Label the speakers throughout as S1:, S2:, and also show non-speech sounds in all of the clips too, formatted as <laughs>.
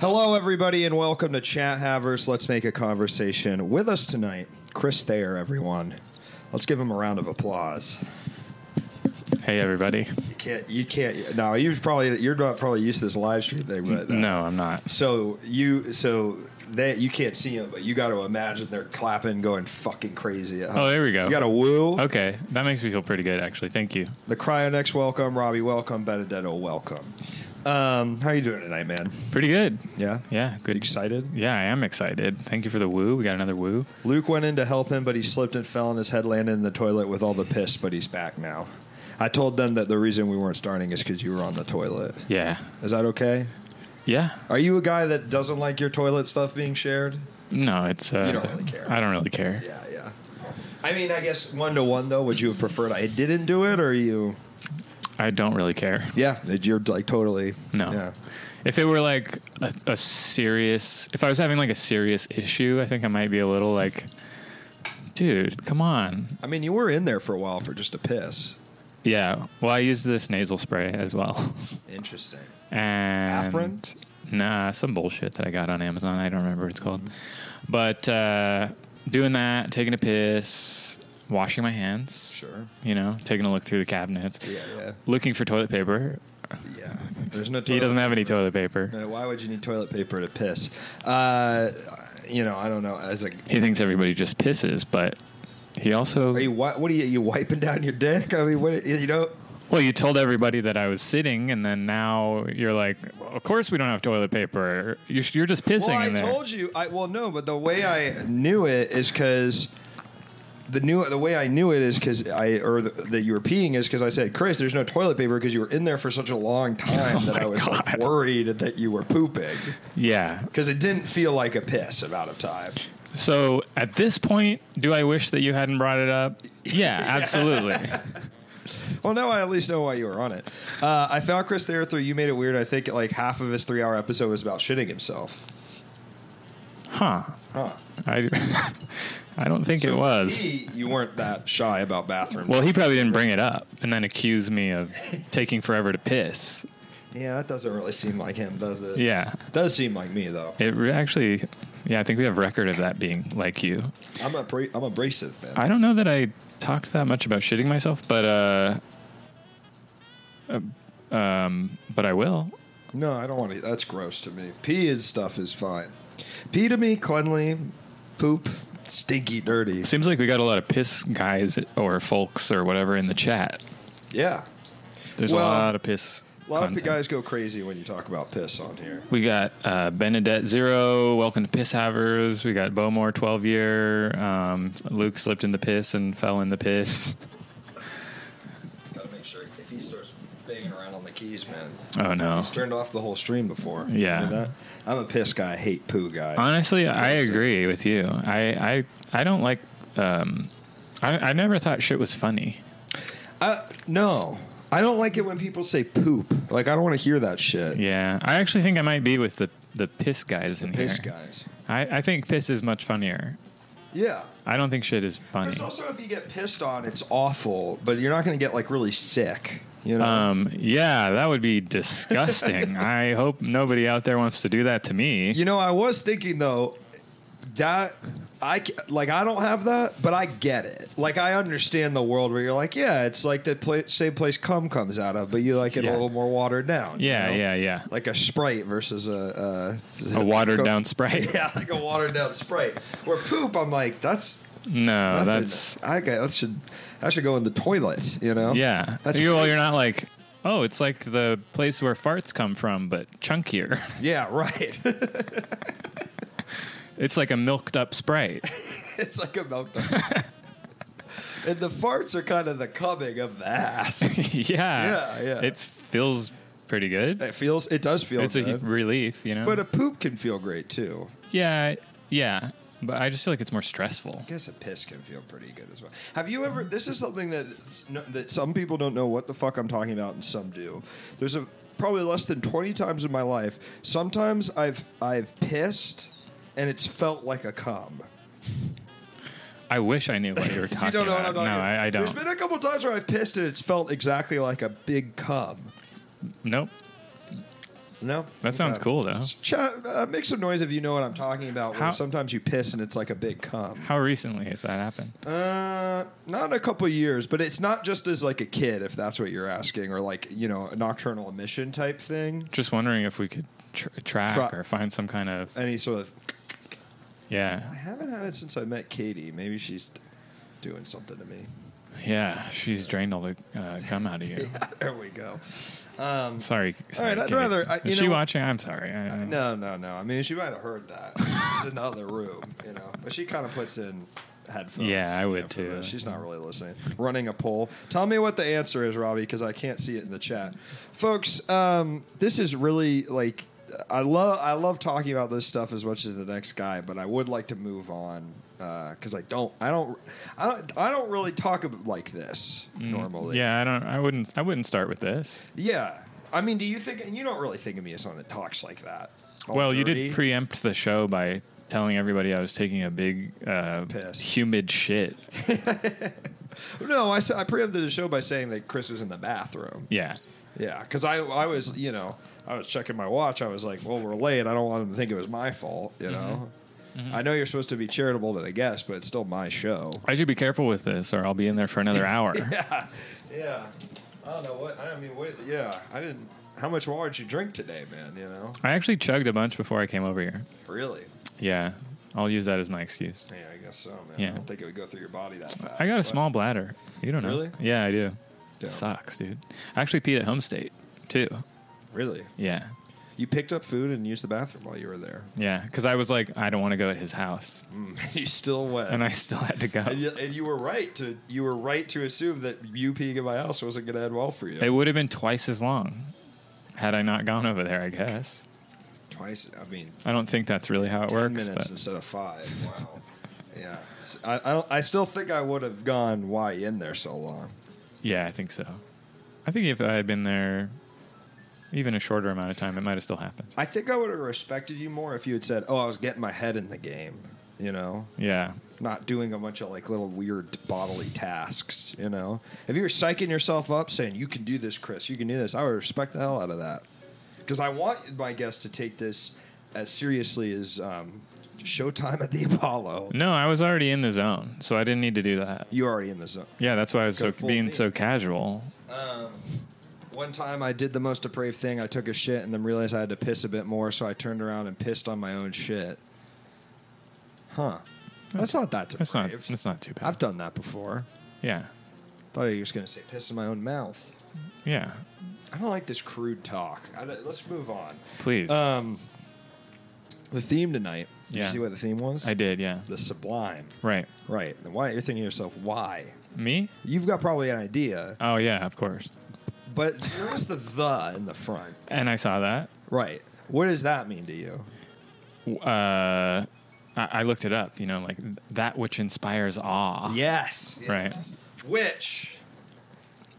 S1: Hello, everybody, and welcome to Chat Havers. Let's make a conversation with us tonight. Chris Thayer, everyone. Let's give him a round of applause.
S2: Hey everybody.
S1: You can't, you can't. No, you probably you're not probably used to this live stream thing, but uh,
S2: No, I'm not.
S1: So you so that you can't see him, but you got to imagine they're clapping, going fucking crazy.
S2: Oh, there we go.
S1: You got to woo.
S2: Okay, that makes me feel pretty good actually. Thank you.
S1: The Cryonex, welcome. Robbie, welcome. Benedetto, welcome. Um, how you doing tonight, man?
S2: Pretty good.
S1: Yeah.
S2: Yeah, good.
S1: You excited?
S2: Yeah, I am excited. Thank you for the woo. We got another woo.
S1: Luke went in to help him, but he slipped and fell, and his head landed in the toilet with all the piss. But he's back now. I told them that the reason we weren't starting is because you were on the toilet.
S2: Yeah.
S1: Is that okay?
S2: Yeah.
S1: Are you a guy that doesn't like your toilet stuff being shared?
S2: No, it's uh
S1: You don't really care.
S2: I don't really care.
S1: Yeah, yeah. I mean, I guess one to one though. Would you have preferred I didn't do it, or you?
S2: I don't really care.
S1: Yeah, that you're like totally.
S2: No.
S1: Yeah.
S2: If it were like a, a serious if I was having like a serious issue, I think I might be a little like dude, come on.
S1: I mean, you were in there for a while for just a piss.
S2: Yeah. Well, I used this nasal spray as well. <laughs>
S1: Interesting.
S2: and
S1: Afrin?
S2: Nah, some bullshit that I got on Amazon. I don't remember what it's called. But uh, doing that, taking a piss, washing my hands.
S1: Sure.
S2: You know, taking a look through the cabinets,
S1: Yeah, yeah,
S2: looking for toilet paper.
S1: yeah. There's no.
S2: He
S1: toilet
S2: doesn't have any
S1: paper.
S2: toilet paper.
S1: No, why would you need toilet paper to piss? Uh, you know, I don't know. As a,
S2: He thinks everybody just pisses, but he also.
S1: are you wi- what are you, you wiping down your dick? I mean, what you know?
S2: well, you told everybody that I was sitting, and then now you're like, of course we don't have toilet paper. You're, you're just pissing
S1: Well, I
S2: in there.
S1: told you. I well, no, but the way I knew it is because the new the way I knew it is because I or the, that you were peeing is because I said, Chris, there's no toilet paper because you were in there for such a
S2: <laughs>
S1: long time that
S2: Oh my
S1: I was like,
S2: God.
S1: worried that you were pooping
S2: yeah.
S1: because it didn't feel like a piss amount of time.
S2: So at this point, do I wish that you hadn't brought it up? Yeah, absolutely.
S1: Well, now I at least know why you were on it. Uh, I found Chris there through You Made It Weird. I think like half of his three hour episode was about shitting himself.
S2: huh.
S1: Huh.
S2: I, <laughs> I don't think it was.
S1: He- you weren't that shy about bathrooms.
S2: well, he probably didn't bring it up and then accused me of taking forever to piss.
S1: yeah, that doesn't really seem like him, does it?
S2: Yeah.
S1: Does seem like me though.
S2: It re- actually, yeah, I think we have record of that being like you.
S1: I'm a pre- I'm abrasive, man.
S2: I don't know that I talked that much about shitting myself, but uh, uh, um, but I will.
S1: no, I don't want to. That's gross to me. Pee is stuff is fine. Pee to me, cleanly. Poop, stinky, dirty.
S2: Seems like we got a lot of piss guys or folks or whatever in the chat.
S1: Yeah,
S2: There's
S1: Well,
S2: a lot of piss.
S1: a lot of
S2: content.
S1: guys go crazy when you talk about piss on here.
S2: We got uh, Benedette Zero. Welcome to Piss Havers. We got Bowmore Twelve Year. Um, Luke slipped in the piss and fell in the piss.
S1: Gotta make sure if he starts banging around on the keys, man.
S2: Oh no!
S1: He's turned off the whole stream before. You
S2: Yeah.
S1: know that? I'm a piss guy. I hate poo guy.
S2: Honestly, I agree with you. I I, I don't like. Um, I I never thought shit was funny.
S1: Uh, no, I don't like it when people say poop. Like I don't want to hear that shit.
S2: Yeah, I actually think I might be with the the piss guys in
S1: Piss
S2: here.
S1: guys.
S2: I I think piss is much funnier.
S1: Yeah.
S2: I don't think shit is funny.
S1: There's also if you get pissed on, it's awful, but you're not going to get like really sick. You know.
S2: Um, yeah, that would
S1: <laughs>
S2: be disgusting. I hope nobody out there wants to do that to me.
S1: you know, I was thinking though that I c- like I don't have that, but I get it. Like I understand the world where you're like, yeah, it's like the pla- same place cum comes out of, but you like it a
S2: Yeah.
S1: little more watered down. you
S2: yeah,
S1: know?
S2: yeah, yeah.
S1: like a Sprite versus a a,
S2: a watered down Sprite.
S1: <laughs> Yeah, like a watered down Sprite. Where poop, I'm like, that's
S2: No,
S1: nothing.
S2: Oh, that's
S1: I got that should that should go in the toilet. You know?
S2: yeah.
S1: That's
S2: you, well, you're not like oh, it's like the place where farts come from, but chunkier. <laughs>
S1: Yeah, right. <laughs>
S2: It's like a milked up Sprite. <laughs>
S1: it's like a meltdown. and the farts are kind of the coming of the ass.
S2: yeah,
S1: Yeah, yeah.
S2: It feels pretty good.
S1: It feels. It does feel.
S2: it's a
S1: good.
S2: relief, you know.
S1: but uh, a poop can feel great too.
S2: yeah, yeah. But I just feel like it's more stressful.
S1: I guess a piss can feel pretty good as well. Have you ever? This is something that no, that some people don't know what the fuck I'm talking about, and some do. There's a probably less than 20 times in my life. Sometimes I've I've pissed, and it's felt like a cum.
S2: I wish I knew what you were
S1: <laughs>
S2: talking
S1: you don't know
S2: about.
S1: what I'm talking
S2: no,
S1: about.
S2: I, I
S1: There's
S2: don't.
S1: been a couple times where I've pissed and it's felt exactly like a big cum.
S2: nope.
S1: No,
S2: That sounds cool, though.
S1: Just ch- uh, make some noise if you know what I'm talking about. where
S2: How-
S1: sometimes you piss and it's like a big cum.
S2: How recently has that happened?
S1: Uh, not a couple years, but it's not just as like a kid, if that's what you're asking, or like you know, a nocturnal emission type thing.
S2: Just wondering if we could tr- track
S1: Tra-
S2: or find some kind of
S1: Any sort of.
S2: yeah,
S1: I haven't had it since I met Katie. Maybe she's doing something to me.
S2: yeah. She's drained all the uh, cum out of you.
S1: <laughs> there we go. Um,
S2: Sorry. sorry
S1: I'd
S2: Katie.
S1: rather- I- you
S2: Is
S1: know
S2: she
S1: what?
S2: watching? I'm sorry. I don't know.
S1: no, no, no. I mean, she might have heard that. She's in the other room, you know. But she kind of puts in headphones.
S2: Yeah,
S1: you
S2: I
S1: know,
S2: would
S1: for
S2: too.
S1: this. She's not really listening. Running a poll. Tell me what the answer is, Robbie, because I can't see it in the chat, folks. Um, this is really like. I love I love talking about this stuff as much as the next guy, but I would like to move on because I don't I don't I don't I don't really talk about like this normally.
S2: Mm, Yeah, I don't. I wouldn't. I wouldn't start with this.
S1: Yeah. I mean, do you think and you don't really think of me as someone that talks like that? All
S2: Well, you
S1: dirty?
S2: did preempt the show by telling everybody I was taking a big uh,
S1: Piss.
S2: humid shit.
S1: No, I, s- I preempted the show by saying that Chris was in the bathroom.
S2: Yeah.
S1: Yeah, because I I was you know I was checking my watch. I was like, well, we're late. I don't want them to think it was my fault. You know,
S2: Mm-hmm.
S1: I know you're supposed to be charitable to the guests, but it's still my show. <laughs>
S2: I should be careful with this, or I'll be in there for another hour.
S1: Yeah, I don't know what I mean. What? Yeah, I didn't. How much water did you drink today, man? You know,
S2: I actually chugged a bunch before I came over here.
S1: really?
S2: Yeah, I'll use that as my excuse.
S1: Yeah, I guess so, man. I
S2: Yeah.
S1: don't think it would go through your body that fast.
S2: I got a
S1: but-
S2: small bladder. You don't know.
S1: Really?
S2: Yeah, I do.
S1: Yeah.
S2: It sucks, dude. I actually peed at home state too.
S1: Really?
S2: Yeah.
S1: You picked up food and used the bathroom while you were there. Mm,
S2: Yeah, because I was like, I don't want to go at his house,
S1: <laughs> you still went.
S2: and I still had to go.
S1: And <laughs> you, and you were right to you were right to assume that you peeing in my house wasn't going to end well for you.
S2: It would have been twice as long had I not gone over there. I guess.
S1: Twice, I mean,
S2: I don't think that's really how it
S1: ten
S2: works.
S1: minutes
S2: but-
S1: instead of five. Wow. <laughs> yeah, S- I, I I still think I would have gone. Why in there so long?
S2: Yeah, I think so. I think if I had been there even a shorter amount of time, it might have still happened.
S1: I think I would have respected you more if you had said, "Oh, I was getting my head in the game," you know,
S2: Yeah.
S1: not doing a bunch of like little weird bodily tasks, you know. If you were psyching yourself up, saying, "You can do this, Chris. You can do this," I would respect the hell out of that. because I want my guests to take this as seriously as um, Showtime at the Apollo.
S2: No, I was already in the zone, so I didn't need to do that.
S1: You're already in the zone.
S2: Yeah, that's why I was
S1: Go
S2: so
S1: full
S2: being
S1: me.
S2: so casual.
S1: One time I did the most depraved thing. I took a shit and then realized I had to piss a bit more, so I turned around and pissed on my own shit. Huh. That's not that depraved.
S2: That's not that's not too bad.
S1: I've done that before.
S2: yeah.
S1: Thought you were just going to say piss in my own mouth.
S2: Yeah.
S1: I don't like this crude talk. I don't- let's move on.
S2: Please.
S1: Um, the theme tonight. Did
S2: Yeah.
S1: You see what the theme was?
S2: I did, yeah.
S1: the sublime.
S2: Right.
S1: Right. And why you're thinking to yourself, why?
S2: Me?
S1: You've got probably an idea,
S2: Oh yeah, of course.
S1: but notice the the in the front.
S2: And I saw that.
S1: Right. What does that mean to you?
S2: W- Uh I I looked it up, you know, like that which inspires awe.
S1: Yes.
S2: Right.
S1: Which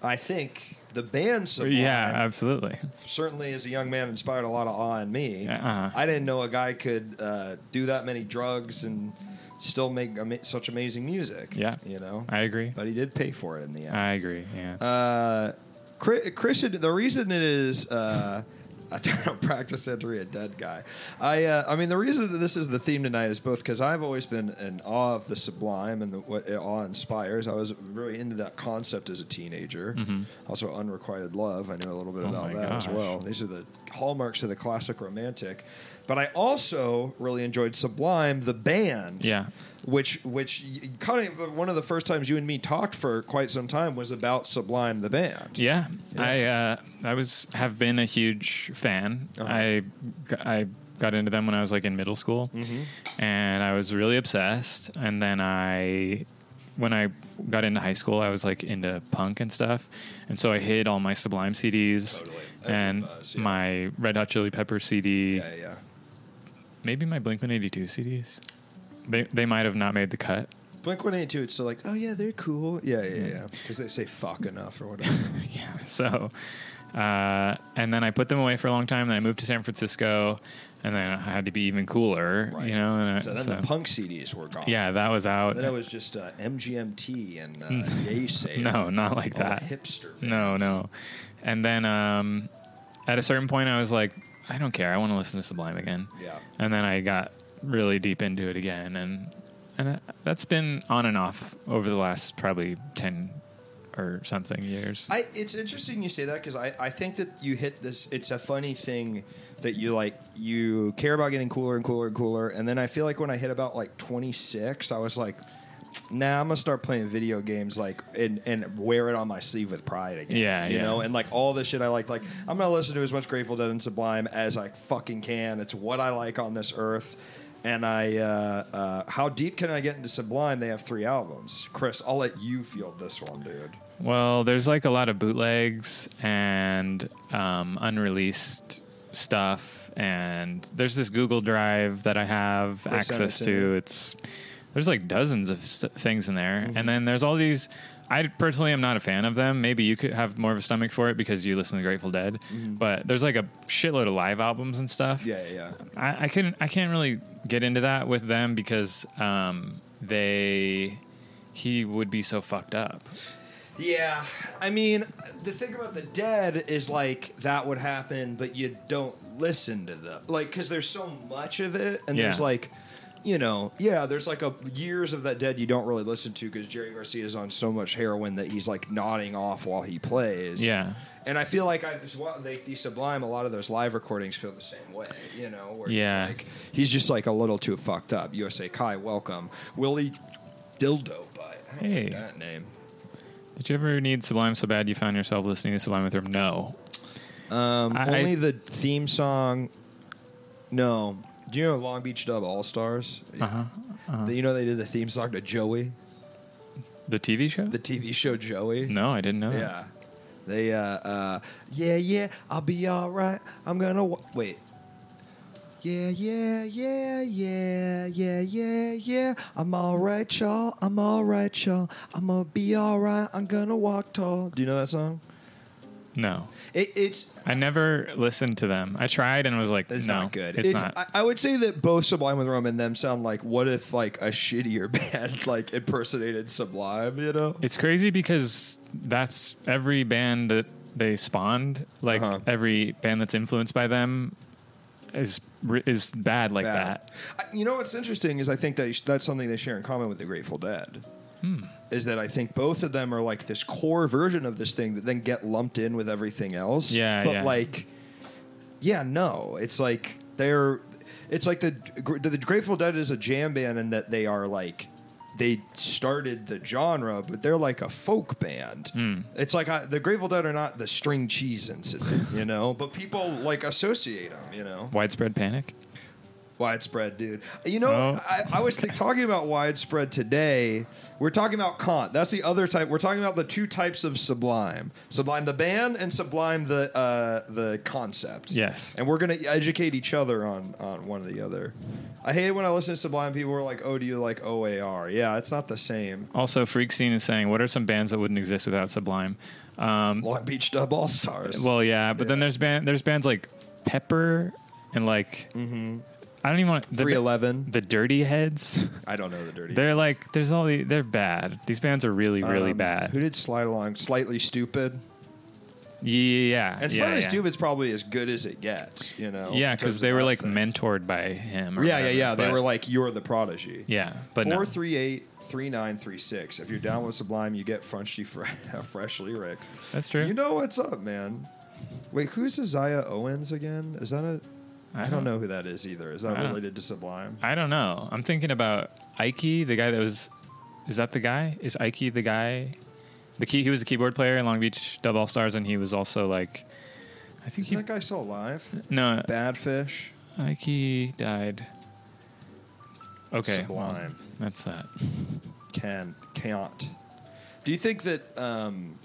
S1: I think the band Sublime
S2: Yeah, absolutely.
S1: certainly as a young man inspired a lot of awe in me.
S2: Uh-huh.
S1: I didn't know a guy could uh, do that many drugs and still make ama- such amazing music.
S2: Yeah.
S1: You know?
S2: I agree.
S1: but he did pay for it in the end.
S2: I agree. Yeah.
S1: Uh, Chri- Christian, the reason it is, uh, <laughs> I don't practice entering a dead guy. I, uh, I mean, the reason that this is the theme tonight is both because I've always been in awe of the sublime and the, what uh, awe inspires. I was really into that concept as a teenager. Also, unrequited love. I knew a little bit
S2: Mm-hmm. Oh
S1: about
S2: my
S1: that as
S2: gosh.
S1: well. These are the hallmarks of the classic romantic. But I also really enjoyed Sublime, the band
S2: yeah.
S1: which which y- kind of uh, one of the first times you and me talked for quite some time was about Sublime the band.
S2: Yeah, I uh, I was have been a huge fan.
S1: Uh-huh.
S2: I I got into them when I was like in middle school,
S1: Mm-hmm.
S2: and I was really obsessed. And then I, when I got into high school, I was like into punk and stuff, and so I hid all my Sublime CDs
S1: Totally. Everyone
S2: and
S1: does, yeah.
S2: my Red Hot Chili Peppers CD,
S1: Yeah, yeah.
S2: maybe my Blink One Eighty Two CDs. They they might have not made the cut. <laughs>
S1: Blink One Eighty Two. It's still like, oh yeah, they're cool. Yeah, yeah, yeah.
S2: Mm-hmm.
S1: Because they say fuck enough or whatever.
S2: <laughs> yeah. So, uh, and then I put them away for a long time. Then I moved to San Francisco, and then I had to be even cooler,
S1: Right.
S2: you know. And I,
S1: so then
S2: so-
S1: the punk CDs were gone.
S2: yeah, that was out.
S1: Then it was just uh, MGMT and uh, Yay Say.
S2: Mm. <laughs> no, not like
S1: All the
S2: that.
S1: hipster
S2: No,
S1: bands.
S2: no. And then um, at a certain point, I was like, I don't care. I want to listen to Sublime again.
S1: Yeah.
S2: And then I got really deep into it again, and and I, that's been on and off over the last probably ten or something years.
S1: I, it's interesting you say that because I, I think that you hit this. It's a funny thing that you like you care about getting cooler and cooler and cooler, and then I feel like when I hit about like 26, I was like, Nah, I'm gonna start playing video games like and and wear it on my sleeve with pride again.
S2: Yeah,
S1: you
S2: yeah.
S1: know, and like all the shit I like, like I'm gonna listen to as much Grateful Dead and Sublime as I fucking can. It's what I like on this earth. And I, uh, uh, how deep can I get into Sublime? They have three albums. Chris, I'll let you field this one, dude.
S2: Well, there's like a lot of bootlegs and um, unreleased stuff, and there's this Google Drive that I have
S1: send
S2: access
S1: it to
S2: to.
S1: me.
S2: It's there's like dozens of st- things in there, and then there's all these. I personally am not a fan of them. Maybe you could have more of a stomach for it because you listen to Grateful Dead, but there's like a shitload of live albums and stuff.
S1: Yeah, yeah, yeah.
S2: I, I couldn't I can't really get into that with them because um, they he would be so fucked up.
S1: Yeah, I mean, the thing about the dead is like that would happen, but you don't listen to them, like because there's so much of it, and
S2: Yeah.
S1: there's like, you know, yeah, there's like a years of that dead you don't really listen to because Jerry Garcia's on so much heroin that he's like nodding off while he plays.
S2: Yeah.
S1: and I feel like I as well, like the Sublime, a lot of those live recordings feel the same way, you know, where he's,
S2: Yeah.
S1: like he's just like a little too fucked up. USA Kai, welcome Willie Dildo, but I don't like
S2: Hey.
S1: that name.
S2: Did you ever need Sublime so bad you found yourself listening to Sublime with Room? No.
S1: Um,
S2: I-
S1: only
S2: I-
S1: the theme song. No, do you know Long Beach Dub All Stars?
S2: Uh-huh.
S1: You know they did the theme song to Joey,
S2: The TV show?
S1: the TV show Joey.
S2: no, I didn't know that.
S1: Yeah, they. Uh, uh, yeah, yeah, I'll be all right. I'm gonna wa- wait. Yeah, yeah, yeah, yeah, yeah, yeah, yeah. I'm all right, y'all. I'm all right, y'all. I'm gonna be all right. I'm gonna walk tall. Do you know that song?
S2: No.
S1: It, it's
S2: I never listened to them. I tried and was like,
S1: It's
S2: no,
S1: not good.
S2: It's, not.
S1: I, I would say that both Sublime with Rome and them sound like what if like a shittier <laughs> band like impersonated Sublime, you know?
S2: it's crazy because that's every band that they spawned, like
S1: Uh-huh.
S2: every band that's influenced by them is ri- is bad like that.
S1: I- you know what's interesting is I think that that's something they share in common with the Grateful Dead.
S2: Hmm.
S1: Is that I think both of them are like this core version of this thing that then get lumped in with everything else.
S2: Yeah,
S1: but
S2: yeah.
S1: like, yeah, no, it's like they're, it's like the the Grateful Dead is a jam band in that they are like. They started the genre, but they're like a folk band.
S2: Hmm.
S1: It's like I, the Grateful Dead are not the string cheese incident, you know. But people like associate them, you know
S2: Widespread panic.
S1: widespread, dude. You know,
S2: Oh.
S1: I, I was th- talking about widespread today. We're talking about Kant. That's the other type. We're talking about the two types of sublime: sublime the band and sublime the uh, the concept.
S2: Yes.
S1: And we're gonna educate each other on on one or the other. I hate it when I listen to Sublime. People are like, "Oh, do you like OAR?" Yeah, it's not the same.
S2: Also, Freak Scene is saying, what are some bands that wouldn't exist without Sublime? Um,
S1: Long Beach Dub All Stars.
S2: Well, yeah, but then
S1: Yeah.
S2: there's band there's bands like Pepper and like
S1: Mm-hmm.
S2: I don't even want the,
S1: three eleven.
S2: the
S1: <laughs>
S2: Dirty Heads.
S1: I don't know the dirty.
S2: They're like there's all the, they're bad. These bands are really really
S1: Um, Who
S2: bad.
S1: did slide along? Slightly stupid.
S2: Yeah,
S1: And
S2: yeah,
S1: Slightly
S2: yeah.
S1: Stupid's probably as good as it gets, you know.
S2: Yeah,
S1: in terms
S2: because
S1: of
S2: they were
S1: that
S2: like
S1: thing.
S2: mentored by him. or
S1: Yeah, yeah,
S2: whatever,
S1: yeah. They
S2: but-
S1: were like, "You're the prodigy."
S2: yeah, but no.
S1: Four three eight three nine three six. If you're down with Sublime, you get fresh, <laughs> fresh lyrics.
S2: That's true.
S1: You know what's up, man. Wait, who's Isaiah Owens again? Is that a? I, don't,
S2: don't-
S1: know who that is either. Is that
S2: I don't-
S1: related to Sublime?
S2: I don't know. I'm thinking about Ike, the guy that was. Is that the guy? Is Ike the guy? The key. He was the keyboard player in Long Beach Dub All Stars, and he was also like. I think
S1: Isn't
S2: he.
S1: that guy still alive?
S2: No,
S1: Badfish.
S2: Ike died. Okay. well,
S1: Sublime.
S2: that's that.
S1: Can can't. Do you think that? um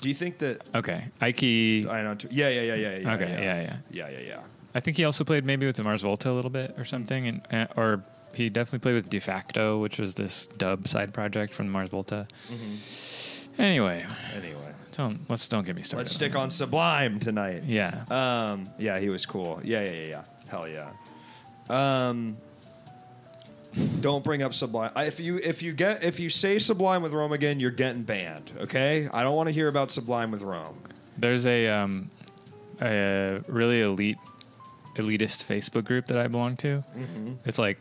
S1: Do you think that?
S2: Okay. Ike.
S1: I don't. Yeah, yeah, yeah, yeah, yeah.
S2: Okay, yeah,
S1: yeah,
S2: yeah.
S1: yeah, yeah, yeah.
S2: I think he also played maybe with the Mars Volta a little bit or something, and uh, or he definitely played with De Facto, which was this dub side project from Mars Volta. Anyway,
S1: Anyway.
S2: don't let's don't get me started.
S1: Mm-hmm. Let's stick on Sublime tonight.
S2: Yeah.
S1: Um, yeah, he was cool. Yeah, yeah, yeah, yeah. Hell yeah. Um, don't bring up Sublime. I, if you if you get if you say Sublime with Rome again, you're getting banned. Okay, I don't want to hear about Sublime with Rome.
S2: There's a um, a really elite elitist Facebook group that I belong to.
S1: Mm-hmm.
S2: It's like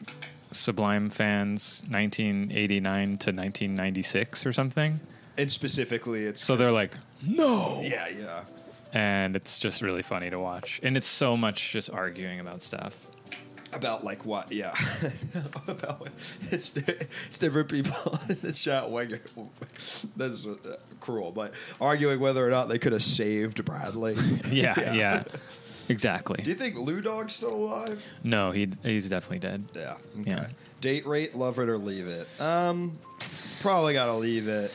S2: Sublime fans 1989 to 1996 or something.
S1: and specifically, it's
S2: So they're like, no.
S1: yeah, yeah.
S2: And it's just really funny to watch. And it's so much just arguing about stuff.
S1: About like what? Yeah, <laughs> about what? It's it's different people <laughs> in the chat. Wenger. That's uh, cruel, but arguing whether or not they could have saved Bradley.
S2: <laughs> Yeah, yeah. Exactly.
S1: Do you think Lou Dog's still alive?
S2: no, he he's definitely dead.
S1: Yeah.
S2: Yeah.
S1: Date rate, love it or leave it. Um, probably gotta leave it.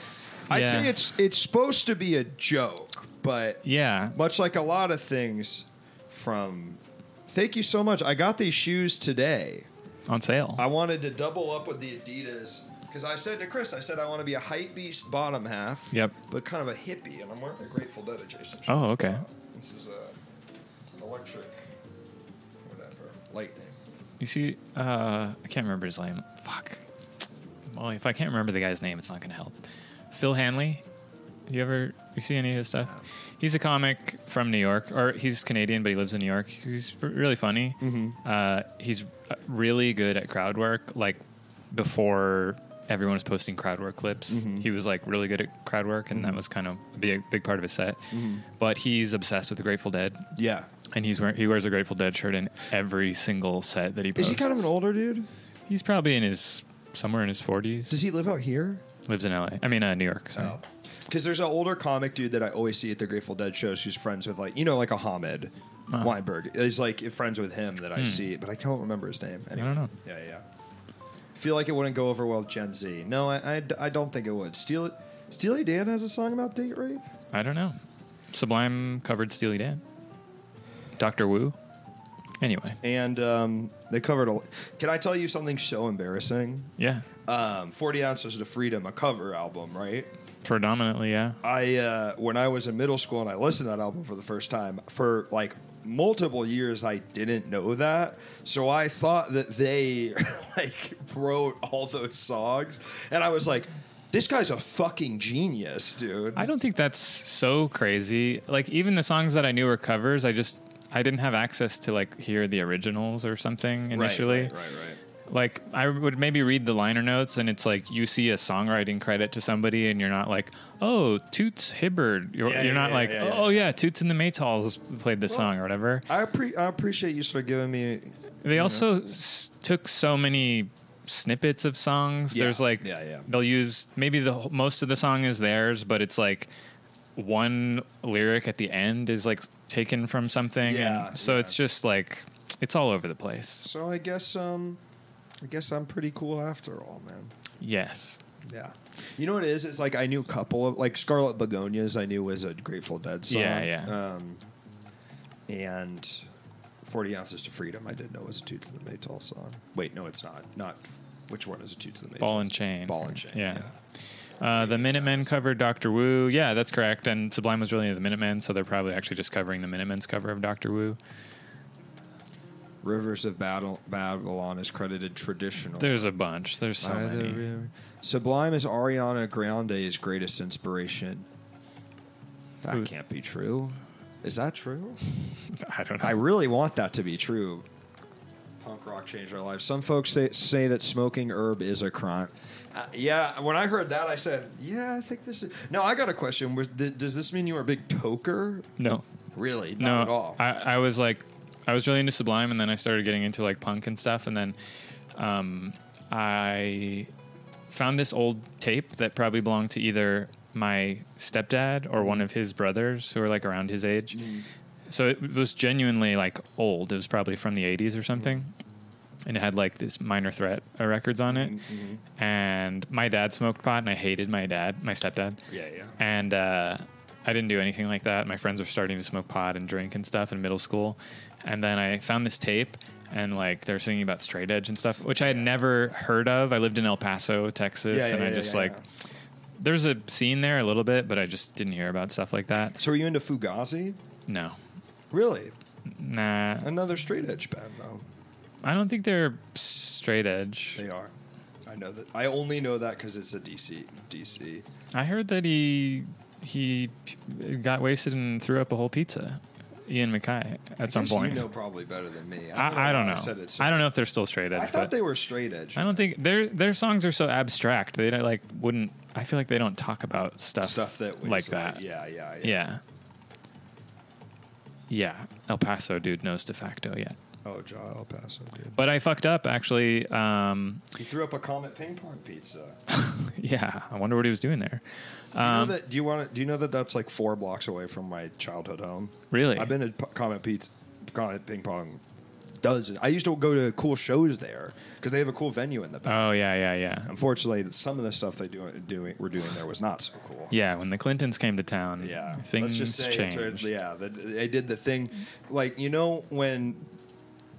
S1: I'd
S2: Yeah.
S1: say it's it's supposed to be a joke, but
S2: Yeah.
S1: much like a lot of things from. Thank you so much. I got these shoes today.
S2: On sale.
S1: I wanted to double up with the Adidas because I said to Chris, I said I want to be a hype beast bottom half.
S2: Yep.
S1: But kind of a hippie, and I'm wearing a Grateful Dead adjacent.
S2: Oh,
S1: shirt.
S2: okay.
S1: This is uh, electric, whatever, lightning.
S2: You see, uh, I can't remember his name. Fuck. Well, if I can't remember the guy's name, it's not gonna help. Phil Hanley. You ever you see any of his stuff? He's a comic from New York, or he's Canadian, but he lives in New York. He's r- really funny. Uh, he's uh, really good at crowd work. Like before everyone was posting crowd work clips, he was like really good at crowd work, and that was kind of a big, big part of his set. But he's obsessed with the Grateful Dead,
S1: Yeah.
S2: and he's wearing, he wears a Grateful Dead shirt in every single set that he
S1: Is
S2: posts.
S1: he kind of an older dude?
S2: He's probably in his somewhere in his forties.
S1: Does Oh. he live out here?
S2: Lives in L.A. I mean, uh, New York. Sorry.
S1: Because there's an older comic dude that I always see at the Grateful Dead shows who's friends with, like, you know, like a Hamid
S2: Uh-huh.
S1: Weinberg. He's like friends with him that I see, but I don't remember his name. Anyway.
S2: Hmm. don't know.
S1: Yeah, yeah. Feel like it wouldn't go over well with Gen Z. No, I, I, I don't think it would. Steely, Steely Dan has a song about date rape?
S2: I don't know. Sublime covered Steely Dan. Doctor Wu. Anyway,
S1: And um, they covered a. Can I tell you something so embarrassing?
S2: yeah.
S1: Um, 40 Ounces to Freedom, a cover album, right?
S2: Predominantly, yeah.
S1: I uh, when I was in middle school and I listened to that album for the first time for like multiple years I didn't know that so I thought that they <laughs> like wrote all those songs and I was like this guy's a fucking genius dude
S2: I don't think that's so crazy. Like even the songs that I knew were covers, I just I didn't have access to like hear the originals or something initially.
S1: right right, right.
S2: Like I would maybe read the liner notes and it's like you see a songwriting credit to somebody and you're not like, "Oh, Toots Hibbard." You're,
S1: Yeah,
S2: you're
S1: yeah,
S2: not
S1: yeah,
S2: like,
S1: yeah, yeah.
S2: "Oh yeah, Toots and the Maytals played this song or whatever."
S1: I, appre- I appreciate you sort of giving me Mm-hmm.
S2: They also s- took so many snippets of songs.
S1: Yeah,
S2: There's like
S1: yeah, yeah.
S2: they'll use maybe the wh- most of the song is theirs, but it's like one lyric at the end is like taken from something.
S1: Yeah,
S2: and so
S1: yeah.
S2: it's just like it's all over the place.
S1: so I guess um I guess I'm pretty cool after all man
S2: Yes.
S1: yeah you know what it is it's like I knew a couple of like Scarlet Begonias I knew was a Grateful Dead song
S2: Yeah, yeah.
S1: um and 40 Ounces to Freedom, I did know was a Toots and the Maytall song. Wait, no, it's not. Not which one is a Toots and the Maytall?
S2: Ball and Chain.
S1: Ball and Chain.
S2: Yeah. Uh, the Minutemen covered Doctor Wu. Yeah, that's correct. And Sublime was really into the Minutemen, so they're probably actually just covering the Minutemen's cover of Doctor Wu.
S1: Rivers of Battle- Babylon is credited traditional.
S2: There's a bunch. There's so
S1: By the
S2: many.
S1: river- Sublime is Ariana Grande's greatest inspiration. That
S2: Who-
S1: can't be true. Is that true?
S2: <laughs> I don't know.
S1: I really want that to be true. Punk rock changed our lives. Some folks say, say that smoking herb is a crime. Uh, yeah, when I heard that, I said, "Yeah, I think this is." No, I got a question. Was, th- does this mean you were a big toker?
S2: no.
S1: Really? Not
S2: no,
S1: at all.
S2: I, I was like, I was really into Sublime, and then I started getting into like punk and stuff, and then um, I found this old tape that probably belonged to either my stepdad or one of his brothers who were like around his age.
S1: Mm.
S2: So it was genuinely like old. It was probably from the 80s or something. And it had like this Minor Threat uh, records on it.
S1: Mm-hmm.
S2: And my dad smoked pot and I hated my dad, my stepdad
S1: yeah, yeah.
S2: and uh, I didn't do anything like that. My friends were starting to smoke pot and drink and stuff in middle school, and then I found this tape and like they're singing about straight edge and stuff, which I had never heard of. I lived in El Paso, Texas,
S1: Yeah, yeah,
S2: and I
S1: yeah,
S2: just
S1: yeah,
S2: like
S1: yeah.
S2: there's a scene there a little bit, but I just didn't hear about stuff like that.
S1: So, are you into Fugazi?
S2: No,
S1: Really?
S2: nah,
S1: Another straight edge band, though.
S2: I don't think they're straight edge.
S1: They are. I know that. I only know that because it's a DC. DC.
S2: I heard that he he got wasted and threw up a whole pizza. Ian McKay at some
S1: Guess you
S2: point.
S1: know probably better than me.
S2: I, I don't know.
S1: said it so-
S2: I don't know if they're still straight edge.
S1: I thought
S2: but
S1: they were straight edge.
S2: I don't think their their songs are so abstract. They don't, like wouldn't. I feel like they don't talk about stuff
S1: Stuff that was
S2: like that.
S1: Yeah, yeah, yeah.
S2: Yeah. Yeah. El Paso dude knows de facto yet.
S1: Oh, John El Paso, dude.
S2: But I fucked up actually. Um, <laughs>
S1: He threw up a Comet ping pong pizza.
S2: yeah. I wonder what he was doing there.
S1: Do you know
S2: Um,
S1: that? Do you want? to Do you know that that's like four blocks away from my childhood home?
S2: Really?
S1: I've been to P- Comet Pizza, Comet Ping Pong, dozens. I used to go to cool shows there because they have a cool venue in the back.
S2: oh yeah, yeah, yeah.
S1: Unfortunately, some of the stuff they do, doing were doing there was not so cool.
S2: Yeah. When the Clintons came to town,
S1: Yeah,
S2: Mm-hmm.
S1: Let's
S2: things
S1: just say it
S2: changed.
S1: turned- yeah, that- they did the thing, like you know when,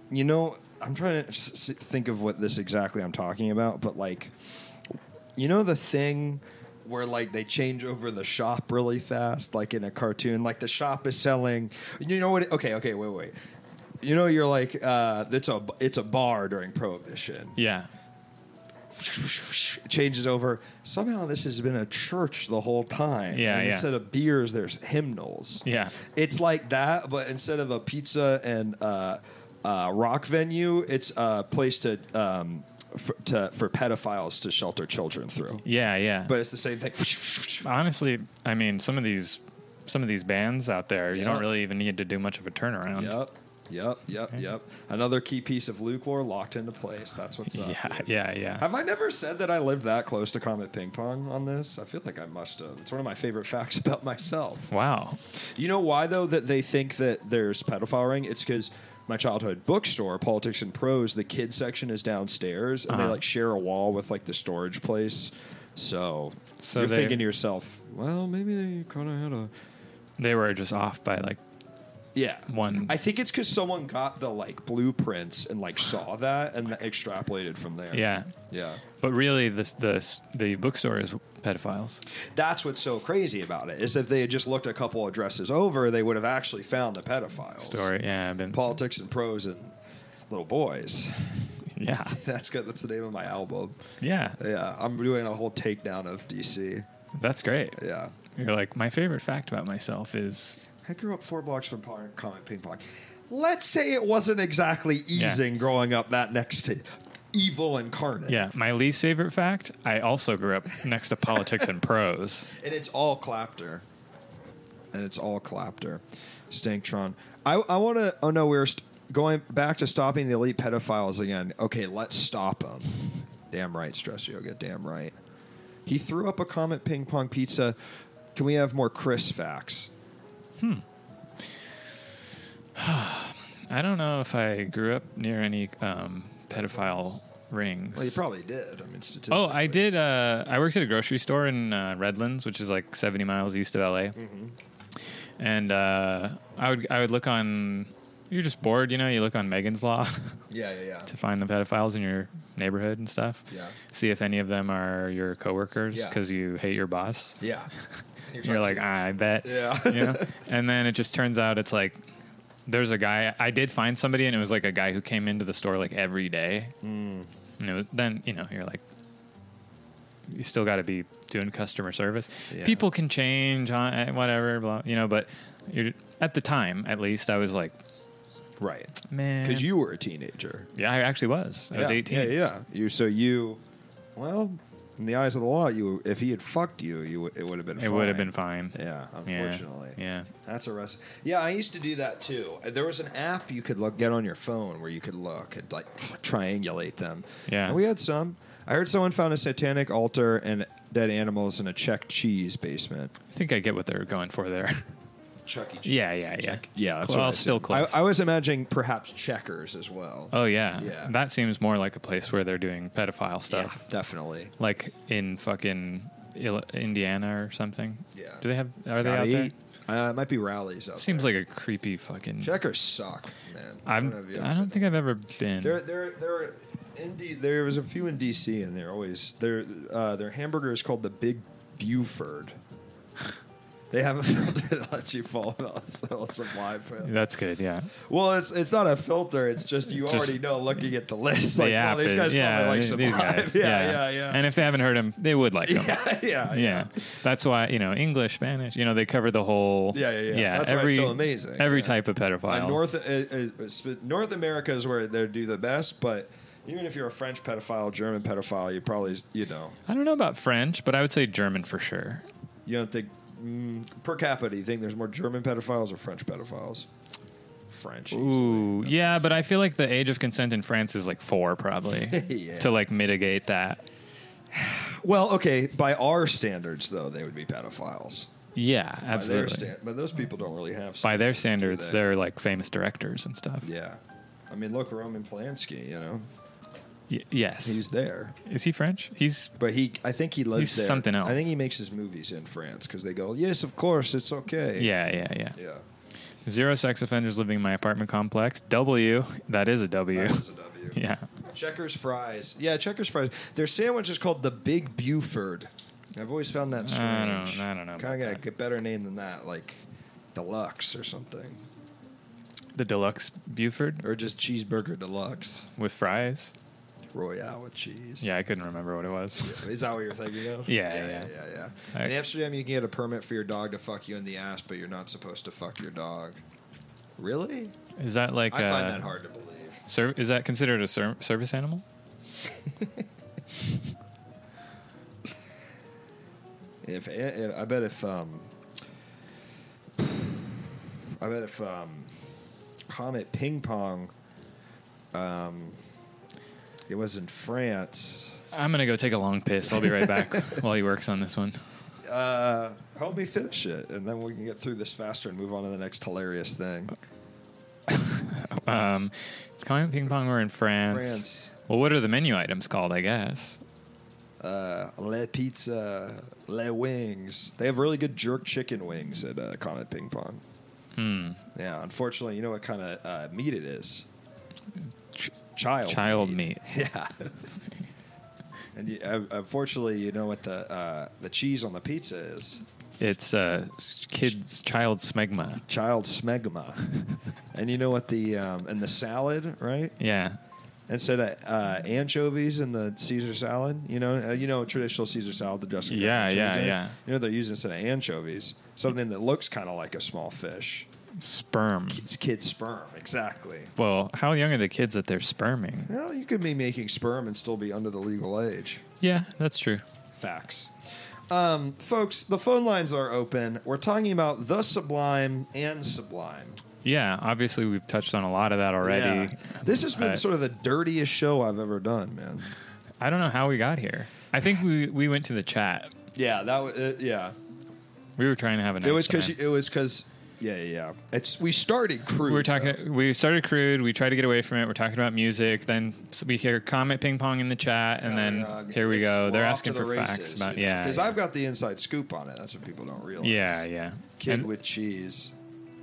S1: you know, I'm trying to s- s- think of what this exactly I'm talking about, but like, you know, the thing where like they change over the shop really fast, like in a cartoon, like the shop is selling. You know what? Okay, okay, wait, wait. You know, you're like, uh, it's a it's a bar during Prohibition
S2: yeah.
S1: changes over. Somehow this has been a church the whole time.
S2: Yeah,
S1: And
S2: yeah.
S1: Instead of beers, there's hymnals.
S2: Yeah.
S1: It's like that, but instead of a pizza and uh, uh, rock venue, it's a place to um, for, to for pedophiles to shelter children through.
S2: Yeah. Yeah.
S1: But it's the same thing.
S2: honestly, I mean, some of these some of these bands out there, you
S1: Yeah.
S2: don't really even need to do much of a turnaround.
S1: Yep. Yep, yep, yep. Another key piece of folklore locked into place. That's what's up.
S2: <laughs> Yeah, yeah, yeah.
S1: Have I never said that I lived that close to Comet Ping Pong on this? I feel like I must have. It's one of my favorite facts <laughs> about myself.
S2: wow.
S1: You know why though that they think that there's pedophile ring? It's because my childhood bookstore, Politics and Prose, the kids section is downstairs, and they
S2: Uh-huh.
S1: like share a wall with like the storage place. So,
S2: So
S1: you're
S2: they-
S1: thinking to yourself, well, maybe they kind of had a
S2: They were just off by like
S1: yeah
S2: One.
S1: I think it's because someone got the like blueprints and like saw that and extrapolated from there.
S2: yeah.
S1: yeah.
S2: But really this the the bookstore is pedophiles.
S1: That's what's so crazy about it is if they had just looked a couple addresses over, they would have actually found the pedophiles.
S2: Story. Yeah, I've been
S1: Politics and Prose and Little Boys.
S2: Yeah.
S1: <laughs> That's good. That's the name of my album.
S2: Yeah.
S1: Yeah, I'm doing a whole takedown of DC.
S2: That's great.
S1: Yeah.
S2: You're like my favorite fact about myself is
S1: I grew up four blocks from Pon- Comet Ping Pong. Let's say it wasn't exactly
S2: Yeah.
S1: easing growing up that next to evil incarnate.
S2: yeah, my least favorite fact, I also grew up next to politics and prose.
S1: And it's all Clapter. And it's all Clapter. Stanktron. I, I want to. Oh, no, we're st- going back to stopping the elite pedophiles again. Okay, let's stop them. Damn right, Stress Yoga. Damn right. He threw up a comment ping pong pizza. Can we have more Chris facts?
S2: I don't know if I grew up near any um, pedophile rings.
S1: Well, you probably did. I mean, statistically.
S2: Oh, I did. Uh, I worked at a grocery store in uh, Redlands, which is like 70 miles east of LA.
S1: Mm-hmm.
S2: And uh, I would I would look on. You're just bored, you know. You look on Megan's Law <laughs>
S1: Yeah, yeah, yeah.
S2: to find the pedophiles in your neighborhood and stuff.
S1: Yeah.
S2: See if any of them are your coworkers
S1: Yeah.
S2: because you hate your boss.
S1: Yeah.
S2: <laughs> You're like, "Ah, I bet.
S1: Yeah.
S2: <laughs>
S1: <laughs>
S2: you know? And then it just turns out it's like there's a guy. I did find somebody, and it was like a guy who came into the store like every day.
S1: Mm.
S2: And it was, then you know you're like, you still got to be doing customer service.
S1: Yeah.
S2: People can change, huh, eh, whatever, blah, you know. But you're at the time, at least, I was like, "Ah."
S1: right.
S2: man,
S1: Because you were a teenager.
S2: yeah, I actually was. I was
S1: yeah,
S2: 18.
S1: Yeah, yeah. You so you, well, in the eyes of the law, you if he had fucked you, you would- it would have been.
S2: It would have been fine.
S1: Yeah,
S2: Yeah,
S1: unfortunately.
S2: yeah.
S1: That's a recipe. Yeah, I used to do that too. There was an app you could look get on your phone where you could look and like triangulate them.
S2: Yeah.
S1: And we had some. I heard someone found a satanic altar and dead animals in a Czech cheese basement.
S2: I think I get what they're going for there. <laughs>
S1: Chuck E. Cheese.
S2: yeah, yeah, yeah.
S1: Yeah, that's
S2: well,
S1: what I
S2: still
S1: assumed.
S2: close.
S1: I, I was imagining perhaps checkers as well.
S2: Oh yeah.
S1: Yeah.
S2: That seems more like a place where they're doing pedophile
S1: yeah,
S2: stuff,
S1: definitely.
S2: like in fucking Ill- Indiana or something.
S1: Yeah.
S2: Do they have? Are they
S1: Gotta
S2: out there?
S1: eat. Uh, it might be rallies out
S2: Seems
S1: there.
S2: like a creepy fucking.
S1: checkers suck, man.
S2: I'm.
S1: know if you-
S2: I don't think I've ever been.
S1: There, there, there. In D, there was a few in DC, and they're always their uh, their hamburger is called the Big Buford. They have a <laughs> filter that lets you fall <laughs> on supply for
S2: That's good. Yeah.
S1: Well, it's it's not a filter. It's just you
S2: Just-
S1: already know looking at the list.
S2: The
S1: Like,
S2: app
S1: well, these
S2: is-
S1: guys
S2: yeah,
S1: probably like
S2: these-
S1: Sublime.
S2: these
S1: <laughs>
S2: guys.
S1: yeah, yeah, yeah.
S2: And if they haven't heard him, they would like him. Yeah.
S1: <laughs> yeah, yeah,
S2: That's why, you know, English, Spanish, you know, they cover the whole.
S1: Yeah, yeah, yeah. That's why it's
S2: every,
S1: so amazing.
S2: Every
S1: Yeah.
S2: type of
S1: Uh,
S2: pedophile.
S1: North uh, uh, sp- North America is where they do the best, but even if you're a French pedophile, German pedophile, you probably you know
S2: I don't know about French, but I would say German for sure.
S1: you don't think mm, per capita. You think there's more German pedophiles or French pedophiles? French.
S2: Ooh, yeah, but I feel like the age of consent in France is like four, probably,
S1: <laughs> Yeah.
S2: to like mitigate that.
S1: Well, okay, by our standards though, they would be pedophiles.
S2: Yeah,
S1: By their
S2: absolutely.
S1: stand- but those people don't really have. Standards,
S2: By their
S1: do
S2: standards,
S1: they?
S2: they? are like famous directors and stuff.
S1: Yeah, I mean, look, Roman Polanski. You know,
S2: Y- yes.
S1: he's there,
S2: is he French? He's
S1: but he. I think he lives
S2: He's
S1: there.
S2: something
S1: I think
S2: else.
S1: he makes his movies in France because they go, yes, of course, it's okay.
S2: yeah, yeah, yeah,
S1: yeah.
S2: Zero sex offenders living in my apartment complex. W. That is a W.
S1: That was a W.
S2: <laughs> yeah.
S1: Checkers fries. Yeah, Checkers fries. Their sandwich is called the Big Buford. I've always found that strange.
S2: I don't- I don't know
S1: Kind
S2: about
S1: of got a better name than that, like deluxe or something,
S2: The deluxe Buford
S1: or just cheeseburger deluxe,
S2: with fries.
S1: royale with cheese.
S2: Yeah, I couldn't remember what it was.
S1: Is that what you're thinking of?
S2: Yeah,
S1: yeah,
S2: yeah.
S1: yeah. yeah.
S2: Alright.
S1: In Amsterdam, you can get a permit for your dog to fuck you in the ass, but you're not supposed to fuck your dog. Really?
S2: Is that like
S1: I find
S2: uh,
S1: that hard to believe.
S2: Ser- is that considered a ser- service animal?
S1: If, if I bet if um, I bet if um, Comet Ping Pong, um, it was in France.
S2: I'm gonna go take a long piss. I'll be
S1: <laughs>
S2: right back while he works on this one.
S1: Uh, help me finish it, and then we can get through this faster and move on to the next hilarious thing.
S2: Um, comment ping pong. We're in France.
S1: Uh-huh. France.
S2: Well, what are the menu items called? I guess.
S1: uh, Le Pizza, Le Wings. They have really good jerk chicken wings at uh, Comet Ping Pong.
S2: Hmm.
S1: Yeah, unfortunately, you know what kind of uh, meat it is?
S2: Ch-
S1: Child.
S2: child meat.
S1: <laughs> Yeah. and you, uh, unfortunately, you know what the uh, the cheese on the pizza is?
S2: It's uh, s- kids child smegma.
S1: Child smegma. <laughs> and you know what the um, and the salad, right?
S2: Yeah.
S1: Instead of uh, anchovies in the Caesar salad, you know, uh, you know, traditional Caesar salad, the dressing.
S2: Yeah,
S1: anchovies
S2: yeah,
S1: in it.
S2: yeah.
S1: You know, they're using instead of anchovies, something that looks kind of like a small fish.
S2: Sperm.
S1: It's kid sperm, exactly.
S2: Well, how young are the kids that they're sperming?
S1: Well, you could be making sperm and still be under the legal age.
S2: Yeah, that's true.
S1: Facts. Um, folks, the phone lines are open. We're talking about the sublime and sublime.
S2: Yeah, obviously we've touched on a lot of that already.
S1: Yeah. This has been
S2: Uh,
S1: sort of the dirtiest show I've ever done, man.
S2: I don't know how we got here. I think we we went to the chat.
S1: Yeah, that was uh, yeah.
S2: We were trying to have a nice
S1: It was because
S2: time.
S1: it was because yeah, yeah, yeah. It's we started crude.
S2: we were
S1: though.
S2: talking. We started crude. We tried to get away from it. We're talking about music. Then s- we hear comment ping pong in the chat, and then
S1: Uh,
S2: here we
S1: it's-
S2: go.
S1: we're
S2: They're
S1: off
S2: asking
S1: to the
S2: for facts
S1: races,
S2: about
S1: you know,
S2: yeah,
S1: Because
S2: yeah,
S1: I've got the inside scoop on it. That's what people don't realize.
S2: yeah, yeah.
S1: Kid
S2: and
S1: with cheese.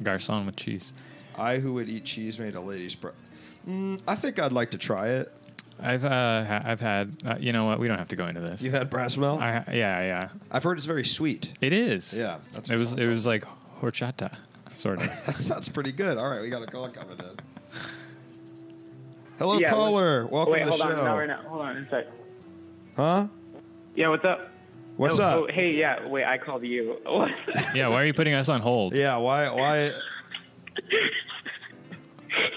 S2: garçon with cheese.
S1: I who would eat cheese made a lady's. Bro- mm, I think I'd like to try it.
S2: I've uh, ha- I've had. Uh, you know what? We don't have to go into this.
S1: You had brass mel.
S2: I ha- yeah, yeah.
S1: I've heard it's very sweet.
S2: It is.
S1: Yeah, that's
S2: it
S1: what
S2: was.
S1: sounds
S2: It was like horchata, sort
S1: <laughs>
S2: of.
S1: That sounds pretty good. All right, we got a call coming in. Hello,
S3: Yeah,
S1: caller. Welcome
S3: Wait,
S1: to the
S3: hold
S1: show.
S3: on. No, we're not. Hold on a sec.
S1: Huh?
S3: Yeah, what's up?
S1: What's
S3: oh,
S1: up?
S3: Oh, hey, yeah. Wait, I called you. <laughs>
S2: yeah. Why are you putting us on hold?
S1: Yeah. Why? Why?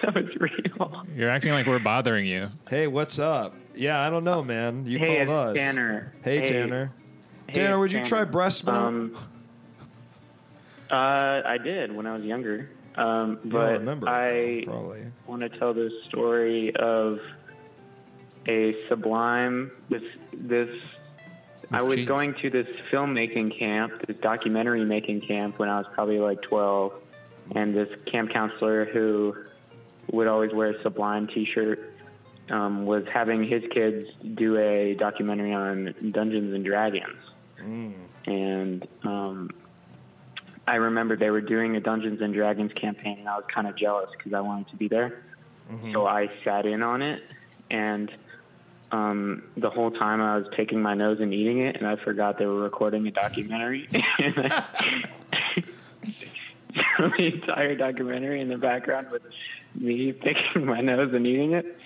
S3: that was real.
S2: You're acting like we're bothering you.
S1: Hey, what's up? Yeah, I don't know, man. You
S3: hey, it's
S1: called us.
S3: Tanner.
S1: Hey, Tanner.
S3: hey,
S1: Tanner,
S3: it's
S1: would you try breast milk?
S3: Um, uh, I did when I was younger. Um,
S1: You
S3: but
S1: don't remember? it,
S3: I
S1: though, probably.
S3: want to tell the story of a sublime this this I was
S2: cheese.
S3: going to this filmmaking camp, this documentary making camp when I was probably like 12 and this camp counselor who would always wear a sublime t-shirt um, was having his kids do a documentary on Dungeons and Dragons. And um, I remember they were doing a Dungeons and Dragons campaign, and I was kind of jealous because I wanted to be there. So I sat in on it, and um, the whole time <laughs> I <laughs> was taking my nose and eating it, and I forgot they were recording a documentary. and I, so the entire documentary in the background was me picking my nose and eating it.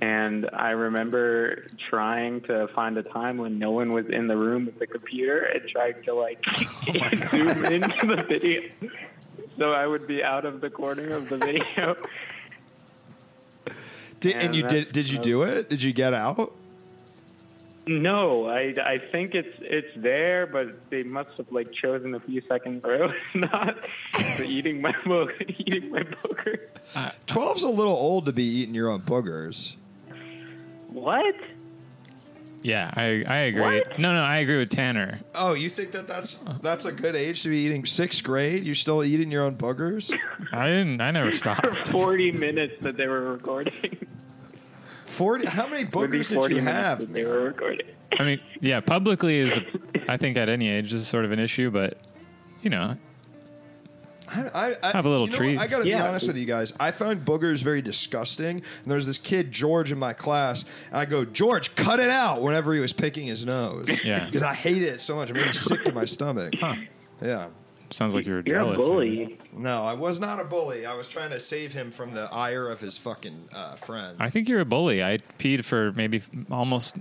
S3: And I remember trying to find a time when no one was in the room with the computer and trying to like <laughs> zoom into the video. So I would be out of the corner of the video.
S1: Did, and
S3: And
S1: you
S3: that-
S1: did? Did you do it? Did you get out?
S3: No, I, I think it's it's there, but they must have like chosen a few seconds where it was <laughs> not. So eating my bo- <laughs> eating my booger.
S1: Twelve's a little old to be eating your own boogers.
S3: What?
S2: Yeah, I I agree.
S3: What?
S2: No, no, I agree with Tanner.
S1: Oh, you think that that's that's a good age to be eating? Sixth grade, you're still eating your own
S3: <laughs>
S1: boogers?
S2: I didn't. I never
S1: <laughs>
S3: For
S2: stopped.
S3: forty minutes that they were recording.
S1: Forty? How many
S3: Would be
S1: boogers did
S3: 40
S1: you
S3: minutes
S1: have?
S3: that they
S1: man?
S3: were recording.
S2: I mean, yeah, publicly is. I think at any age is sort of an issue, but you know,
S1: I, I, I
S2: Have a little
S1: you know what?
S2: treat.
S1: I gotta be
S3: Yeah.
S1: honest with you guys. I found boogers very disgusting. And there's this kid George in my class, and I go, George, cut it out! Whenever he was picking his nose,
S2: <laughs> Yeah.
S1: because I hated it so much. It made me sick to my stomach.
S2: huh?
S1: Yeah.
S2: Sounds like you were
S3: You're
S2: jealous.
S3: a bully.
S1: No, I was not a bully. I was trying to save him from the ire of his fucking uh, friends.
S2: I think you're a bully. I peed for maybe f- almost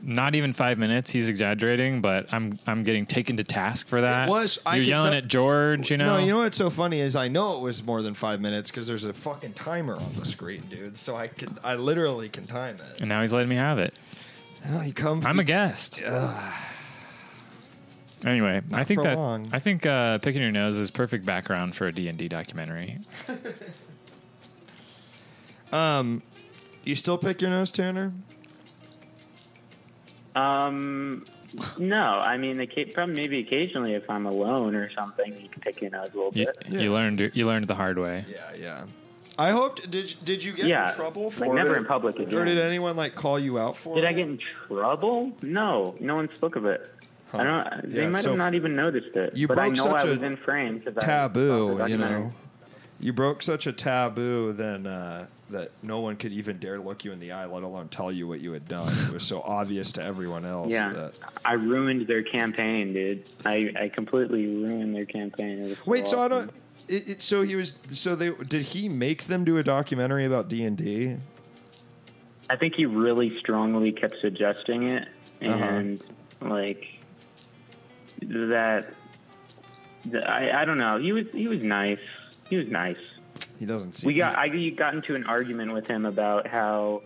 S2: not even five minutes. He's exaggerating, but I'm I'm getting taken to task for that.
S1: It was- I
S2: you're
S1: can
S2: yelling
S1: tell-
S2: at George. You know.
S1: No, you know what's so funny is I know it was more than five minutes because there's a fucking timer on the screen, dude. So I could, I literally can time it.
S2: and now he's letting me have it.
S1: Oh, you come.
S2: I'm a guest. Anyway, I think
S1: for
S2: that
S1: long.
S2: I think uh, picking your nose is perfect background for a D and D documentary.
S1: you still pick your nose, Tanner?
S3: Um, no, I mean, the probably maybe occasionally if I'm alone or something, you can pick your nose a little
S2: You,
S3: bit.
S1: Yeah.
S2: you learned you learned the hard way.
S1: Yeah, yeah. I hoped. Did did you get
S3: Yeah,
S1: in trouble
S3: like,
S1: for
S3: never
S1: it?
S3: in public again.
S1: Or did anyone like call you out for
S3: Did
S1: it?
S3: I get in trouble? No, no one spoke of it. I don't. They
S1: Yeah,
S3: might
S1: so
S3: have not even noticed it.
S1: you
S3: but I
S1: broke
S3: know
S1: such
S3: I
S1: a
S3: was in frame because
S1: taboo? You know, you broke such a taboo then uh, that no one could even dare look you in the eye, let alone tell you what you had done. it was so <laughs> obvious to everyone else.
S3: Yeah,
S1: That,
S3: I ruined their campaign, dude. I, I completely ruined their campaign. It was
S1: Wait, so I
S3: awesome.
S1: don't. It, it, so he was. So they did he make them do a documentary about D and D?
S3: I think he really strongly kept suggesting it,
S1: Uh-huh.
S3: and like that. th- I I don't know. He was he was nice. He was nice.
S1: He doesn't see.
S3: We got I got into an argument with him about how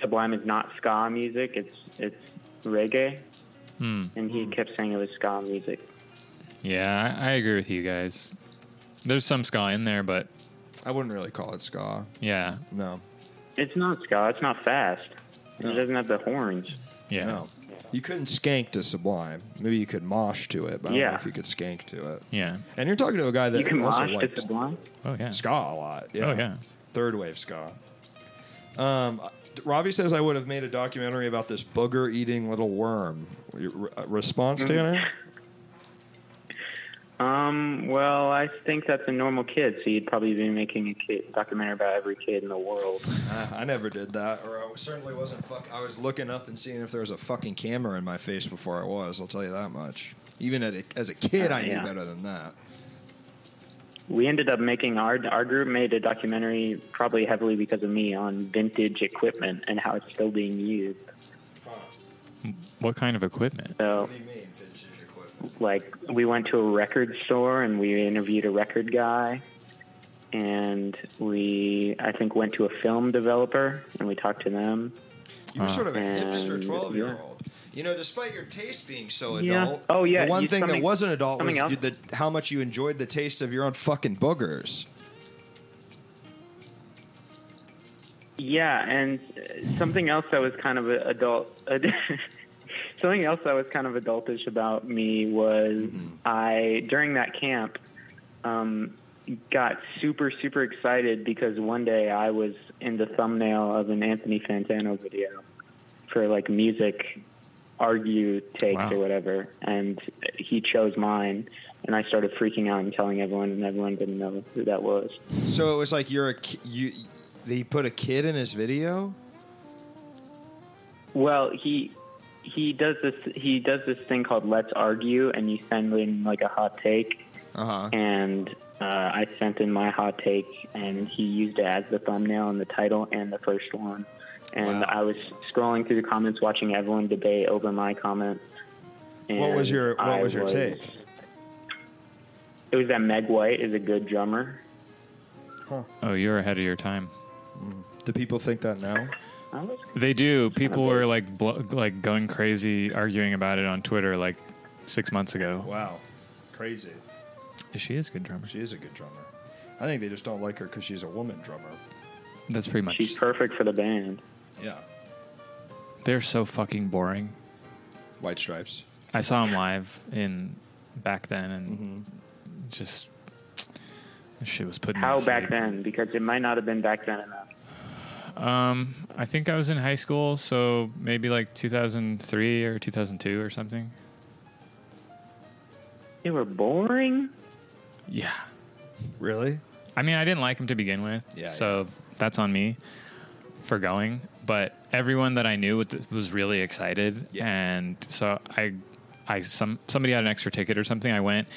S3: Sublime is not ska music. It's it's reggae,
S2: Hmm.
S3: and he kept saying it was ska music.
S2: Yeah, I, I agree with you guys. There's some ska in there, but
S1: I wouldn't really call it ska.
S2: yeah,
S1: No.
S3: It's not ska. It's not fast.
S1: No.
S3: It doesn't have the horns.
S2: yeah.
S1: No. You couldn't skank to Sublime. Maybe you could mosh to it, but I don't know
S3: Yeah.
S1: if you could skank to it.
S2: Yeah.
S1: And you're talking to a guy that
S3: You can
S1: also
S3: mosh to
S1: likes
S3: Sublime.
S2: Oh yeah.
S1: ska a lot. Yeah.
S2: Oh yeah.
S1: Third wave ska. Um, Robbie says I would have made a documentary about this booger eating little worm. Your, uh, response,
S3: Mm-hmm.
S1: Tanner?
S3: <laughs> Um, well, I think that's a normal kid, so you'd probably be making a kid, documentary about every kid in the world.
S1: Uh, I never did that, or I certainly wasn't. Fuck, I was looking up and seeing if there was a fucking camera in my face before I was. I'll tell you that much. Even at a, as a kid, I knew
S3: Oh, Yeah.
S1: better than that.
S3: We ended up making our our group made a documentary, probably heavily because of me, on vintage equipment and how it's still being used.
S2: What kind of equipment?
S3: So,
S1: What do you mean, vintage equipment?
S3: like, we went to a record store and we interviewed a record guy, and we I think went to a film developer and we talked to them.
S1: You were sort of a
S3: And,
S1: hipster
S3: yeah.
S1: twelve-year-old. You know, despite your taste being so
S3: Yeah.
S1: adult.
S3: Oh, yeah,
S1: The one
S3: you-
S1: thing that
S3: something-
S1: wasn't adult was
S3: something
S1: you,
S3: else.
S1: the, how much you enjoyed the taste of your own fucking boogers.
S3: Yeah, and uh, something else that was kind of a- adult. <laughs> ad- something else that was kind of adultish about me was I during that camp um, got super super excited because one day I was in the thumbnail of an Anthony Fantano video for like music argue takes
S2: Wow.
S3: or whatever, and he chose mine, and I started freaking out and telling everyone, and everyone didn't know who that was.
S1: So it was like you're a ki- you. They put a kid in his video.
S3: Well, he he does this he does this thing called Let's Argue, and you send in like a hot take,
S1: Uh huh.
S3: and uh, I sent in my hot take, and he used it as the thumbnail and the title and the first one. And
S1: Wow.
S3: I was scrolling through the comments, watching everyone debate over my comment.
S1: What was
S3: and
S1: your What
S3: I
S1: was your take?
S3: It was that Meg White is a good drummer.
S1: Huh.
S2: Oh, you're ahead of your time.
S1: Do people think that now?
S3: I was
S2: They do. People were like blo- like going crazy arguing about it on Twitter like six months ago.
S1: Wow, crazy.
S2: She is a good drummer.
S1: She is a good drummer. I think they just don't like her because she's a woman drummer.
S2: That's pretty much.
S3: She's perfect for the band.
S1: Yeah.
S2: They're so fucking boring.
S1: White stripes.
S2: I saw them live in back then, and just that shit was putting. me
S3: Mm-hmm. How
S2: to
S3: back
S2: sleep.
S3: then? Because it might not have been back then enough.
S2: Um, I think I was in high school, so maybe like 2003 or 2002 or something.
S3: They were boring.
S2: Yeah.
S1: Really?
S2: I mean, I didn't like them to begin with.
S1: Yeah,
S2: So that's on me for going. But everyone that I knew with- was really excited,
S1: Yeah.
S2: and so I, I some somebody had an extra ticket or something. I went,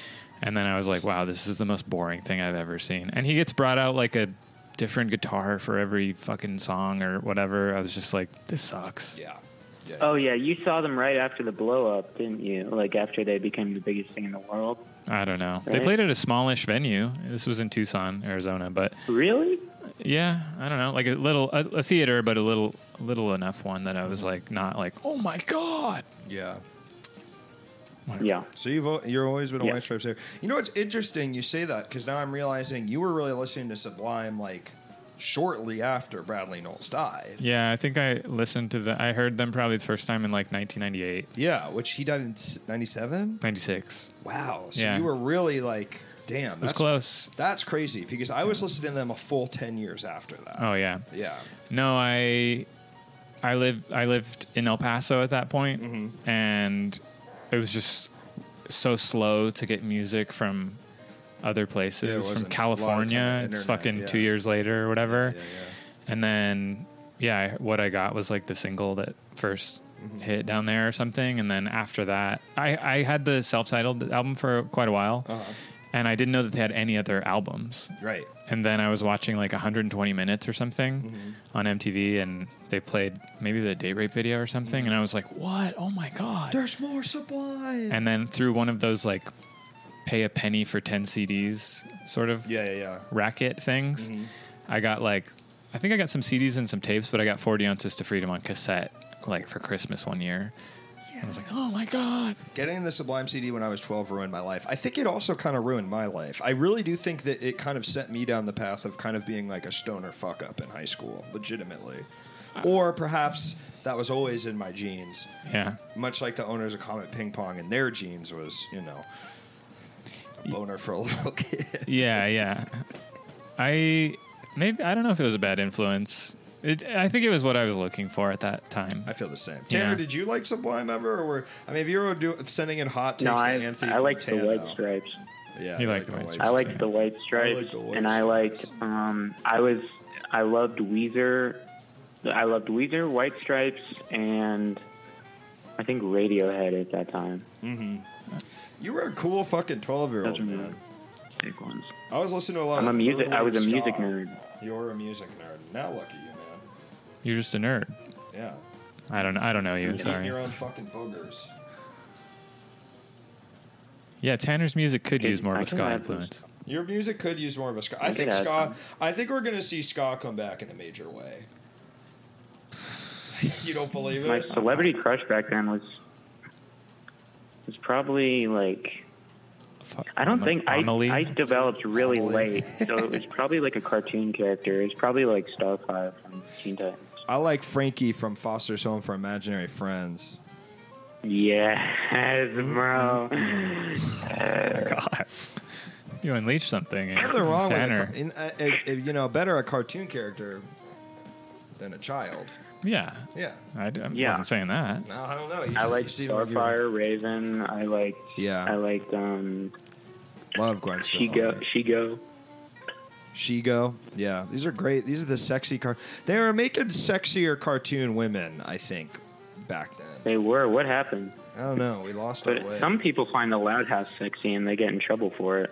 S2: and then I was like, "Wow, this is the most boring thing I've ever seen." And he gets brought out like a different guitar for every fucking song or whatever. I was just like, "This sucks."
S1: Yeah. Yeah.
S3: Oh yeah, you saw them right after the blow up, didn't you? Like after they became the biggest thing in the world.
S2: I don't know. They
S3: Right.
S2: played at a smallish venue. This was in Tucson, Arizona, but
S3: Really?
S2: yeah, I don't know, like a little a, a theater, but a little little enough one that I was like not like oh my god.
S1: yeah.
S3: Yeah.
S1: So you've al- you're always been a
S3: Yeah.
S1: White Stripes hater. You know what's interesting? You say that because now I'm realizing you were really listening to Sublime like shortly after Bradley Knowles died.
S2: Yeah, I think I listened to the. I heard them probably the first time in like 1998,
S1: Yeah, which he died in '97.
S2: 96.
S1: Wow. So
S2: Yeah.
S1: you were really like, damn,
S2: It was
S1: that's
S2: close.
S1: That's crazy because I was listening to them a full ten years after that.
S2: Oh yeah.
S1: Yeah.
S2: No, I I lived I lived in El Paso at that point,
S1: Mm-hmm.
S2: and it was just so slow to get music from other
S1: Yeah, it
S2: places
S1: wasn't a lot
S2: from
S1: of
S2: California.
S1: time on the
S2: It's
S1: internet,
S2: fucking
S1: yeah.
S2: two years later or whatever.
S1: Yeah, yeah.
S2: And then, yeah, I, what I got was like the single that 1st
S1: Mm-hmm.
S2: hit down there or something. And then after that, I, I had the self titled album for quite a while.
S1: Uh-huh.
S2: And I didn't know that they had any other albums.
S1: Right.
S2: And then I was watching like 120 minutes or something on MTV, and they played maybe the date rape video or something. And I was like, what? Oh my God.
S1: There's more Sublime.
S2: and then through one of those like pay a penny for 10 CDs sort of
S1: yeah, yeah, yeah.
S2: racket things. I got like, I think I got some CDs and some tapes, but I got 40 ounces to freedom on cassette, like for Christmas one year. I was like, oh my God.
S1: Getting the Sublime CD when I was 12 ruined my life. I think it also kind of ruined my life. I really do think that it kind of sent me down the path of kind of being like a stoner fuck up in high school, legitimately. Or perhaps that was always in my genes,
S2: Yeah.
S1: much like the owners of Comet Ping Pong in their genes was, you know, a boner for a <laughs> little kid.
S2: Yeah. Yeah. I, maybe, I don't know if it was a bad influence. It, I think it was what I was looking for at that time.
S1: I feel the same. Tanner,
S2: Yeah.
S1: did you like Sublime ever? Or were, I mean, if you were do, sending in hot takes
S3: no,
S1: to
S3: I
S1: Anthony,
S3: I
S1: from
S3: liked the
S1: Tano-
S3: White Stripes.
S1: Yeah,
S2: You
S1: I
S2: liked the White
S3: I
S2: Stripes.
S1: Stripes.
S2: Yeah.
S3: liked the White Stripes,
S1: liked the White
S3: and I
S1: Stripes.
S3: liked. Um, I was I loved Weezer. I loved Weezer, White Stripes, and I think Radiohead at that time.
S1: You were a cool fucking 12 year old,
S3: Doesn't
S1: man.
S3: matter. Big ones.
S1: I was listening to a lot
S3: I'm
S1: of
S3: a music. I was a
S1: third-rate
S3: music
S1: ska.
S3: nerd.
S1: You were a music nerd. Now look at you,
S2: You're just a nerd.
S1: man.
S2: I don't, I don't know you.
S1: Yeah. Eating your
S2: Sorry.
S1: own fucking boogers.
S2: Yeah. Tanner's music could
S3: Dude,
S2: use more of
S3: I
S2: a
S3: can
S2: ska
S3: have this.
S2: influence.
S1: Your music could use more of a ska. I
S3: You
S1: think
S3: could add
S1: ska.
S3: some.
S1: I think we're gonna see ska come back in a major way. <laughs> you don't believe
S3: My
S1: it?
S3: celebrity crush back then was was probably like
S2: Fuck,
S3: I don't
S2: Am-
S3: think I
S2: Amelie?
S3: I developed really
S1: Amelie. <laughs>
S3: late, so it was probably like a cartoon character. It's probably like Starfire from Teen Titans.
S1: I like Frankie from Foster's Home for Imaginary Friends. <laughs>
S3: Yes, bro.
S2: <laughs>
S3: Uh,
S2: God. You unleash something. and
S1: Nothing wrong
S2: Tanner.
S1: with a, in, a, a, a, you know better a cartoon character than a child.
S2: Yeah.
S1: Yeah.
S2: I, I
S3: Yeah.
S2: wasn't saying that.
S1: No, I don't know. You
S3: I
S1: s-
S3: like
S1: you seem like you
S3: Starfire, Raven. I liked
S1: Yeah.
S3: I liked um
S1: love Gwen
S3: Shigo.
S1: Stefani.
S3: Shigo.
S1: Shigo. Yeah, these are great. These are the sexy car. They were making sexier cartoon women, I think, back then.
S3: They were. What happened?
S1: I don't know. We lost our
S3: But
S1: way.
S3: some people find the Loud House sexy and they get in trouble for it.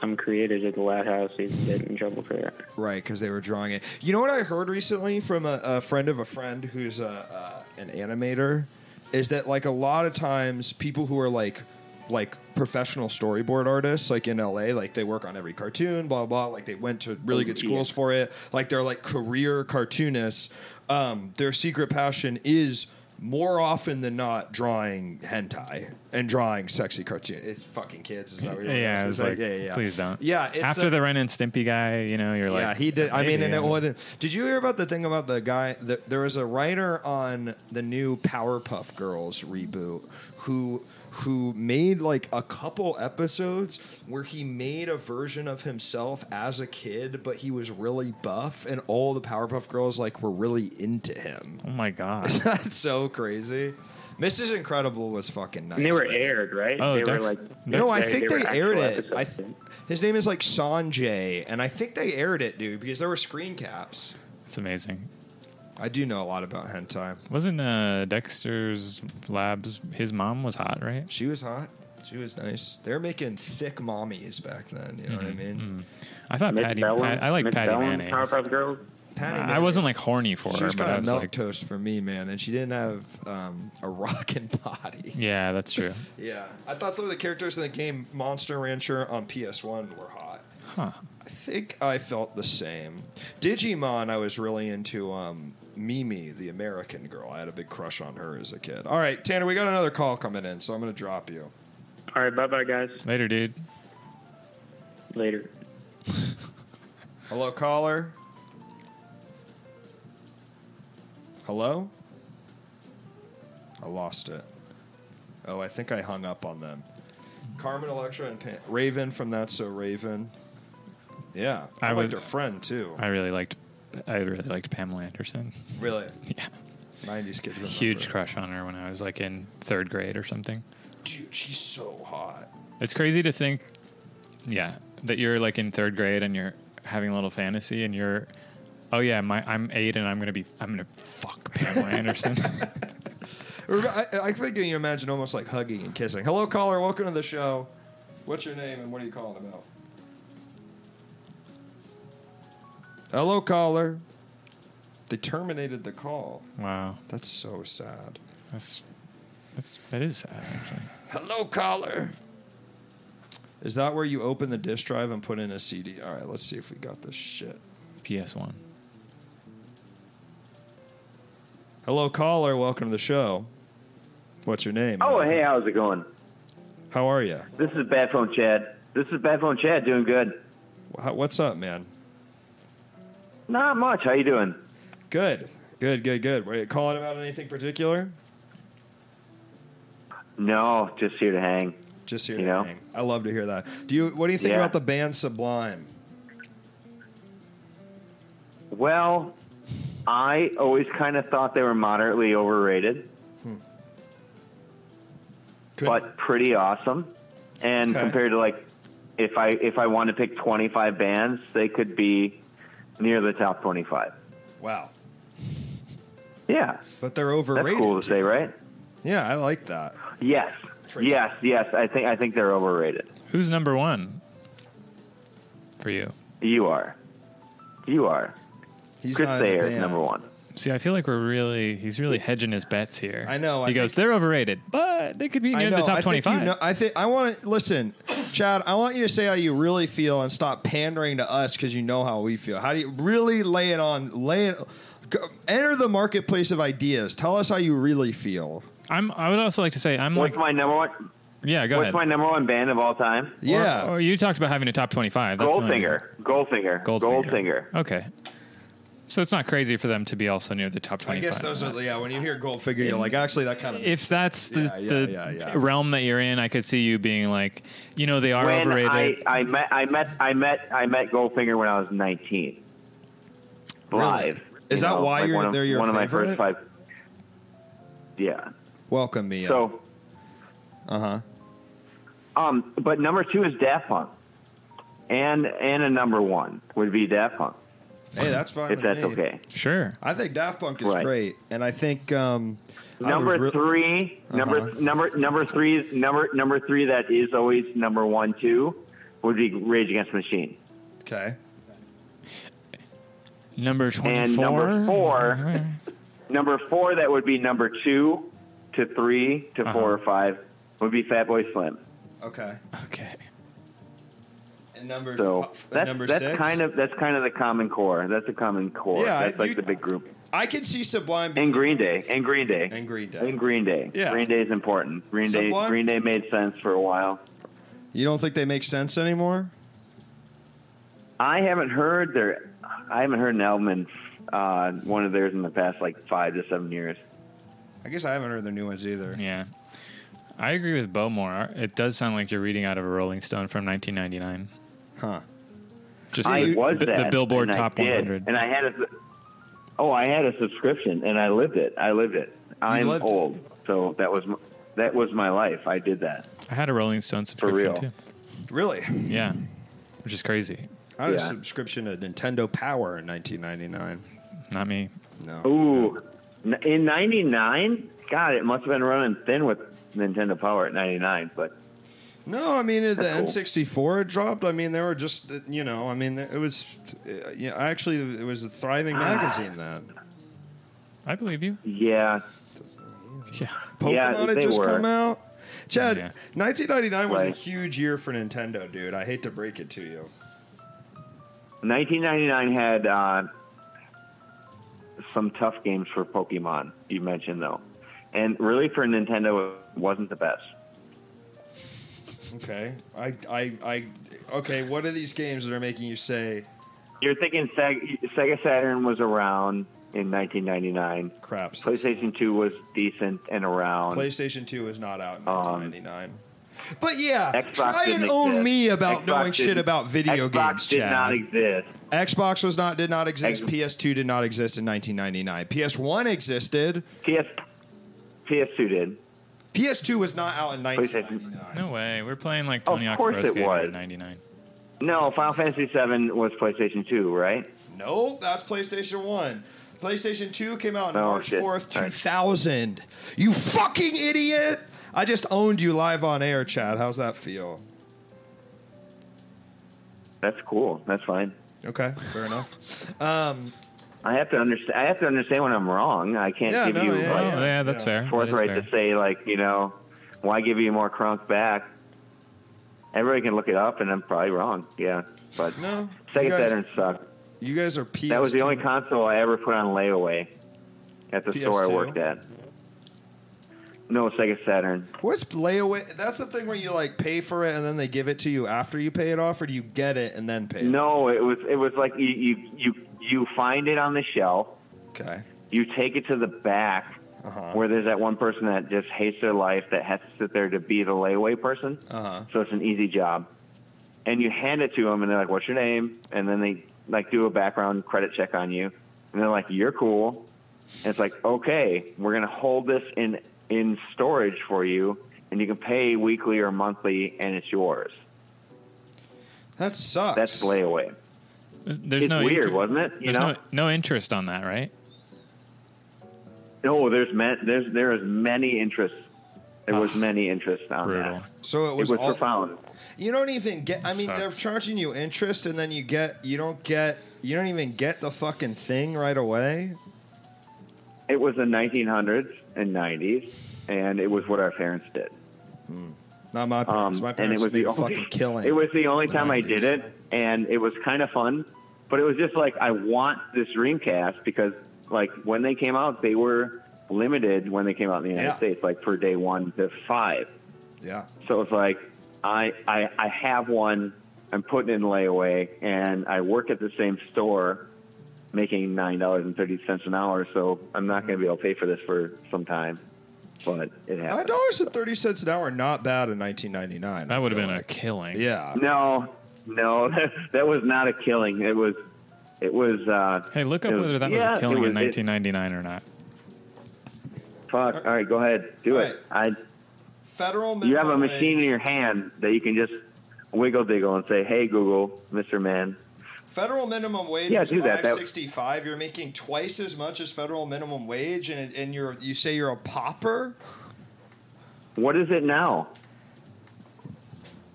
S3: Some creators of the Loud House even get in trouble for it.
S1: Right, because they were drawing it. You know what I heard recently from a, a friend of a friend who's a, uh, an animator is that like a lot of times people who are like like professional storyboard artists like in LA like they work on every cartoon blah blah like they went to really good
S3: Yeah.
S1: schools for it like they're like career cartoonists um their secret passion is more often than not drawing hentai and drawing sexy cartoon it's fucking kids is that what you're
S2: Yeah, I was
S1: it's like,
S2: like,
S1: yeah yeah yeah.
S2: please don't.
S1: yeah it's
S2: after
S1: a-
S2: the Ren and Stimpy guy, you know, you're like,
S1: yeah, he did. I mean, and it
S2: "Hey,
S1: wasn't. Did you hear about the thing about the guy? The, there was a writer on the new Powerpuff Girls reboot who who made like a couple episodes where he made a version of himself as a kid, but he was really buff, and all the Powerpuff Girls like were really into him. <laughs>
S2: Oh my god.
S1: Is that so crazy? Mrs. Incredible was fucking nice.
S3: And they were
S1: man.
S3: aired, right?
S2: Oh,
S3: they were
S2: Dex-
S3: like
S1: No, I think
S3: were
S1: they, aired
S3: actual
S1: it. I th-
S3: episodes.
S1: his name is like Sanjay, and I think they aired it, dude, because there were screen caps.
S2: It's amazing.
S1: I do know a lot about hentai.
S2: Wasn't uh, Dexter's Labs? His mom was hot, right?
S1: She was hot. She was nice. They're making thick mommies back then. You know
S2: Mm-hmm.
S1: what I mean?
S2: I thought
S3: Miss
S2: Patty.
S3: Bellum,
S2: Pat, I like
S3: Miss
S2: Patty
S3: Bellum,
S2: Mayonnaise.
S3: Powerpuff Girls.
S1: Patty
S2: I
S1: Mayonnaise,
S2: wasn't like horny for
S1: She
S2: her,
S1: was
S2: but
S1: kind
S2: I
S1: of
S2: was
S1: milk
S2: like,
S1: toast for me, man, and she didn't have um, a <laughs> rockin' body.
S2: yeah, that's true.
S1: Yeah, I thought some of the characters in the game Monster Rancher on PS1 were hot.
S2: Huh.
S1: I think I felt the same. Digimon, I was really into um, Mimi, the American girl. I had a big crush on her as a kid. All right, Tanner, we got another call coming in, so I'm going to drop you.
S3: All right, bye bye, guys.
S2: Later, dude.
S3: Later.
S1: Hello, caller. Hello? I lost it. Oh, I think I hung up on them. Carmen Electra and Pan- Raven from That's So Raven. Yeah, I,
S2: I
S1: liked
S2: was-
S1: her friend too.
S2: I really liked. I really liked Pamela Anderson. <laughs>
S1: really,
S2: Yeah,
S1: 90s kids. Remember.
S2: huge crush on her when I was like in third grade or something.
S1: Dude, she's so hot.
S2: It's crazy to think, yeah, that you're like in third grade and you're having a little fantasy and you're, oh yeah, my I'm eight and I'm gonna be I'm gonna fuck Pamela
S1: <laughs>
S2: Anderson.
S1: Or I, I think you imagine almost like hugging and kissing. Hello, caller. Welcome to the show. What's your name and what are you calling about? Hello, caller. They terminated the call.
S2: wow,
S1: That's so sad.
S2: that's that's that is sad actually.
S1: Hello, caller. Is that where you open the disk drive and put in a CD? All right, let's see if we got this shit.
S2: PS one.
S1: Hello, caller. Welcome to the show. What's your name?
S4: Oh, hey, how's it going?
S1: How are you?
S4: This is Bad Phone Chad. This is Bad Phone Chad doing good.
S1: What's up, man?
S4: Not much. How you doing?
S1: Good, good, good, good. Were you calling about anything particular?
S4: No, just here to hang.
S1: Just here,
S4: You
S1: to
S4: know?
S1: hang. I love to hear that. Do you? What do you think
S4: Yeah.
S1: about the band Sublime?
S4: Well, I always kind of thought they were moderately overrated,
S1: Could,
S4: but pretty awesome. And
S1: Okay.
S4: compared to like, if I if I wanted to pick 25 bands, they could be near the top 25.
S1: wow,
S4: Yeah,
S1: but they're
S4: that's
S1: overrated.
S4: cool to say, right?
S1: Yeah, I like that.
S4: Yes,
S1: Tracy.
S4: yes, yes. I think I think they're overrated.
S2: Who's number one for you?
S4: You are, you are.
S1: He's
S4: Chris
S1: not in the
S4: Thayer is
S1: band.
S4: number one.
S2: See, I feel like we're really he's really hedging his bets here.
S1: I know,
S2: He
S1: I
S2: goes, they're overrated, but they could be
S1: I
S2: near
S1: know.
S2: the top
S1: I
S2: twenty
S1: think you
S2: five.
S1: know. I think I want to listen, Chad. I want you to say how you really feel and stop pandering to us because you know how we feel. How do you really lay it on? Lay it. go- Enter the marketplace of ideas. Tell us how you really feel.
S2: I'm. I would also like to say I'm
S4: What's
S2: like
S4: my number one?
S2: yeah. Go
S4: What's
S2: ahead.
S4: my number one band of all time?
S1: yeah.
S2: Or, or you talked about having a top twenty five.
S4: Goldfinger. Goldfinger.
S2: Goldfinger.
S4: Goldfinger.
S2: Okay. So it's not crazy for them to be also near the top
S1: I
S2: 25.
S1: guess those are yeah. When you hear Goldfinger, you're like, actually, that kind of
S2: if that's the,
S1: Yeah, yeah,
S2: the
S1: yeah, yeah.
S2: realm that you're in, I could see you being like, you know, they are
S4: When
S2: overrated.
S4: I, I met I met I met I met Goldfinger when I was nineteen.
S1: Really?
S4: Live.
S1: Is
S4: You
S1: that why
S4: like
S1: you're-
S4: one of,
S1: they're your
S4: one
S1: favorite?
S4: of my first five? Yeah.
S1: welcome me. up.
S4: So,
S1: Uh huh.
S4: um, but number two is Daft Punk, and and a number one would be Daft Punk.
S1: Hey, that's fine.
S4: if
S1: with
S4: that's
S1: me.
S4: okay.
S2: Sure.
S1: I think Daft Punk is
S4: Right.
S1: great, and I think um, I
S4: Number
S1: was re-
S4: three, number
S1: Uh-huh.
S4: number number three is number number three. That is always number one, two would be Rage Against the Machine.
S1: Okay.
S2: Number 24.
S4: And number four,
S2: Alright.
S4: number four that would be number two to three
S1: Uh-huh.
S4: to four or five would be Fatboy Slim.
S1: Okay.
S2: Okay.
S1: And number
S4: So
S1: f-
S4: that's
S1: number
S4: that's
S1: six.
S4: kind of that's kind of the common core. That's the common core.
S1: Yeah,
S4: that's like
S1: you-
S4: the
S1: <laughs>
S4: big group.
S1: I can see Sublime. being-
S4: And Green Day. And Green Day.
S1: And Green Day.
S4: And Green Day.
S1: Yeah.
S4: Green Day is important. Green Day.
S1: Sublime?
S4: Green Day made sense for a while.
S1: you don't think they make sense anymore?
S4: I haven't heard their. I haven't heard an album in uh, one of theirs in the past like five to seven years.
S1: I guess I haven't heard their new ones either.
S2: Yeah. I agree with Bo more. It does sound like you're reading out of a Rolling Stone from 1999.
S1: Huh.
S2: Just
S4: I
S2: the,
S4: was
S2: the,
S4: that,
S2: the Billboard
S4: and I
S2: Top
S4: did,
S2: 100.
S4: and I had a. Oh, I had a subscription, and I lived it. I lived it. I'm
S1: lived it.
S4: old, so that was m- that was my life. I did that.
S2: I had a Rolling Stone subscription
S4: real.
S2: too.
S1: Really?
S2: Yeah. Which is crazy.
S1: I had a
S4: Yeah.
S1: subscription to Nintendo Power in 1999.
S2: Not me.
S1: No.
S4: Ooh, N- in '99, God, it must have been running thin with Nintendo Power at '99, but
S1: No, I mean the
S4: That's cool.
S1: N64 had dropped. I mean there were just uh, you know I mean there- it was uh, yeah actually it was a
S4: Ah.
S1: thriving magazine that.
S2: I believe you.
S4: yeah,
S2: Yeah.
S1: Pokemon
S4: Yeah,
S1: had
S4: they
S1: just
S4: were.
S1: come out. Chad,
S2: Yeah.
S1: 1999 was a
S4: Right.
S1: huge year for Nintendo, dude. I hate to break it to you.
S4: 1999 had uh, some tough games for Pokemon. You mentioned though, and really for Nintendo, it wasn't the best.
S1: Okay, I, I, I, okay. What are these games that are making you say
S4: You're thinking Seg- Sega Saturn was around in 1999.
S1: crap? so-
S4: PlayStation 2 was decent and around.
S1: PlayStation Two is not out in
S4: Um,
S1: 1999. but yeah,
S4: Xbox
S1: try and
S4: didn't
S1: own
S4: exist.
S1: me about
S4: Xbox
S1: knowing shit
S4: didn't-
S1: about video
S4: Xbox
S1: games,
S4: did
S1: Chad.
S4: not exist.
S1: Xbox was not did not exist.
S4: X-
S1: PS2 did not exist in 1999. PS1 existed.
S4: PS PS2 did.
S1: PS2 was not out in
S4: PlayStation.
S1: 1999.
S2: No way. We're playing like Tony
S4: Of course
S2: Oxbro's
S4: it
S2: game
S4: was.
S2: in 99.
S4: No, Final Fantasy 7 was PlayStation 2, right?
S1: Nope, that's PlayStation 1. PlayStation 2 came out on
S4: Oh,
S1: March
S4: shit.
S1: 4th,
S4: All right.
S1: 2000. You fucking idiot! I just owned you live on air, Chad. How's that feel?
S4: That's cool. That's fine.
S1: Okay, fair enough. Um,
S4: I have to understand. I have to understand when I'm wrong. I can't
S1: Yeah,
S4: give
S1: no,
S4: you
S1: yeah,
S2: Oh,
S4: like
S2: yeah, that's
S1: yeah.
S2: fair. That is
S4: forthright
S2: fair.
S4: to say like you know why give you more crunk back. Everybody can look it up, and I'm probably wrong. Yeah, but
S1: no, you
S4: Sega
S1: guys,
S4: Saturn sucked.
S1: You guys are PS.
S4: That was the only console I ever put on layaway at the store I
S1: PS2?
S4: worked at. No, Sega Saturn.
S1: What's layaway? That's the thing where you like pay for it and then they give it to you after you pay it off, or do you get it and then pay it?
S4: No, it was it was like you you you, you find it on the shelf.
S1: Okay.
S4: You take it to the back.
S1: Uh-huh.
S4: Where there's that one person that just hates their life that has to sit there to be the layaway person.
S1: Uh-huh.
S4: So it's an easy job. And you hand it to them, and they're like, "What's your name?" And then they like do a background credit check on you, and they're like, "You're cool." And it's like, "Okay, we're gonna hold this in in storage for you, and you can pay weekly or monthly, and it's yours."
S1: That sucks.
S4: That's layaway.
S2: There's
S4: it's
S2: no
S4: weird,
S2: inter-
S4: wasn't it? You
S2: There's
S4: know,
S2: no, no interest on that, right?
S4: no, there's ma- there's there is many interests. There was
S1: Ah.
S4: many interests on
S2: Brutal.
S4: that.
S1: So it
S4: It was,
S1: was, all,
S4: profound.
S1: You don't even get. I mean, they're
S2: Sucks.
S1: charging you interest, and then you get. You don't get. You don't even get the fucking thing right away.
S4: It was the 1900s and 90s, and it was what our parents did.
S1: Not my parents.
S4: Um,
S1: my
S4: and
S1: parents
S4: it was
S1: made
S4: the
S1: a
S4: only,
S1: fucking killing.
S4: It was the only
S1: the
S4: time I
S1: 90s.
S4: did it, and it was kind of fun. But it was just like I want this Dreamcast because, like, when they came out, they were limited when they came out in the United
S1: Yeah.
S4: States, like for day one to five.
S1: Yeah.
S4: So it's like I, I I have one. I'm putting it in layaway, and I work at the same store, making nine dollars and thirty cents an hour. So I'm not going to be able to pay for this for some time. But it happened.
S1: Nine dollars and thirty cents an hour. Not bad in 1999. I
S2: That would have
S1: feel
S2: been a
S1: like.
S2: killing.
S1: Yeah.
S4: No, no, <laughs> that, that was not a killing. It was, it was. Uh,
S2: Hey, look up
S4: it
S2: whether that was
S4: yeah,
S2: a killing
S4: it
S2: in
S4: was- it-
S2: 1999 or not.
S4: fuck. All right, go ahead, do
S1: All
S4: it.
S1: Federal.
S4: I, you have a
S1: minimum
S4: machine in
S1: wage-
S4: your hand that you can just wiggle diggle and say, "Hey, Google, Mister Man."
S1: Federal minimum wage
S4: Yeah,
S1: is
S4: do that. That-
S1: 565. You're making twice as much as federal minimum wage, and and you're you say you're a pauper.
S4: What is it now?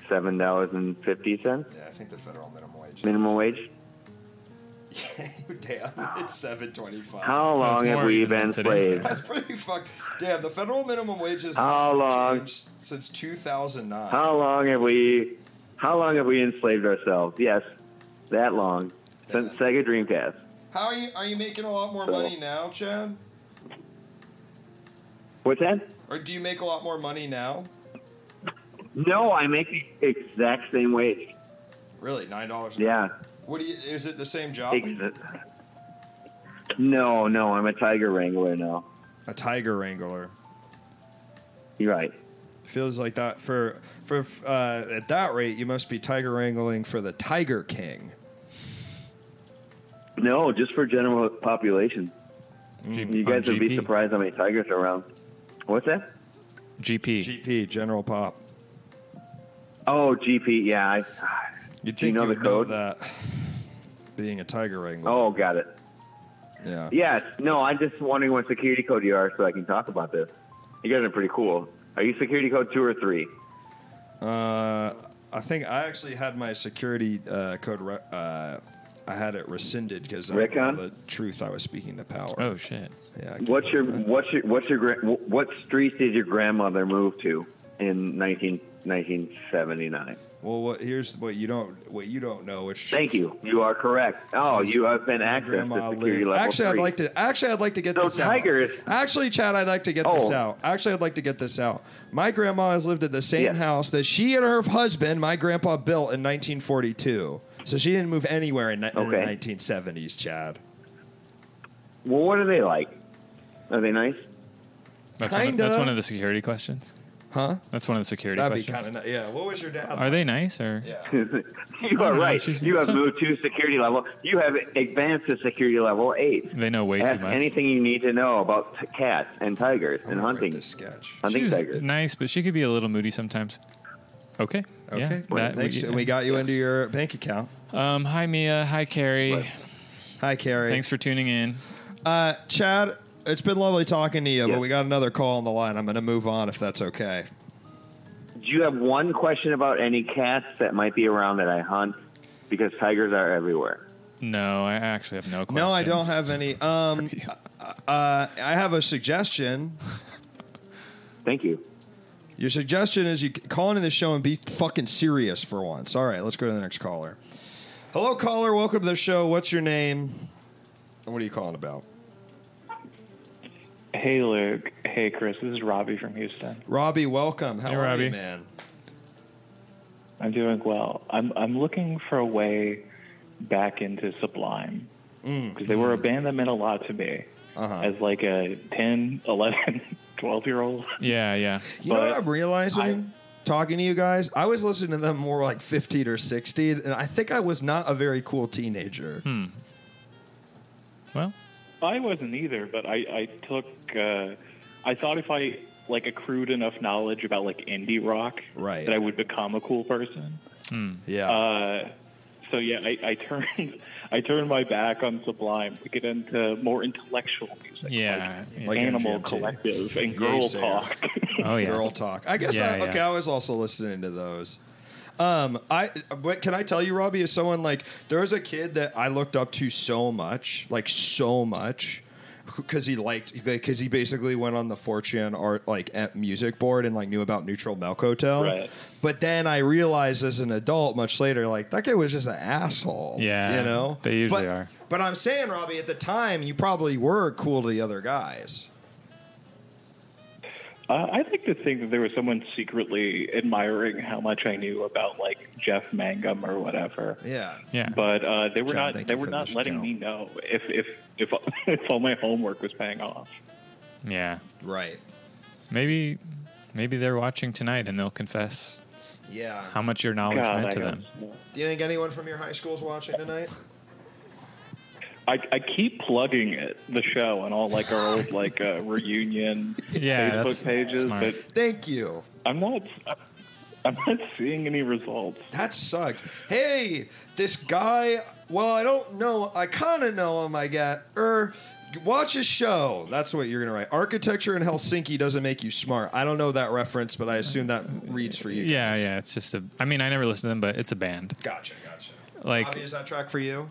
S4: Seven dollars and fifty cents
S1: Yeah, I think the federal minimum wage.
S4: minimum wage.
S1: <laughs> Damn, it's 725.
S2: So
S4: How
S2: it's
S4: long
S2: more
S4: have we
S2: even than
S4: been
S2: today's
S4: slaves?
S1: That's pretty fuck. Damn, the federal minimum wage has
S4: How
S1: not
S4: long?
S1: changed since 2009.
S4: How long have we? How long have we enslaved ourselves? Yes, that long since Sega Dreamcast.
S1: How are you? Are you making a lot more
S4: So-
S1: money now, Chad?
S4: What's that?
S1: Or do you make a lot more money now?
S4: No, I make the exact same wage.
S1: Really, nine dollars.
S4: Yeah.
S1: What do you? Is it the same
S2: Oh.
S1: job?
S4: Ex- no, no, I'm a tiger wrangler now.
S1: A tiger wrangler.
S4: You're right.
S1: Feels like that for for uh, at that rate, you must be tiger wrangling for the Tiger King.
S4: No, just for general population.
S2: G-
S4: You
S2: on
S4: guys would be
S2: GP.
S4: surprised how many tigers are around. What's that?
S2: GP.
S1: GP General Pop.
S4: Oh, GP. Yeah. I,
S1: You'd
S4: Do you
S1: think
S4: know
S1: you
S4: the
S1: would know
S4: code?
S1: that. Being a tiger wrangler.
S4: oh, got it. Oh.
S1: yeah.
S4: Yes. No, I'm just wondering what security code you are so I can talk about this. You guys are pretty cool. Are you security code two or three?
S1: Uh, I think I actually had my security uh, code. Re- uh, I had it rescinded because I
S4: Recon?
S1: the truth. I was speaking to power.
S2: Oh shit.
S1: Yeah. I can't
S4: What's your
S1: remember.
S4: what's your what's your gra- wh- what streets did your grandmother move to in 19, 1979?
S1: Well, what, here's what you don't what you don't know, which
S4: Thank you. You are correct. Oh, you have been accessed
S1: grandma
S4: to security
S1: lived-
S4: level
S1: Actually,
S4: three.
S1: I'd like to. Actually, I'd like to get
S4: So
S1: this
S4: tigers-
S1: out. Actually, Chad, I'd like to get this
S4: Oh.
S1: out. Actually, I'd like to get this out. My grandma has lived at the same
S4: Yes.
S1: house that she and her husband, my grandpa, built in 1942. So she didn't move anywhere in, ni- in the
S4: Okay.
S1: 1970s, Chad.
S4: Well, what are they like? Are they nice?
S2: That's one, of, that's
S1: Kinda.
S2: one of the security questions.
S1: Huh?
S2: That's one of the security
S1: That'd be
S2: questions.
S1: kind of nice. Yeah. What was your dad?
S2: Are they nice or?
S1: yeah.
S4: <laughs> you are
S2: no,
S4: right.
S2: she's-
S4: You have
S2: so-
S4: moved to security level. You have advanced to security level eight.
S2: They know way
S4: Ask
S2: too much. Oh,
S4: anything you need to know about t- cats and tigers
S1: I'm
S4: and
S1: gonna write
S4: hunting.
S1: this sketch.
S4: Hunting
S2: She's
S4: tigers.
S2: nice, but she could be a little moody sometimes. Okay.
S1: Okay.
S2: Yeah. that
S1: Thanks.
S2: we-
S1: and we got you into your bank account.
S2: um, hi Mia. Hi Carrie.
S4: Right.
S1: Hi, Carrie.
S2: Thanks for tuning in.
S1: Uh, Chad, it's been lovely talking to you,
S4: Yeah.
S1: but we got another call on the line. I'm going to move on if that's okay.
S4: Do you have one question about any cats that might be around that I hunt? Because tigers are everywhere.
S2: No, I actually have no questions.
S1: No, I don't have any.
S4: <laughs>
S1: Um, uh, I have a suggestion.
S4: Thank you.
S1: Your suggestion is you call into the show and be fucking serious for once. All right, let's go to the next caller. Hello, caller. Welcome to the show. What's your name? And what are you calling about?
S5: Hey, Luke. Hey, Chris. This is Robbie from Houston.
S1: Robbie, welcome. How
S2: Hey,
S1: are you,
S2: Robbie.
S1: man?
S5: I'm doing well. I'm I'm looking for a way back into Sublime
S1: Mm.
S5: because they were a band that meant a lot to me
S1: Uh-huh.
S5: as like a 10, <laughs> 11, 12 year old.
S2: Yeah, yeah.
S1: You know what
S5: But
S1: I'm realizing? Talking to you guys, I was listening to them more like 15 or 16, and I think I was not a very cool teenager.
S2: Hmm. Well,
S5: I wasn't either, but I I took uh, I thought if I like accrued enough knowledge about like indie rock
S1: Right.
S5: that I would become a cool person.
S1: Yeah.
S5: Uh, so yeah, I, <laughs> I turned I turned my back on Sublime to get into more intellectual music.
S2: yeah.
S5: like
S2: yeah.
S1: Like
S5: Animal
S1: MGMT.
S5: Collective and
S1: Yay,
S5: Girl
S1: Sarah.
S5: Talk. <laughs>
S2: oh yeah.
S1: girl talk. I guess
S2: Yeah,
S1: I,
S2: yeah.
S1: okay. I was also listening to those. Um, I but can I tell you, Robbie, is someone like there was a kid that I looked up to so much, like so much, because he liked because he basically went on the 4chan art like at music board and like knew about Neutral Milk Hotel.
S5: Right.
S1: But then I realized as an adult, much later, like that guy was just an asshole.
S2: Yeah,
S1: you know
S2: they usually
S1: But-
S2: are.
S1: But I'm saying, Robbie, at the time, you probably were cool to the other guys.
S5: uh, I like to think that there was someone secretly admiring how much I knew about like Jeff Mangum or whatever.
S1: Yeah.
S2: Yeah.
S5: But uh, they were
S1: John,
S5: not
S1: thank
S5: they
S1: you
S5: were
S1: for
S5: not
S1: this
S5: letting
S1: joke.
S5: me know if if if, <laughs> if all my homework was paying off.
S2: yeah.
S1: Right.
S2: Maybe, maybe they're watching tonight and they'll confess
S1: Yeah.
S2: how much your knowledge
S3: Oh
S5: God,
S2: meant
S5: I
S2: to
S5: got-
S2: them.
S1: Do you think anyone from your high school's watching tonight?
S5: I, I keep plugging it, the show, and all like our old like
S1: <laughs>
S5: uh, reunion
S2: Yeah,
S5: Facebook
S2: that's
S5: pages,
S2: smart.
S5: but
S1: Thank you.
S5: I'm not. I'm not seeing any results.
S1: That sucks. Hey, this guy. Well, I don't know. I kind of know him. I got er. Watch his show. That's what you're gonna write. Architecture in Helsinki doesn't make you smart. I don't know that reference, but I assume that reads for you.
S2: Yeah,
S1: guys.
S2: yeah. It's just a. I mean, I never listened to them, but it's a band.
S1: Gotcha, gotcha.
S2: Like-
S1: Avi, is that track for you?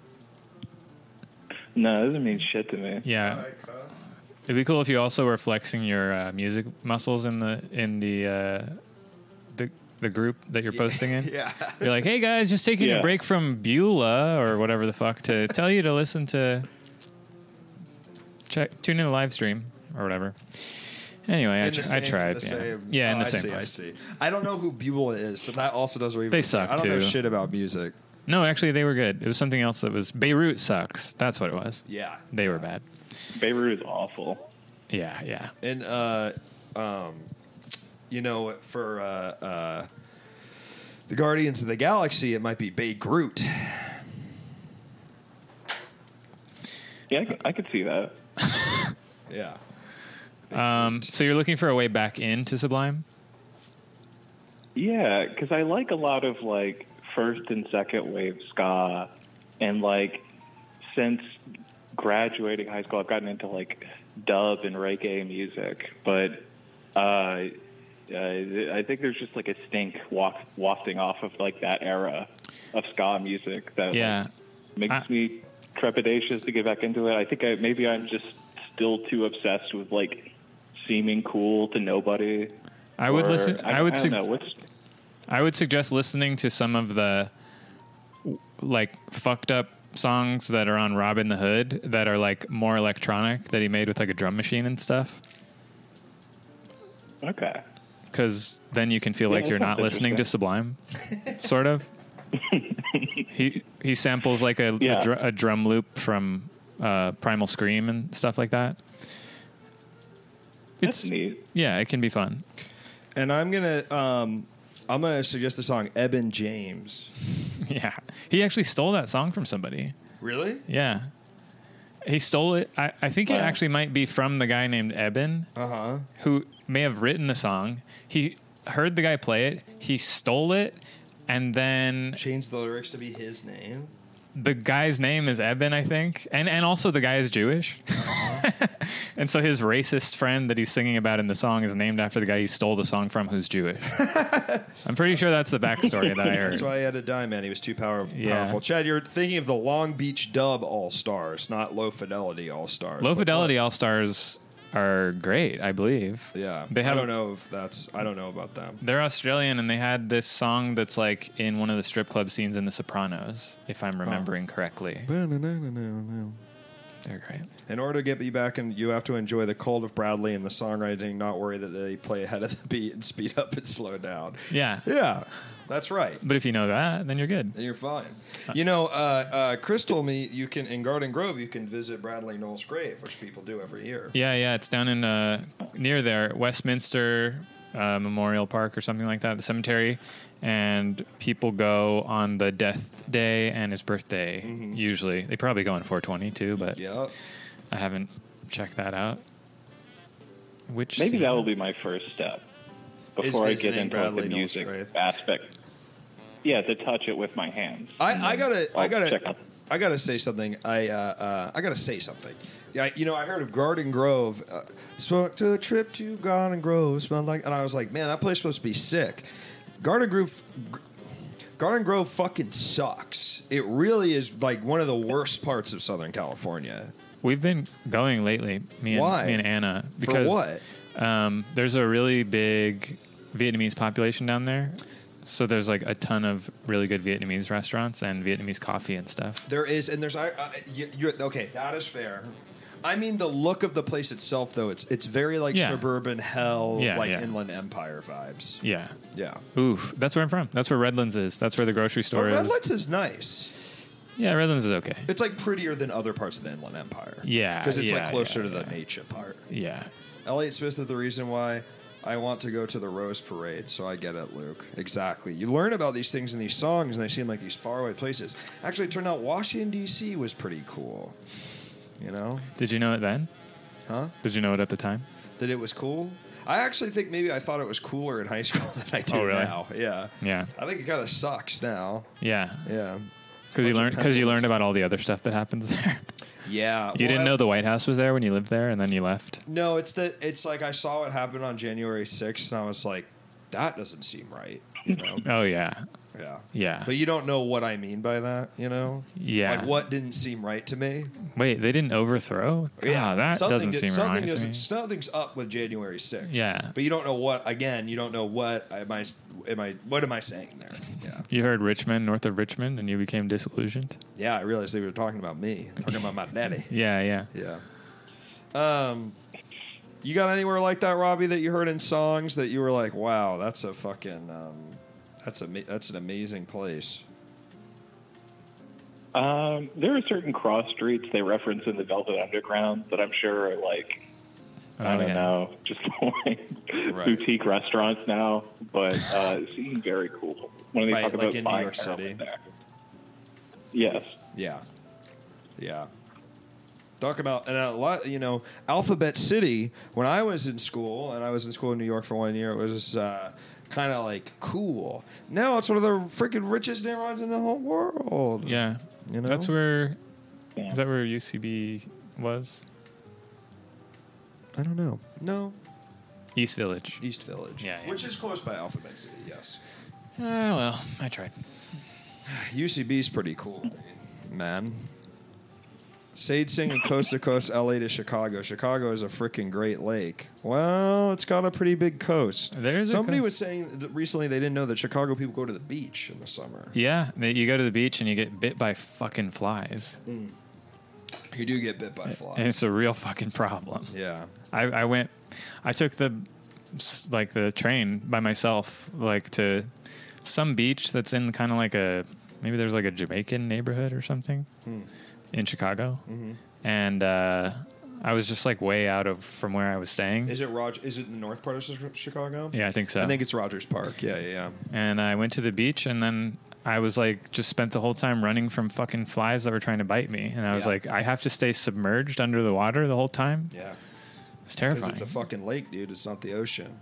S5: No, it doesn't mean shit to me.
S2: Yeah, it'd be cool if you also were flexing your uh, music muscles in the in the uh, the the group that you're posting in.
S1: <laughs> Yeah.
S2: You're like, hey guys, just taking
S5: Yeah.
S2: a break from Beulah or whatever the fuck to tell you to listen to check tune in the live stream or whatever. Anyway, I,
S1: In the
S2: tr-
S1: same-
S2: I tried.
S1: in the
S2: yeah.
S1: same-
S2: yeah, in
S1: oh,
S2: the
S1: I
S2: same
S1: see,
S2: place.
S1: I see. I don't know who Beulah is, so that also doesn't even.
S2: They suck,
S1: I don't know
S2: too.
S1: shit about music.
S2: No, actually, they were good. It was something else that was Beirut sucks. That's what it was.
S1: Yeah,
S2: They were bad.
S5: Beirut is awful.
S2: Yeah, yeah.
S1: And uh, um, you know, for uh, uh, the Guardians of the Galaxy, it might be Bay Groot.
S5: Yeah, I could, I could see that.
S1: Yeah.
S2: Um, so you're looking for a way back into Sublime?
S5: Yeah, because I like a lot of like first and second wave ska, and like since graduating high school, I've gotten into like dub and reggae music. But uh, uh, I think there's just like a stink waft- wafting off of like that era of ska music that like,
S2: Yeah.
S5: makes
S2: I-
S5: me trepidatious to get back into it. I think I, maybe I'm just still too obsessed with like seeming cool to nobody.
S2: I would
S5: or-
S2: listen. I, would.
S5: I
S2: sug-
S5: don't know. What's
S2: I would suggest listening to some of the w- like fucked up songs that are on Robin the Hood that are like more electronic that he made with like a drum machine and stuff.
S5: okay?
S2: Because then you can feel
S5: Yeah,
S2: like
S5: that
S2: you're not
S5: sounds
S2: listening to Sublime,
S5: <laughs>
S2: sort of. he he samples like a
S5: Yeah.
S2: a, dr- a drum loop from uh, Primal Scream and stuff like that.
S5: That's
S2: It's
S5: neat.
S2: yeah, it can be fun. <laughs>
S1: And I'm gonna um, I'm gonna suggest the song Eben James.
S2: Yeah, he actually stole that song from somebody.
S1: Really?
S2: Yeah. He stole it. I, I think it
S5: Wow.
S2: actually might be from the guy named Eben,
S1: Uh huh.
S2: who may have written the song. He heard the guy play it, he stole it, and then
S1: Changed the lyrics to be his name.
S2: the guy's name is Eben, I think. And and also the guy is Jewish.
S1: Uh-huh.
S2: <laughs> and so his racist friend that he's singing about in the song is named after the guy he stole the song from
S1: <laughs>
S2: who's Jewish. I'm pretty sure that's the backstory that I heard.
S1: That's why he had to die, man. He was too power-
S2: Yeah.
S1: powerful. Chad, you're thinking of the Long Beach Dub All Stars, not Low Fidelity All Stars.
S2: Low
S1: But-
S2: Fidelity All Stars are great, I believe.
S1: Yeah.
S2: They have
S1: I don't know if that's I don't know about them.
S2: They're Australian, and they had this song that's like in one of the strip club scenes in The Sopranos, if I'm remembering correctly. They're great.
S1: In order to get me back, and you have to enjoy the cold of Bradley and the songwriting. Not worry that they play ahead of the <laughs> beat and speed up and slow down.
S2: Yeah.
S1: Yeah, that's right.
S2: But if you know that, then you're good.
S1: And you're fine. You know, uh, uh, Chris told me you can in Garden Grove you can visit Bradley Knoll's grave, which people do every year.
S2: Yeah, yeah. It's down in uh, near there, Westminster uh, Memorial Park or something like that, the cemetery. And people go on the death day and his birthday,
S1: Mm-hmm.
S2: usually. They probably go on 420 too, but
S1: Yep.
S2: I haven't checked that out. Which
S5: Maybe
S2: scene?
S5: that will be my first step before I get
S1: visiting
S5: into like,
S1: Bradley
S5: the
S1: Knowles'
S5: music
S1: grave.
S5: aspect. Yeah, to touch it with my hands.
S1: I, I gotta, I
S5: I'll check
S1: gotta,
S5: up.
S1: I gotta say something. I, uh, uh, I gotta say something. Yeah, you know, I heard of Garden Grove. Uh, so to a trip to Garden Grove smelled like, and I was like, man, that place is supposed to be sick. Garden Grove, Garden Grove fucking sucks. It really is like one of the worst parts of Southern California.
S2: We've been going lately, me and,
S1: Why?
S2: me and Anna. Because
S1: what?
S2: Um, there's a really big Vietnamese population down there. So there's like a ton of really good Vietnamese restaurants and Vietnamese coffee and stuff.
S1: There is, and there's. I, I you, you, okay, that is fair. I mean, the look of the place itself, though, it's it's very like
S2: Yeah.
S1: suburban hell,
S2: Yeah,
S1: like
S2: yeah.
S1: Inland Empire vibes.
S2: Yeah.
S1: Yeah.
S2: Oof. That's where I'm from. That's where Redlands is. That's where the grocery
S1: But
S2: store is.
S1: Redlands Oh, is nice.
S2: Yeah, Redlands is okay.
S1: It's like prettier than other parts of the Inland Empire.
S2: Yeah,
S1: Because it's like
S2: yeah,
S1: closer
S2: yeah,
S1: to the
S2: yeah.
S1: nature part.
S2: Yeah.
S1: Elliot Smith is the reason why I want to go to the Rose Parade, so I get it, Luke. Exactly. You learn about these things in these songs, and they seem like these faraway places. Actually, it turned out Washington, D.C. was pretty cool. You know?
S2: Did you know it then?
S1: Huh?
S2: Did you know it at the time?
S1: that it was cool. I actually think maybe I thought it was cooler in high <laughs> school than I do
S2: Oh, really?
S1: now. Yeah.
S2: Yeah.
S1: I think it kind of sucks now.
S2: Yeah.
S1: Yeah.
S2: Because you
S1: Bunch of
S2: learned because
S1: pencils.
S2: you learned about all the other stuff that happens <laughs> there.
S1: Yeah.
S2: you
S1: well,
S2: didn't
S1: that-
S2: know the White House was there when you lived there, and then you left.
S1: No, it's that it's like I saw what happened on January 6th and I was like, that doesn't seem right. You
S2: <laughs>
S1: know?
S2: Oh yeah,
S1: yeah.
S2: yeah.
S1: But you don't know what I mean by that, you know?
S2: Yeah.
S1: Like what didn't seem right to me.
S2: Wait, they didn't overthrow? Yeah, that
S1: something
S2: doesn't
S1: did-
S2: seem
S1: something
S2: right to
S1: doesn't-
S2: me.
S1: Something's up with January 6th.
S2: Yeah.
S1: But you don't know what again, you don't know what am I am I what am I saying there? Yeah.
S2: You heard Richmond, north of Richmond, and you became disillusioned.
S1: Yeah, I realized they were talking about me, talking about my daddy.
S2: Yeah, yeah.
S1: Yeah. Um, you got anywhere like that, Robbie, that you heard in songs that you were like, "Wow, that's a fucking, um, that's a that's an amazing place."
S5: Um, there are certain cross streets they reference in the Velvet Underground that I'm sure are like I
S2: Oh,
S5: don't
S2: yeah.
S5: know, just <laughs> like
S1: Right.
S5: boutique restaurants now, but uh, it seemed very cool when they
S1: Right,
S5: talk
S1: like
S5: about
S1: in New
S5: buying
S1: York
S5: heroin
S1: City.
S5: There. Yes,
S1: Yeah, yeah. Talk about and a lot, you know, Alphabet City. When I was in school, and I was in school in New York for one year, it was uh, kind of like cool. Now it's one of the freaking richest neighborhoods in the whole world.
S2: Yeah.
S1: You know?
S2: That's where
S5: Yeah.
S2: is that where UCB was?
S1: I don't know. No,
S2: East Village.
S1: East Village.
S2: Yeah, yeah.
S1: which is close by Alphabet City. Yes.
S2: Oh well, I tried.
S1: UCB's pretty cool, man. Sade singing coast to coast, LA to Chicago. Chicago is a freaking great lake. Well, it's got a pretty big coast.
S2: There is a
S1: somebody
S2: coast.
S1: was saying that recently they didn't know that Chicago people go to the beach in the summer.
S2: Yeah, that you go to the beach and you get bit by fucking flies,
S1: You do get bit by
S2: and
S1: flies.
S2: it's a real fucking problem.
S1: Yeah,
S2: I, I went, I took the s- like the train by myself, like to some beach that's in kind of like a maybe there's like a Jamaican neighborhood or something
S1: Hmm.
S2: in Chicago,
S1: Mm-hmm.
S2: and uh, I was just like way out of from where I was staying.
S1: is it Roger? Is it in the north part of Chi- Chicago?
S2: yeah, I think so.
S1: I think it's Rogers Park. Yeah, yeah, yeah.
S2: and I went to the beach, and then I was like, just spent the whole time running from fucking flies that were trying to bite me, and I was
S1: Yeah.
S2: like, I have to stay submerged under the water the whole time.
S1: yeah. Because
S2: It's terrifying.
S1: it's a fucking lake, dude. It's not the ocean.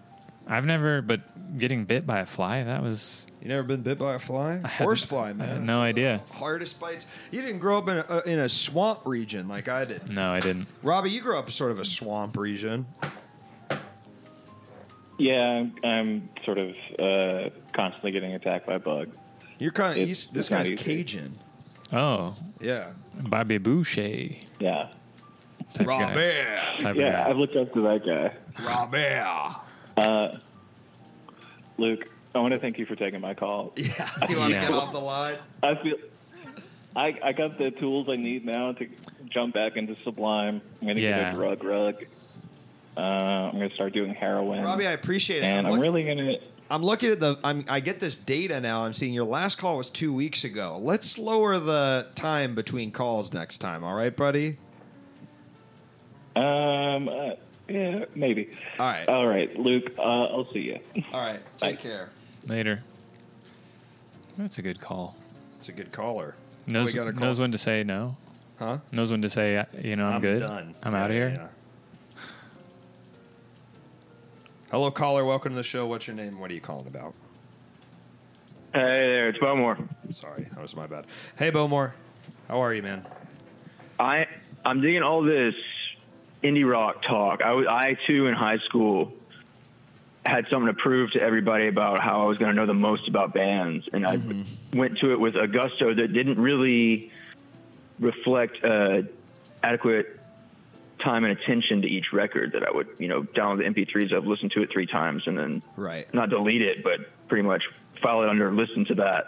S2: I've never, but getting bit by a fly that was
S1: You never been bit by a fly?
S2: hadn't-
S1: Horsefly,
S2: I had
S1: man.
S2: Uh, no idea.
S1: hardest bites. You didn't grow up in a, uh, in a swamp region like I
S5: Mm-hmm.
S1: did.
S2: No, I didn't.
S1: Robbie, you grew up in sort of a swamp region.
S5: yeah, I'm, I'm sort of uh, constantly getting attacked by bugs.
S1: You're kind of
S5: It's-
S1: east. This
S5: it's not
S1: guy's
S5: easy.
S1: Cajun.
S2: Oh,
S1: Yeah,
S2: Bobby Boucher.
S5: Yeah,
S2: Type Guy,
S1: Robbie,
S2: type
S5: yeah,
S2: of
S5: I've looked up to that guy.
S1: Robbie. <laughs>
S5: Luke, I want to thank you for taking my call.
S1: Yeah, you want to
S2: Yeah.
S1: get off the line?
S5: I feel I, I got the tools I need now to jump back into Sublime. I'm gonna
S2: Yeah.
S5: get a drug rug. Uh, I'm gonna start doing heroin.
S1: Robbie, I appreciate it.
S5: and
S1: I'm,
S5: I'm
S1: look-
S5: really gonna.
S1: I'm looking at the. I'm, I get this data now. I'm seeing your last call was two weeks ago. Let's lower the time between calls next time. All right, buddy.
S5: Um, uh, yeah, maybe.
S1: All right.
S5: All right, Luke. Uh, I'll see you.
S1: All right. Take care.
S2: guy. Later. That's a good call.
S1: It's a good caller.
S2: Knows,
S1: we got a call.
S2: knows when to say no.
S1: Huh?
S2: Knows when to say, uh, you know, I'm, good.
S1: Done.
S2: I'm
S1: Yeah,
S2: out of here.
S1: yeah. Hello, caller. Welcome to the show. What's your name? What are you calling about?
S4: Hey there, it's Bowmore.
S1: Sorry, that was my bad. Hey, Bowmore. How are you, man?
S4: I I'm digging all this indie rock talk. I was I too in high school had something to prove to everybody about how I was going to know the most about bands, and I went to it with a gusto that didn't really reflect uh, adequate time and attention to each record. That I would you know download the MP3s, I've listened to it three times, and then
S1: Right.
S4: not delete it, but pretty much file it under listen to that.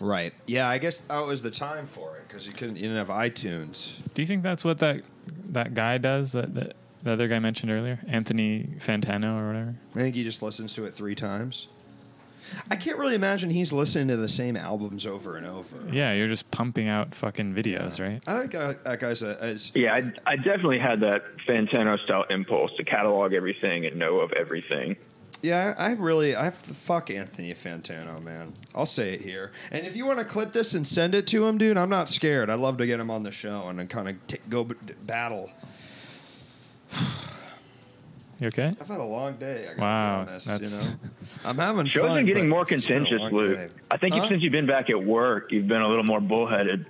S1: Right. Yeah, I guess that was the time for it because you couldn't. You didn't have iTunes.
S2: Do you think that's what that that guy does that, that the other guy mentioned earlier? Anthony Fantano or whatever?
S1: I think he just listens to it three times. I can't really imagine he's listening to the same albums over and over.
S2: Yeah, you're just pumping out fucking videos, right?
S1: I think uh, that guy's a. Is,
S4: Yeah, I, I definitely had that Fantano style impulse to catalog everything and know of everything.
S1: Yeah, I I really, I fuck Anthony Fantano, man. I'll say it here. And if you want to clip this and send it to him, dude, I'm not scared. I'd love to get him on the show and then kind of t- go b- battle.
S2: You okay?
S1: I've had a long day. I gotta
S2: Wow,
S1: be honest,
S2: that's-
S1: you
S2: <laughs>
S1: know, I'm having
S6: Shows
S1: fun.
S6: are getting
S1: but
S6: more
S1: it's been a
S6: contentious,
S1: long
S6: Luke.
S1: day.
S6: I think
S1: Huh?
S6: you since you've been back at work, you've been a little more bullheaded.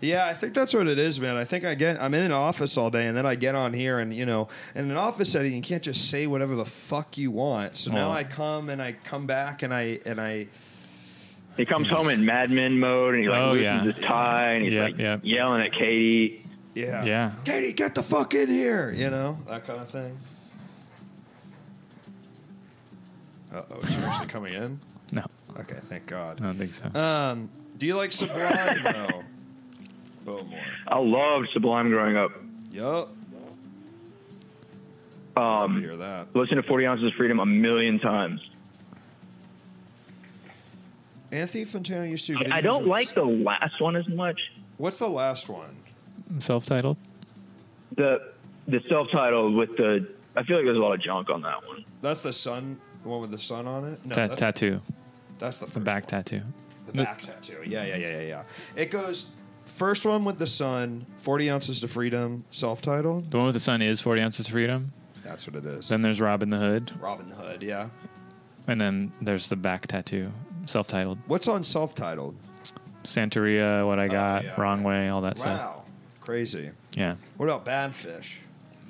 S1: Yeah, I think that's what it is, man. I think I get I'm in an office all day, and then I get on here, and you know, in an office setting, you can't just say whatever the fuck you want. So now
S2: Aw.
S1: I come and I come back and I and I
S6: He comes home in Mad Men mode, and he like
S2: Oh,
S6: loosens
S2: yeah.
S6: his tie, and he's
S2: Yep,
S6: like
S2: yep.
S6: yelling at Katie.
S1: yeah
S2: Yeah.
S1: Katie, get the fuck in here, you know that kind of thing. Uh oh, is she actually coming in?
S2: No,
S1: Okay, thank God.
S2: I don't think so.
S1: Um, do you like
S2: <laughs>
S1: Sublime though? Bowmore.
S6: I loved Sublime growing up.
S1: Yup. Love to
S6: Um,
S1: hear that.
S6: listened to Forty Ounces of Freedom a million times.
S1: Anthony Fontana used to. do
S6: I, I
S1: videos
S6: don't
S1: with-
S6: like the last one as much.
S1: What's the last one?
S2: Self-titled.
S6: The the self-titled with the I feel like there's a lot of junk on that one.
S1: That's the sun, the one with the sun on it. No,
S2: Ta-
S1: that's,
S2: tattoo.
S1: that's the first
S2: The back
S1: one.
S2: tattoo.
S1: The back tattoo. Yeah, yeah, yeah, yeah, yeah. It goes first one with the sun, forty ounces to freedom, self-titled.
S2: The one with the sun is 40 ounces of freedom.
S1: That's what it is.
S2: Then there's Robin the Hood.
S1: Robin Hood. Yeah.
S2: And then there's the back tattoo. Self-titled.
S1: What's on self-titled?
S2: Santeria, What I Got,
S1: Oh, yeah.
S2: Wrong Way, all that stuff.
S1: Wow, crazy.
S2: Yeah.
S1: What about Badfish?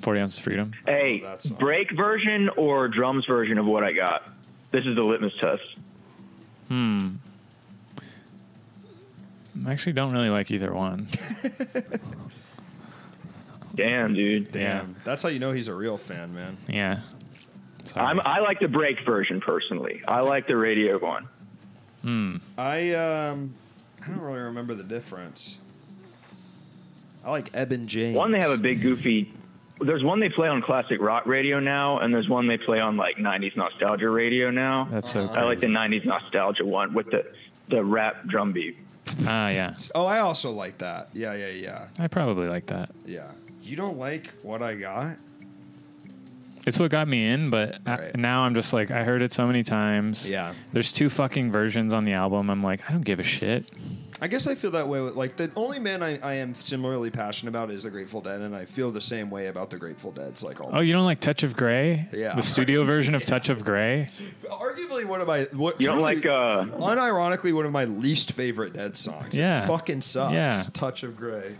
S2: 40 ounces of freedom.
S6: Hey,
S1: that song.
S6: break version or drums version of what I got? This is the litmus test.
S2: Hmm. I actually don't really like either one. <laughs>
S6: Damn, dude.
S1: Damn, that's how you know he's a real fan, man.
S2: Yeah. Sorry.
S6: I'm, uh, I like the break version personally. I like the radio one.
S1: I um, I don't really remember the difference. I like Eben James.
S6: One, they have a big goofy. There's one they play on classic rock radio now, and there's one they play on like '90s nostalgia radio now.
S2: That's so
S6: I like the
S2: crazy.
S6: '90s nostalgia one with the the rap drum beat.
S2: Ah, yeah.
S1: Oh, I also like that. Yeah, yeah, yeah,
S2: I probably like that.
S1: yeah. You don't like what I got?
S2: It's what got me in, but I-
S1: Right.
S2: now I'm just like, I heard it so many times.
S1: Yeah.
S2: There's two fucking versions on the album. I'm like, I don't give a shit.
S1: I guess I feel that way. With, like the only man I, I am similarly passionate about is the Grateful Dead, and I feel the same way about the Grateful Dead. It's like,
S2: Oh,
S1: oh,
S2: you don't like Touch of Grey?
S1: Yeah. <laughs>
S2: The studio version of Touch of Grey?
S1: arguably one of my what
S6: You don't
S1: truly-
S6: like uh,
S1: unironically one of my least favorite Dead songs.
S2: Yeah.
S1: it fucking sucks.
S2: Yeah.
S1: Touch of Grey.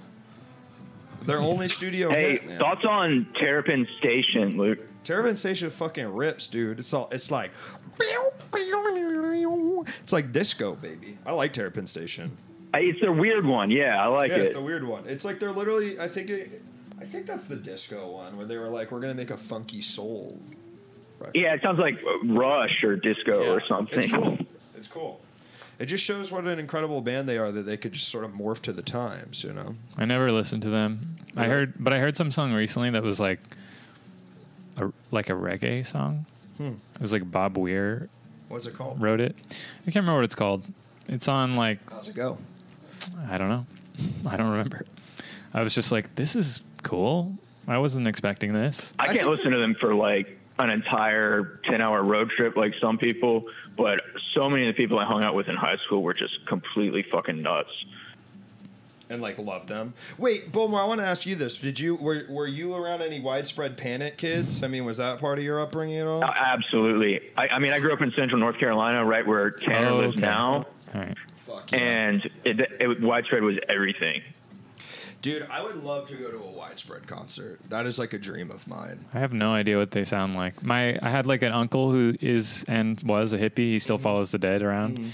S1: Their only studio
S6: Hey,
S1: hit, man.
S6: thoughts on Terrapin Station, Luke?
S1: Terrapin Station fucking rips, dude. It's all it's like it's like disco, baby. I like Terrapin Station.
S6: I, it's a weird one. Yeah, I like
S1: Yeah,
S6: it.
S1: it's the weird one. It's like they're literally I think it, I think that's the disco one where they were like, We're gonna make a funky soul.
S6: yeah, it sounds like Rush or Disco or
S1: Yeah,
S6: something.
S1: It's cool. It's cool. It just shows what an incredible band they are that they could just sort of morph to the times, you know?
S2: I never listened to them. I
S1: Yeah.
S2: heard, but I heard some song recently that was like, a, like a reggae song. It was like Bob Weir
S1: What's it called?
S2: wrote it. I can't remember what it's called. It's on like
S1: How's it go?
S2: I don't know. <laughs> I don't remember. I was just like, this is cool. I wasn't expecting this.
S6: I can't
S1: think-
S6: listen to them for like an entire 10 hour road trip like some people, but so many of the people I hung out with in high school were just completely fucking nuts.
S1: and like love them. Wait, Bowmore, I want to ask you this: Did you were were you around any widespread panic kids? I mean, was that part of your upbringing at all?
S6: Uh, Absolutely. I, I mean, I grew up in central North Carolina, right where Tanner lives
S2: Oh, Okay.
S6: now,
S2: All right.
S1: Fuck
S6: and it, it, widespread was everything.
S1: dude, I would love to go to a widespread concert. That is like a dream of mine.
S2: I have no idea what they sound like. My I had like an uncle who is and was a hippie. He still follows the dead around,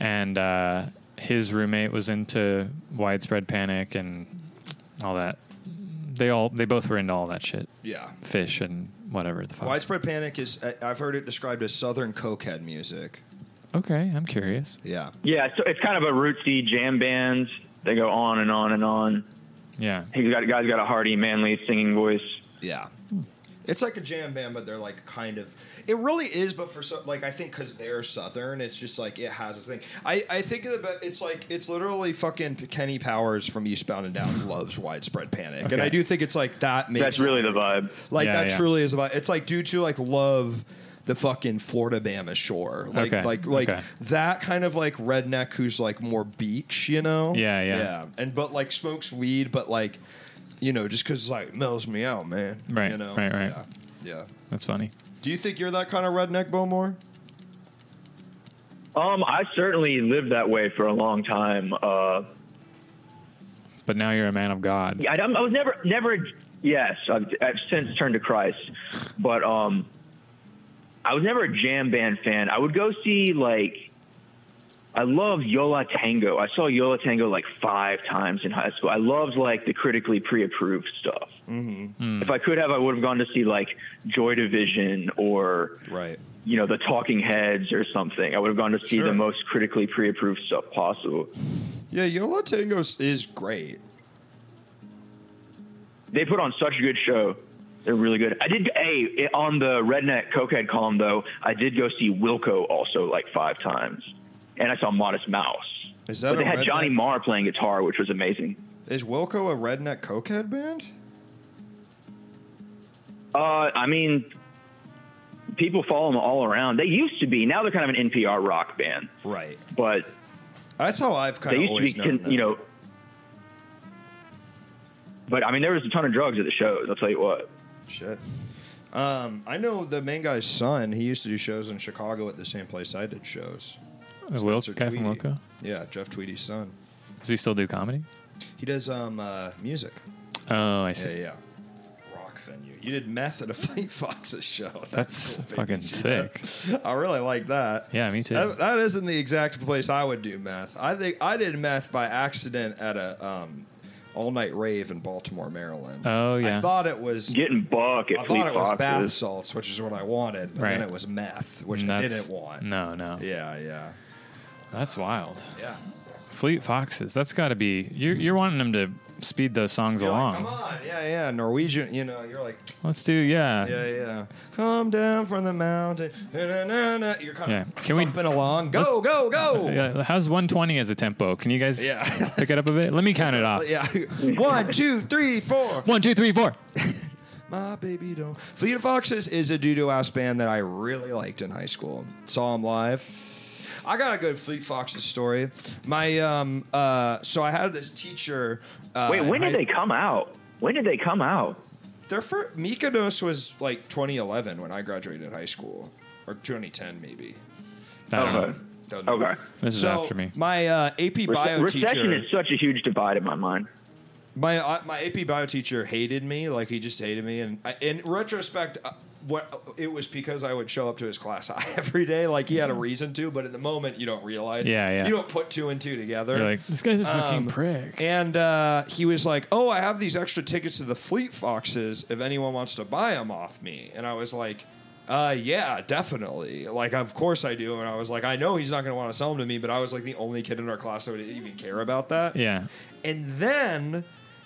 S2: and uh, his roommate was into widespread panic and all that. They all they both were into all that shit,
S1: Yeah,
S2: fish and whatever the fuck.
S1: widespread panic is. I- I've heard it described as southern cokehead music.
S2: okay, I'm curious.
S1: Yeah,
S6: Yeah, so it's kind of a rootsy jam band. They go on and on and on.
S2: Yeah,
S6: He's got guy's got a hearty, manly singing voice.
S1: yeah. It's like a jam band, but they're like kind of. It really is, but for so, like I think because they're southern, it's just like it has this thing. I I think of the be- it's like it's literally fucking Kenny Powers from Eastbound and Down loves widespread panic, and
S2: Okay.
S1: I do think it's like that makes
S6: That's really the vibe.
S1: Like
S2: Yeah,
S1: that
S2: yeah.
S1: truly is about. It's like dudes who like love the fucking Florida Bama shore, like
S2: Okay,
S1: like like
S2: okay.
S1: that kind of like redneck who's like more beach, you know?
S2: Yeah, yeah.
S1: yeah. And but like smokes weed, but like you know, just because like mellows me out, man.
S2: Right,
S1: You know?
S2: right, right.
S1: Yeah. Yeah.
S2: That's funny.
S1: Do you think you're that kind of redneck, Bowmore?
S6: Um, I certainly lived that way for a long time. Uh,
S2: But now you're a man of God.
S6: yeah, I, I'm- I was never, never. Yes, I've, I've since turned to Christ, but um, I was never a jam band fan. I would go see like, I love Yola Tango. I saw Yola Tango like five times in high school. I loved like the critically pre-approved stuff. Mm-hmm. If I could have, I would have gone to see like Joy Division or
S1: Right.
S6: you know, the Talking Heads or something. I would have gone to see
S1: Sure.
S6: the most critically pre-approved stuff possible.
S1: Yeah, Yola Tango s- is great.
S6: They put on such a good show. They're really good. I did a on the Redneck Cokehead column though. I did go see Wilco also like five times, and I saw Modest Mouse.
S1: Is that
S6: but they
S1: a
S6: had
S1: redneck-
S6: Johnny Marr playing guitar, which was amazing.
S1: Is Wilco a redneck cokehead band?
S6: Uh, I mean, people follow them all around. They used to be. Now they're kind of an NPR rock band,
S1: Right.
S6: but
S1: That's how I've kind
S6: they
S1: of
S6: used to
S1: always
S6: be,
S1: known.
S6: con,
S1: them.
S6: you know. But I mean, there was a ton of drugs at the shows. I'll tell you what.
S1: Shit. Um, I know the main guy's son. He used to do shows in Chicago at the same place I did shows.
S2: Is Uh, Will,
S1: Spencer
S2: Oh, Kevin
S1: Tweedy.
S2: Wilco?
S1: Yeah, Jeff Tweedy's son.
S2: Does he still do comedy?
S1: He does um uh, music.
S2: Oh, I
S1: Yeah,
S2: see.
S1: yeah. Rock venue. You did meth at a <laughs> Fleet Foxes show. <laughs>
S2: That's
S1: baby.
S2: fucking sick.
S1: I really like that.
S2: Yeah, me too.
S1: That, that isn't the exact place I would do meth. I think I did meth by accident at a um, all night rave in Baltimore, Maryland.
S2: Oh,
S1: I
S2: yeah.
S1: thought it was
S6: Getting buck at
S1: I
S6: Fleet
S1: thought it was
S6: Foxes.
S1: bath salts, which is what I wanted, but then
S2: Right.
S1: it was meth, which
S2: And
S1: I
S2: that's-
S1: didn't want.
S2: No, no.
S1: Yeah, yeah,
S2: That's wild.
S1: yeah.
S2: Fleet Foxes. That's got to be. You're, you're wanting them to speed those songs
S1: You're like,
S2: along.
S1: come on, yeah, yeah. Norwegian, you know, you're like,
S2: Let's do. Yeah.
S1: yeah, yeah. Come down from the mountain. na-na-na-na. You're kind
S2: Yeah.
S1: of
S2: Can we-
S1: thumping along. Go,
S2: let's-
S1: go, go.
S2: <laughs> Yeah, How's 120 as a tempo? Can you guys
S1: Yeah.
S2: <laughs> pick it up a bit? Let me count it off.
S1: Yeah. <laughs> One, two, three, four.
S2: One, two, three, four.
S1: My baby don't. Fleet of Foxes is a doo doo ass band that I really liked in high school. Saw them live. I got a good Fleet Foxes story. My um uh so I had this teacher. Uh,
S6: Wait, when
S1: in
S6: did
S1: high-
S6: they come out? When did they come out?
S1: Their first Mykonos was like 2011 when I graduated high school, or 2010 maybe.
S2: Uh,
S6: Okay.
S1: Don't know.
S6: Okay.
S2: This is
S1: So,
S2: after me.
S1: My uh, AP
S6: Rece-
S2: Oh,
S1: bio
S6: recession
S1: teacher.
S6: is such a huge divide in my mind.
S1: my uh, my AP bio teacher hated me, like he just hated me. And I, in retrospect, uh, what it was because I would show up to his class <laughs> every day, like he had a reason to. But in the moment, you don't realize.
S2: Mm-hmm. Yeah, yeah.
S1: You don't put two and two together.
S2: You're like, this guy's a fucking
S1: Um,
S2: prick.
S1: And uh, he was like, "Oh, I have these extra tickets to the Fleet Foxes. If anyone wants to buy them off me," and I was like, uh, "Yeah, definitely. Like, of course I do." And I was like, "I know he's not going to want to sell them to me," but I was like the only kid in our class that would even care about that.
S2: yeah.
S1: And then,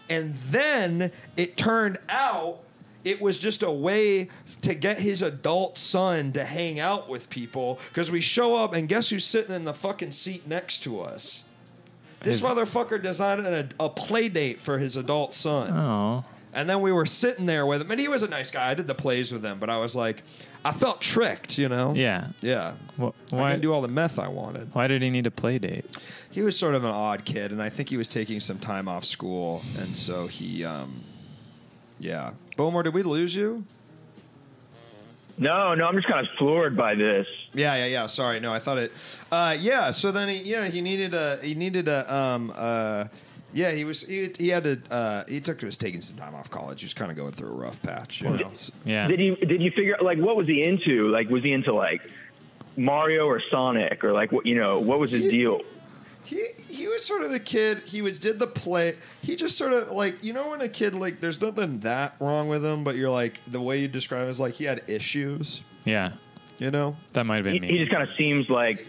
S1: and then it turned out it was just a way to get his adult son to hang out with people because we show up and guess who's sitting in the fucking seat next to us? This
S2: His-
S1: motherfucker designed a, a play date for his adult son.
S2: Oh.
S1: And then we were sitting there with him, and he was a nice guy. I did the plays with him, but I was like, I felt tricked, you know?
S2: Yeah.
S1: Yeah.
S2: Wh-
S1: I
S2: why?
S1: didn't do all the meth I wanted.
S2: Why did he need a play date?
S1: He was sort of an odd kid, and I think he was taking some time off school, and so he, um, yeah. Bomar, did we lose you?
S6: No, no, I'm just kind of floored by this.
S1: Yeah, yeah, yeah. Sorry, no, I thought it. Uh, yeah. So then, he, yeah, he needed a, he needed a, um, uh, yeah, he was, he, he had to, uh, he took was taking some time off college. He was kind of going through a rough patch, you know.
S2: Yeah.
S6: Did you did you figure like what was he into? Like was he into like Mario or Sonic or like what you know what was his
S1: He-
S6: deal?
S1: He he was sort of the kid. He was did the play. He just sort of like you know when a kid like there's nothing that wrong with him, but you're like the way you describe it is like he had issues,
S2: yeah.
S1: you know.
S2: That might have
S6: He,
S2: been
S6: he
S2: me.
S6: just kind of seems like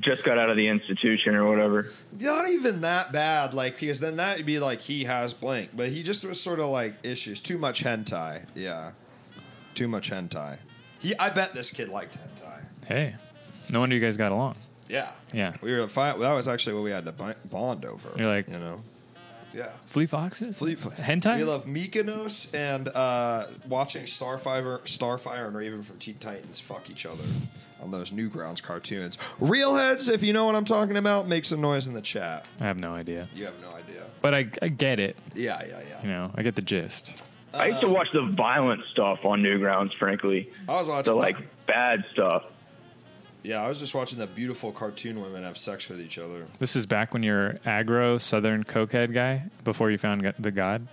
S6: just got out of the institution or whatever.
S1: not even that bad, like because then that'd be like he has blank, but he just was sort of like issues. Too much hentai, yeah. Too much hentai. He, I bet this kid liked hentai.
S2: hey. No wonder you guys got along.
S1: Yeah,
S2: Yeah.
S1: We were fine. That was actually what we had to bi- bond over.
S2: You're like-
S1: you know, yeah.
S2: Fleet Foxes.
S1: Fleet Fo-
S2: Hentai.
S1: We love Mykonos and uh, watching Starfire, Starfire and Raven from Teen Titans fuck each other on those Newgrounds cartoons. Real heads, if you know what I'm talking about, make some noise in the chat.
S2: I have no idea,
S1: You have no idea.
S2: but I, I get it.
S1: Yeah, yeah, yeah.
S2: You know, I get the gist.
S6: I
S1: Uh,
S6: used to watch the violent stuff on Newgrounds, frankly,
S1: I was watching
S6: the like bad stuff.
S1: Yeah, I was just watching the beautiful cartoon women have sex with each other.
S2: This is back when you're aggro Southern cokehead guy before you found go- the God.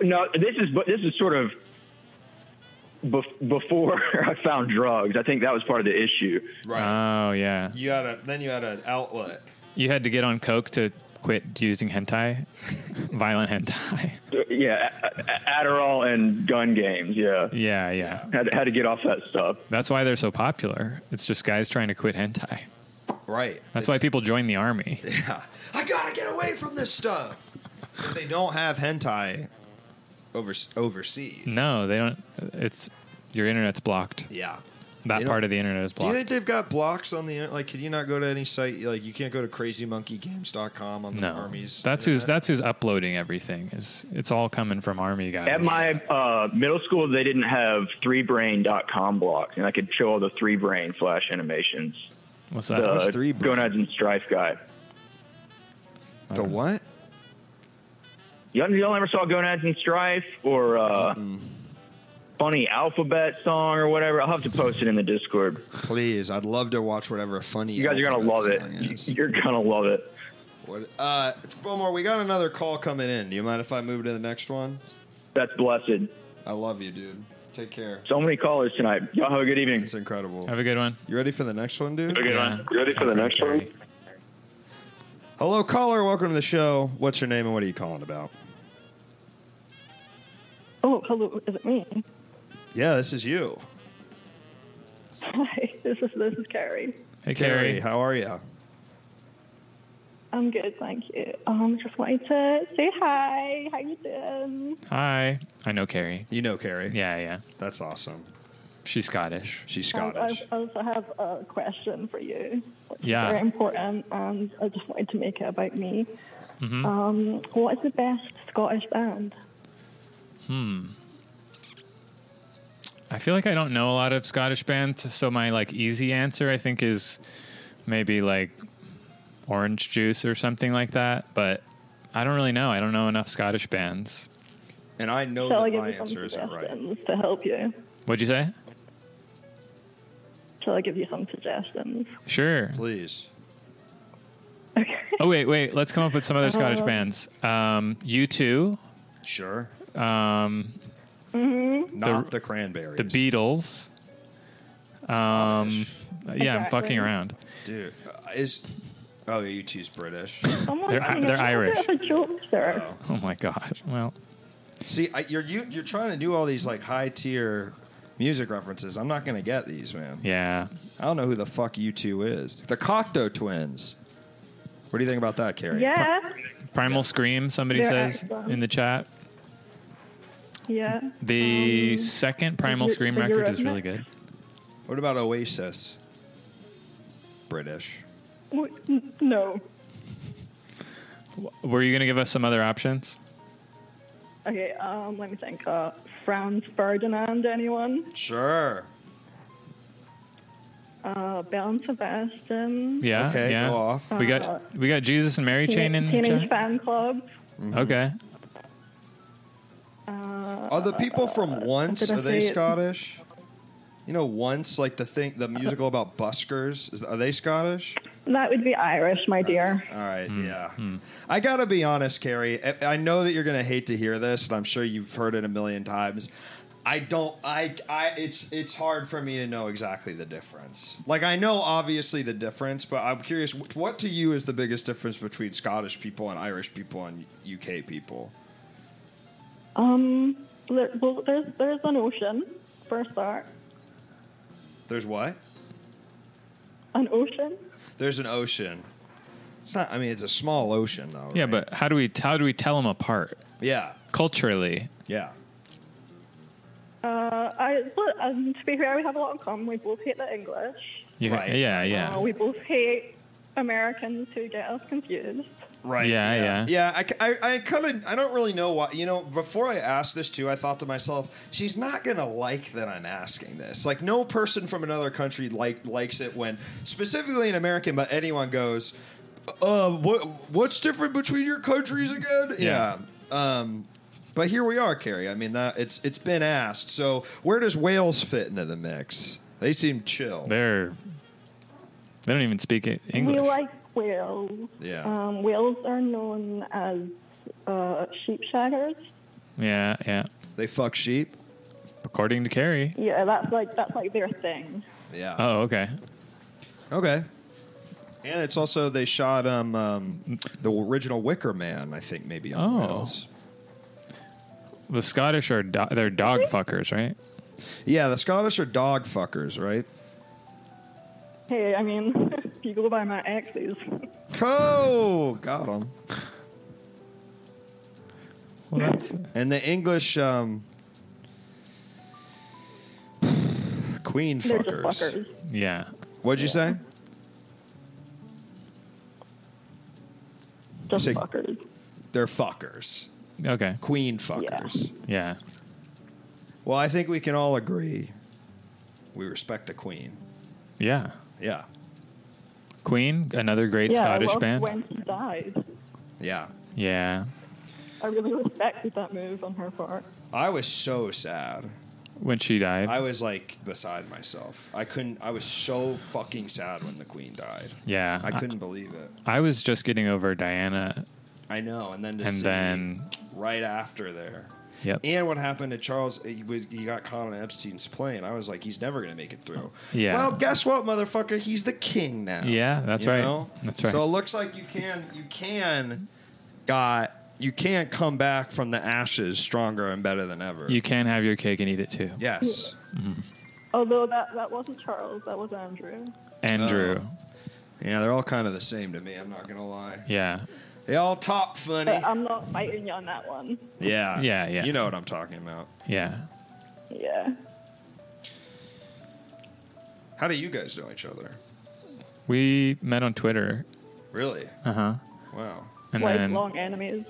S6: No, this is but this is sort of bef- before <laughs> I found drugs. I think that was part of the issue.
S1: Right.
S2: Oh yeah,
S1: you had a then you had an outlet.
S2: you had to get on coke to quit using hentai, <laughs> violent hentai. <laughs>
S6: Yeah, A- A- Adderall and gun games. Yeah,
S2: Yeah, yeah.
S6: had had to get off that stuff.
S2: That's why they're so popular. It's just guys trying to quit hentai.
S1: Right.
S2: That's why people join the
S4: <laughs>
S2: army.
S1: <laughs> Yeah. I gotta get away from this stuff. If they don't have hentai over overseas.
S2: No, they don't. It's your internet's blocked.
S1: Yeah.
S2: That
S1: They
S2: part
S1: don't-
S2: of the internet is
S1: Do you
S2: blocked.
S1: think they've got blocks on the internet? Like, can you not go to any site? Like, you can't go to crazymonkeygames.com on the
S2: No,
S1: armies.
S2: that's who's that's who's uploading everything. Is it's all coming from army guys?
S6: At my uh, middle school, they didn't have 3brain.com blocks, and I could show all the 3brain flash animations.
S2: What's that?
S6: The
S1: was 3brain?
S6: Gonads and Strife guy.
S1: the what?
S6: Y'all, y'all ever saw Gonads and Strife or uh, funny alphabet song or whatever? I'll have to post it in the Discord.
S1: Please, I'd love to watch whatever funny.
S6: You guys are gonna
S1: alphabet
S6: love it.
S1: song is.
S6: You're gonna love it.
S1: What, uh, Bomar, we got another call coming in. Do you mind if I move to the next one?
S6: That's blessed.
S1: I love you, dude. Take care.
S6: So many callers tonight. Y'all have a good evening.
S1: It's incredible.
S2: Have a good one.
S1: You ready for the next one, dude?
S2: Good
S4: one. You ready for the next one?
S1: Hello, caller. Welcome to the show. What's your name and what are you calling about?
S7: Oh, hello. Is it me? <laughs>
S1: Yeah, this is you.
S7: Hi. This is this is Carrie.
S2: Hey, Carrie.
S1: how are you?
S7: I'm good, thank you. Um, just wanted to say hi. How you doing?
S2: Hi. I know Carrie.
S1: You know Carrie.
S2: Yeah, yeah.
S1: That's awesome.
S2: She's Scottish.
S1: She's
S7: Um,
S1: Scottish.
S7: I also have a question for you. which is
S2: Yeah.
S7: Very important, and I just wanted to make it about me. Um, what is the best Scottish band?
S2: I feel like I don't know a lot of Scottish bands, so my like easy answer I think is maybe like orange juice or something like that. But I don't really know. I don't know enough Scottish bands.
S1: and I know
S7: Shall I
S1: that
S7: give
S1: my
S7: you some
S1: answer isn't right.
S7: suggestions to help you?
S2: What'd you say?
S7: Shall I give you some suggestions?
S2: Sure.
S1: Please.
S7: Okay.
S2: Oh wait, wait. Let's come up with some other Scottish
S7: <laughs> Um,
S2: bands. Um, U two,
S1: Sure.
S2: um,
S1: Not the, cranberries.
S2: the Beatles. Um, yeah, I'm fucking
S7: Exactly.
S2: around.
S1: Dude, uh, is. Oh, you choose British.
S7: Someone-
S2: They're-
S7: I mean,
S2: they're
S7: I'm a bit
S2: Irish.
S7: of a jokester.
S1: Oh.
S2: Oh my gosh. Well,
S1: See, I, you're you, you're trying to do all these like high tier music references. I'm not gonna get these, man.
S2: yeah.
S1: I don't know who the fuck you two is. The Cocteau Twins. What do you think about that, Carrie?
S7: Yeah.
S2: Primal Scream. Somebody
S7: They're
S2: says
S7: excellent.
S2: in the chat.
S7: Yeah.
S2: The
S7: Um,
S2: second Primal
S7: Eu-
S2: Scream
S7: the
S2: record is
S7: Eurythmics.
S2: really good.
S1: What about Oasis? British.
S7: w- n- no.
S2: Were you going to give us some other options?
S7: Okay, um, let me think. Uh, Franz Ferdinand, anyone?
S1: Sure.
S7: Uh, Belle and Sebastian.
S2: Yeah.
S1: okay,
S2: yeah.
S1: go off.
S2: We
S7: Uh,
S2: got we got Jesus and Mary chain in the
S7: Teenage
S2: chat.
S7: Fan Club.
S2: Okay.
S7: Uh,
S1: Are the people from Once
S7: did I
S1: are they
S7: say it?
S1: Scottish? You know, Once like the thing, the musical about buskers. Is, are they Scottish?
S7: that would be Irish, my dear.
S1: All right,
S2: Hmm,
S1: yeah. I gotta be honest, Carrie. I- I know that you're gonna hate to hear this, and I'm sure you've heard it a million times. I don't. I. I. It's. It's hard for me to know exactly the difference. Like I know obviously the difference, but I'm curious. wh- What to you is the biggest difference between Scottish people and Irish people and UK people?
S7: Um, there, well, there's there's an ocean for a start.
S1: There's what?
S7: An ocean.
S1: There's an ocean. It's not. I mean, it's a small ocean though.
S2: Yeah,
S1: right?
S2: but how do we how do we tell them apart
S1: yeah,
S2: culturally?
S1: yeah.
S7: Uh, I but, um, to be fair, we have a lot in common. We both hate the English.
S2: You-
S1: Right.
S2: Yeah, yeah.
S7: Uh, we both hate Americans who get us confused.
S1: Right.
S2: Yeah, yeah.
S1: Yeah, I, I, kind of, I don't really know why. You know, before I asked this too, I thought to myself, she's not gonna like that I'm asking this. Like, no person from another country like likes it when, specifically an American, but anyone goes, uh, what, what's different between your countries again?
S2: Yeah.
S1: Um, But here we are, Carrie. I mean, that, it's it's been asked. So where does Wales fit into the mix? They seem chill.
S2: They're they don't even speak it- English.
S7: We like whales.
S1: Yeah.
S7: Um, whales are known as uh, sheep shaggers.
S2: yeah, yeah.
S1: They fuck sheep.
S2: According to Carrie.
S7: Yeah, that's like that's like their thing.
S1: Yeah.
S2: Oh, okay.
S1: Okay. And it's also they shot um, um the original Wicker Man, I think maybe on
S2: Oh.
S1: Wales.
S2: The Scottish are do- they're dog fuckers, right?
S1: Yeah, the Scottish are dog fuckers, right?
S7: Hey, I mean, <laughs> if you go by my exes,
S1: Oh, got them.
S2: Well, that's
S1: And the English um queen
S7: they're
S1: fuckers.
S7: just fuckers.
S2: yeah.
S1: What'd you say?
S7: Just
S1: Say-
S7: fuckers.
S1: They're fuckers.
S2: Okay.
S1: Queen fuckers.
S2: Yeah.
S1: Well, I think we can all agree we respect the queen.
S2: Yeah.
S1: Yeah.
S2: Queen, another great
S7: yeah, I
S2: Scottish
S7: loved
S2: band.
S7: when she died.
S1: Yeah.
S2: Yeah.
S7: I really respected that move on her part.
S1: I was so sad.
S2: When she died.
S1: I was like beside myself. I couldn't. I was so fucking sad when the queen died.
S2: yeah.
S1: I couldn't believe it.
S2: I was just getting over Diana
S1: I know. And then to
S2: and
S1: see
S2: then
S1: right after there,
S2: yep.
S1: and what happened to Charles? He, was, he got caught on Epstein's plane. I was like, he's never gonna make it through.
S2: Yeah.
S1: Well, guess what, motherfucker? He's the king now.
S2: Yeah, that's right. That's right.
S1: So it looks like you can. You can. Got. You can come back from the ashes stronger and better than ever.
S2: you can have your cake and eat it too.
S1: yes.
S7: Although that, that wasn't Charles, that was Andrew.
S1: Oh.
S2: Andrew.
S1: Yeah, they're all kind of the same to me. I'm not gonna lie.
S2: yeah.
S1: They all talk funny.
S7: But I'm not fighting you on that one.
S1: <laughs> Yeah.
S2: Yeah, yeah.
S1: You know what I'm talking about.
S2: Yeah.
S7: Yeah.
S1: How do you guys know each other?
S2: We met on Twitter.
S1: Really?
S2: Uh-huh.
S1: Wow.
S2: And then
S7: Lifelong enemies.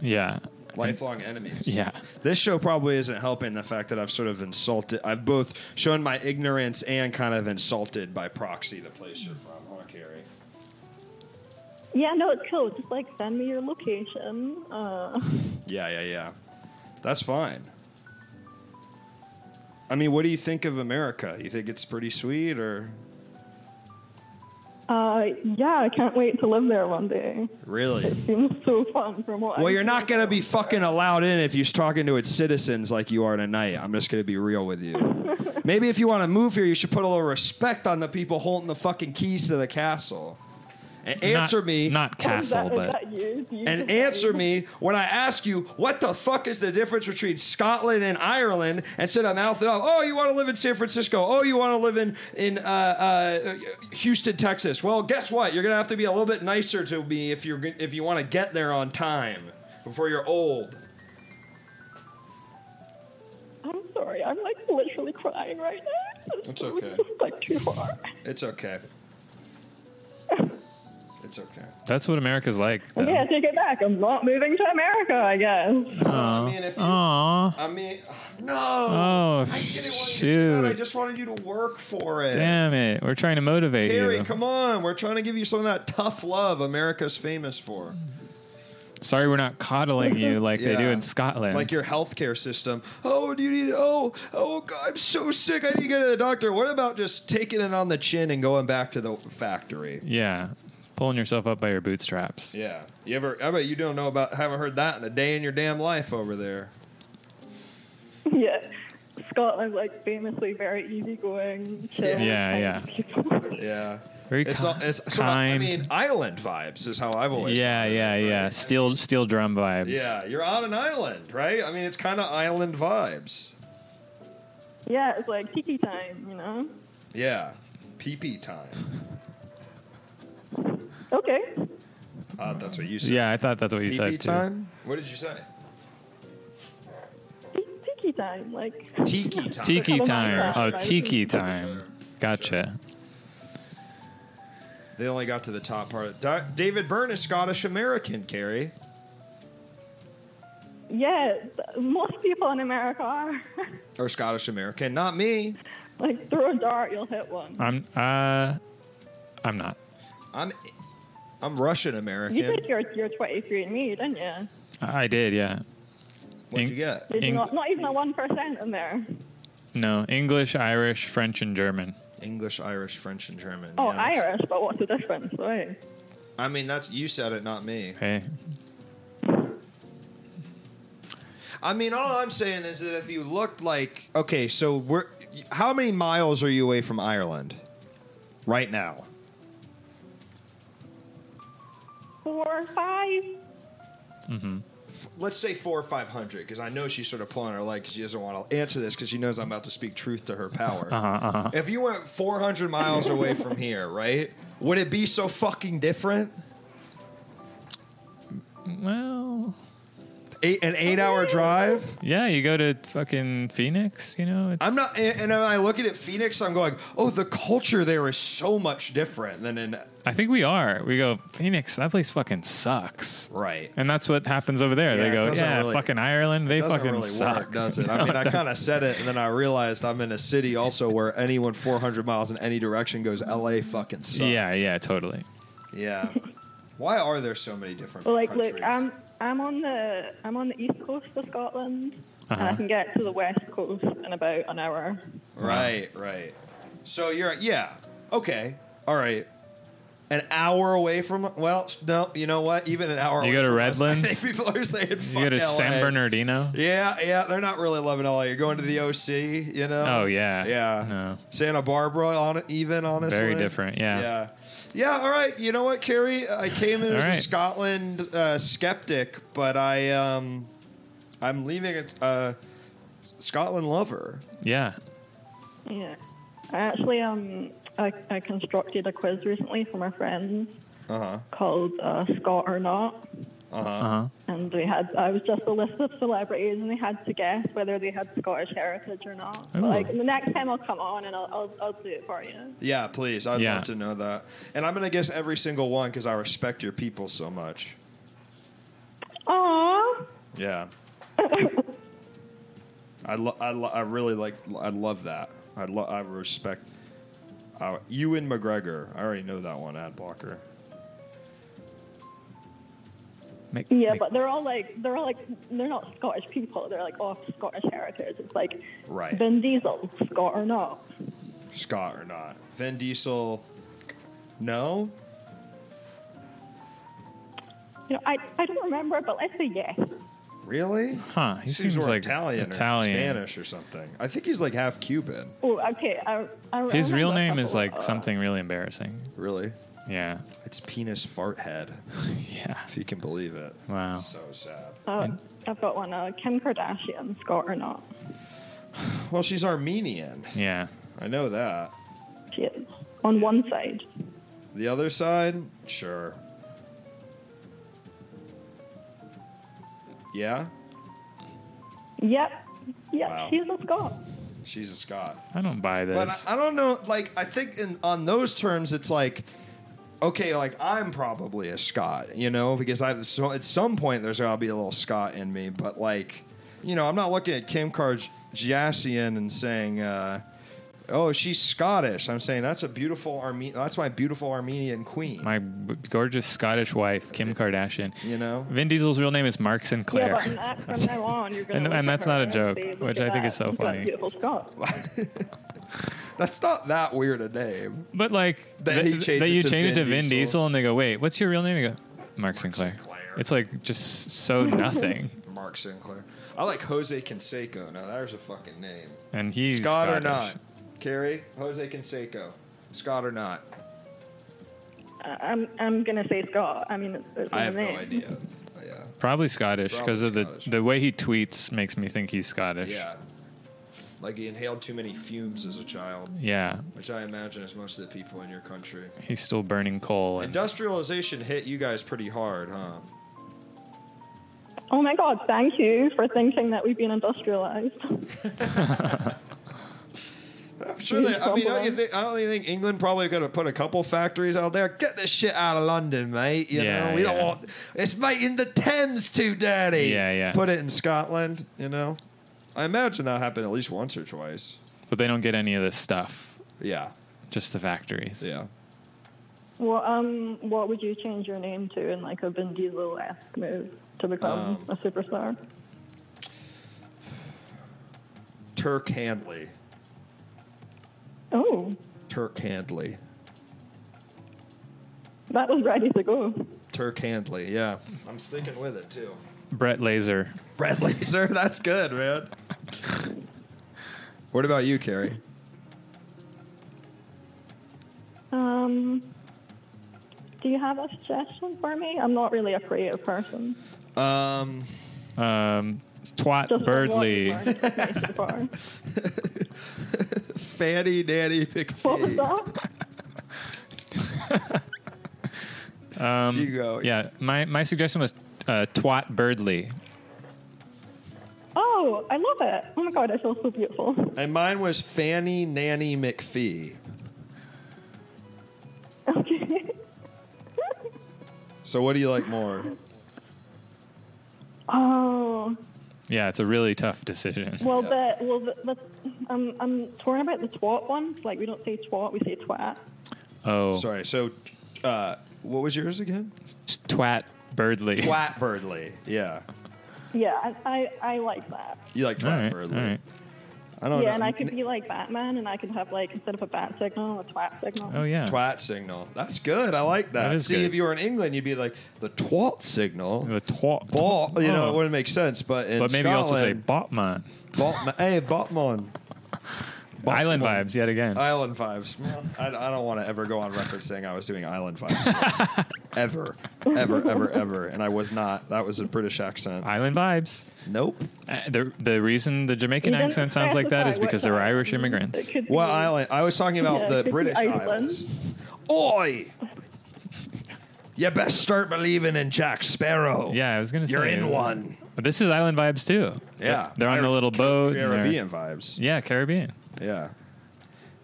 S2: yeah.
S1: Lifelong enemies.
S2: Yeah.
S1: This show probably isn't helping the fact that I've sort of insulted. I've both shown my ignorance and kind of insulted by proxy the place you're from, huh, Carrie?
S7: Yeah, no, it's cool. Just like send me your location. Uh,
S1: Yeah, yeah, yeah. That's fine. I mean, what do you think of America? You think it's pretty sweet, or
S7: uh, yeah, I can't wait to live there one day.
S1: really?
S7: It seems so fun from what
S1: Well,
S7: I'm
S1: you're
S7: <laughs>
S1: not
S7: seeing.
S1: going to be fucking allowed in if you're talking to its citizens like you are tonight. I'm just going to be real with <laughs> you. Maybe if you want to move here, you should put a little respect on the people holding the fucking keys to the castle. And answer
S2: Not-
S1: me.
S2: Not
S7: Is that-
S2: castle,
S7: is
S2: but
S7: that you? Do you
S1: and
S7: just-
S1: answer me when I ask you what the fuck is the difference between Scotland and Ireland instead of mouth off. Oh, you want to live in San Francisco? Oh, you want to live in in uh, uh, Houston, Texas? Well, guess what? You're gonna have to be a little bit nicer to me if you're g- if you want to get there on time before you're old.
S7: I'm sorry. I'm like literally crying right now. <laughs>
S1: That's
S7: This
S1: okay.
S7: is, like too hard.
S1: It's okay. It's okay.
S2: that's what America's like. Though.
S7: Okay, I take it back. I'm not moving to America, I guess. <laughs>
S1: I mean, if you,
S2: Aw.
S1: I mean, no.
S2: Oh,
S1: I didn't want you to do that. I
S2: shoot.
S1: just wanted you to work for it.
S2: Damn it. We're trying to motivate
S1: Carrie,
S2: you.
S1: come on. We're trying to give you some of that tough love America's famous for.
S2: Sorry we're not
S1: <laughs>
S2: coddling you like they do
S1: Yeah.
S2: in Scotland.
S1: Like your healthcare system. Oh, do you need? Oh, oh, God, I'm so sick. I need to go to the doctor. What about just taking it on the chin and going back to the factory?
S2: Yeah. Pulling yourself up by your bootstraps.
S1: Yeah. You ever? I bet you don't know about. Haven't heard that in a day in your damn life over there.
S7: yeah. Scotland's like famously very easygoing, chill.
S2: Yeah,
S7: kind of people.
S1: Yeah.
S2: Very
S1: It's,
S2: ki-
S1: all, it's so I- I
S2: kind.
S1: mean, island vibes is how I've always.
S2: yeah,
S1: thought of it,
S2: yeah,
S1: right?
S2: yeah. Steel steel drum vibes.
S1: Yeah, you're on an island, right? I mean, it's kind of island vibes.
S7: <laughs> yeah, it's like tiki time, you know?
S1: Yeah, pee pee time.
S7: Okay.
S1: Uh, that's what you said.
S2: Yeah, I thought that's what you said
S1: PP
S2: too.
S1: time? What did you say?
S7: T- Tiki time, like
S1: Tiki time.
S2: Tiki
S7: Sure,
S2: time.
S7: sure,
S2: Oh,
S7: sure.
S2: tiki time. Gotcha.
S1: They only got to the top part. Di- David Byrne is Scottish American, Carrie.
S7: yeah, most people in America are <laughs>
S1: Or Scottish American, not me.
S7: like throw a dart, you'll hit one.
S2: I'm uh I'm not.
S1: I'm I'm Russian
S7: You
S1: American.
S7: did your your 23 and me, didn't you?
S2: I I did, yeah.
S1: What'd
S2: Eng-
S1: you get?
S7: There's
S2: Eng-
S7: not, not even a 1% in there.
S2: No, English, Irish, French, and German.
S1: English, Irish, French, and German.
S7: Oh,
S1: Yeah, that's-
S7: Irish, but what's the difference, right?
S1: I mean, that's you said it, not me.
S2: Hey,
S1: I mean, all I'm saying is that if you looked like okay, so we're how many miles are you away from Ireland right now?
S7: Four, five?
S1: Let's say four or five hundred, because I know she's sort of pulling her leg because she doesn't want to answer this because she knows I'm about to speak truth to her power.
S2: Uh-huh. uh-uh.
S1: If you went 400 miles away from here, right? Would it be so fucking different?
S2: well,
S1: Eight, an eight-hour drive.
S2: yeah, you go to fucking Phoenix, you know. It's,
S1: I'm not, and and when I look at it, Phoenix, I'm going, oh, the culture there is so much different than in
S2: I think we are. We go Phoenix. That place fucking sucks.
S1: right.
S2: And that's what happens over
S1: Yeah,
S2: there.
S1: it
S2: they go,
S1: doesn't
S2: yeah,
S1: really-
S2: fucking Ireland. They
S1: doesn't
S2: fucking
S1: really
S2: suck.
S1: work, does
S2: <laughs>
S1: it? I mean, I kind of said it, and then I realized I'm in a city also where anyone 400 miles in any direction goes, LA fucking sucks.
S2: Yeah, yeah, totally.
S1: yeah. Why are there so many different?
S7: Well, like,
S1: countries?
S7: look, um, I'm I'm on the I'm on the east coast of Scotland, and
S2: Uh-huh.
S7: I can get to the west coast in about an hour.
S1: right, right. So you're yeah, okay, all right. An hour away from well, no, you know what? Even an hour. away
S2: You go to
S1: from us, <laughs> I
S2: Redlands?
S1: think people are saying fuck
S2: You go to
S1: LA.
S2: San Bernardino.
S1: Yeah, yeah, they're not really loving LA. You're going to the OC, you know?
S2: Oh yeah,
S1: Yeah.
S2: No,
S1: Santa Barbara, on even honestly.
S2: Very different, yeah.
S1: Yeah. Yeah. All right. You know what, Carrie? I came in
S2: All
S1: as a
S2: right.
S1: Scotland uh, skeptic, but I um, I'm leaving a uh, Scotland lover.
S2: yeah.
S7: Yeah, I actually um I, I constructed a quiz recently for my friends
S1: Uh huh.
S7: called uh, Scott or Not,
S1: Uh-huh.
S2: Uh huh.
S7: and we had I was just a list of celebrities, and they had to guess whether they had Scottish heritage or not. But,
S2: Ooh.
S7: like the next time I'll come on and I'll I'll, I'll do it for you.
S1: Yeah. Please, I'd
S2: Yeah.
S1: love to know that. And I'm gonna guess every single one because I respect your people so much.
S7: Aww.
S1: Yeah. I lo- I, lo- I really like I love that. I lo- I respect uh, Ewan McGregor. I already know that one ad blocker.
S2: Make,
S7: Yeah,
S2: make-
S7: but they're all like they're all like they're not Scottish people. They're like off Scottish heritage. It's like
S1: Right.
S7: Vin Diesel, Scot or not.
S1: Scott or not. Vin Diesel, no.
S7: You know, I I don't remember, but let's say yes.
S1: Really?
S2: huh? <laughs> He seems,
S1: more
S2: like
S1: Italian,
S2: Italian.
S1: or Spanish or something. I think he's like half Cuban.
S7: Oh, okay. I, I
S2: His
S7: remember
S2: real
S7: a
S2: name is
S7: couple,
S2: like
S7: uh,
S2: something really embarrassing.
S1: Really?
S2: Yeah,
S1: It's penis fart head,
S2: yeah.
S1: if you can believe it.
S2: Wow.
S1: So sad.
S7: Uh, I've got one. Uh, Kim Kardashian, Scot or not.
S1: Well, she's Armenian.
S2: Yeah.
S1: I know that.
S7: She is on one side.
S1: The other side, sure. Yeah,
S7: Yep. Yep.
S1: Wow.
S7: She's a Scot.
S1: she's a Scot.
S2: I don't buy
S1: But
S2: this.
S1: I, I don't know. Like, I think in, on those terms, it's like, okay, like I'm probably a Scot, you know, because I've so at some point there's got to be a little Scot in me. But like, you know, I'm not looking at Kim Kardashian and saying, uh, oh, she's Scottish. I'm saying that's a beautiful Arme- That's my beautiful Armenian queen.
S2: My b- gorgeous Scottish wife, Kim Kardashian.
S1: you know.
S2: Vin Diesel's real name is Mark Sinclair.
S7: Yeah, but from, that, from now on, you're gonna.
S2: And-
S7: look
S2: and
S7: at
S2: that's
S7: her
S2: not a
S7: and
S2: joke,
S7: say, "Look
S2: which
S7: at
S2: I think
S7: that.
S2: is so
S7: She's got a
S2: funny."
S7: Beautiful Scot.
S1: <laughs> That's not that weird a name.
S2: But like
S1: That
S2: th-
S1: he
S2: th-
S1: changed
S2: that
S1: it
S2: you
S1: to
S2: change it to
S1: Vin
S2: Vin
S1: Diesel.
S2: Diesel. and they go, wait, what's your real name? You go, Mark Sinclair.
S1: Sinclair.
S2: It's like just
S7: <laughs>
S2: so nothing.
S1: Mark Sinclair. I like Jose Canseco. Now there's a fucking name.
S2: And he's
S1: Scott
S2: Scottish.
S1: or not? Carrie, Jose Canseco. Scott or not?
S7: I- I'm I'm gonna say Scot. I mean, it's, it's
S1: I
S7: in
S1: have
S7: the
S1: no
S7: name.
S1: idea. Oh, Yeah.
S2: Probably Scottish
S1: Probably
S2: because of
S1: Scottish.
S2: the the way he tweets makes me think he's Scottish.
S1: Yeah. Like he inhaled too many fumes as a child,
S2: Yeah.
S1: which I imagine is most of the people in your country.
S2: He's still burning coal and
S1: Industrialization hit you guys pretty hard, huh?
S7: Oh my God! Thank you for thinking that we've been industrialized.
S1: I'm sure they, I mean, don't you think, I don't even think England probably could have put a couple factories out there. Get this shit out of London, mate. You
S2: Yeah,
S1: know, we don't
S2: yeah.
S1: want it's making the Thames too dirty.
S2: Yeah, yeah.
S1: Put it in Scotland. You know, I imagine that happened at least once or twice.
S2: but they don't get any of this stuff.
S1: Yeah,
S2: Just the factories.
S1: yeah.
S7: What um what would you change your name to in like a Vin Diesel esque move to become
S1: Um,
S7: a superstar?
S1: Turk Handley.
S7: Oh,
S1: Turk Handley.
S7: that was ready to go.
S1: Turk Handley. Yeah, I'm sticking with it too.
S2: Brett Laser.
S1: Brad <laughs> Laser. That's good, man. what about you, Carrie?
S7: Um, do you have a suggestion for me? I'm not really a creative person.
S1: Um,
S2: Um, Twat
S7: Just
S2: Birdley.
S7: what I've learned so far.
S1: Fanny Nanny
S7: What was
S1: McPhee.
S7: that?
S2: Um,
S1: You go.
S2: Yeah, my, my suggestion was uh, Twat Birdley.
S7: Oh, I love it. Oh my god, it feels so beautiful. <laughs>
S1: And mine was Fanny Nanny McPhee.
S7: Okay. <laughs>
S1: So what do you like more?
S7: Oh,
S2: Yeah, it's a really tough decision.
S7: well,
S1: Yeah.
S7: the well, the, the um, I'm torn about the twat ones. Like we don't say twat, we say twat.
S2: Oh,
S1: Sorry. So, uh, what was yours again?
S2: Twat Birdley.
S1: Twat Birdley. Yeah,
S7: Yeah, I I, I like that.
S1: you like
S2: <laughs> All
S1: Twat
S2: right, all
S1: Birdley.
S2: right.
S1: I don't
S7: yeah,
S1: know.
S7: and I could be like Batman, and I could have like instead of a bat signal, a twat signal.
S2: Oh yeah.
S1: Twat signal. That's good. I like that.
S2: That is
S1: See,
S2: good.
S1: if you were in England, you'd be like the twat signal.
S2: The twat.
S1: Ball, you know,
S2: Oh.
S1: it wouldn't make sense, but in
S2: but maybe also say
S1: Scotland,
S2: Botman.
S1: Botman- hey, Botman.
S2: Island
S1: Botman.
S2: vibes yet again.
S1: Island vibes. Well, I, I don't want to ever go on record saying I was doing island vibes.
S2: <laughs>
S1: ever, ever, ever, ever. And I was not. That was a British accent.
S2: Island vibes.
S1: nope.
S2: Uh, the the reason the
S7: You
S2: Jamaican
S7: didn't
S2: accent
S7: <laughs>
S2: sounds like that is
S7: specify what
S2: because they're
S7: island.
S2: Irish immigrants.
S7: It could be-
S1: What island? I was talking about
S7: Yeah, it
S1: the
S7: could be
S1: British
S7: Iceland.
S1: islands. Oi! You best start believing in Jack Sparrow.
S2: Yeah, I was gonna say
S1: You're in one.
S2: But this is island vibes too.
S1: Yeah.
S2: they're on the
S1: Pirates
S2: little
S1: of
S2: boat. and they're-
S1: Caribbean vibes.
S2: Yeah, Caribbean.
S1: Yeah.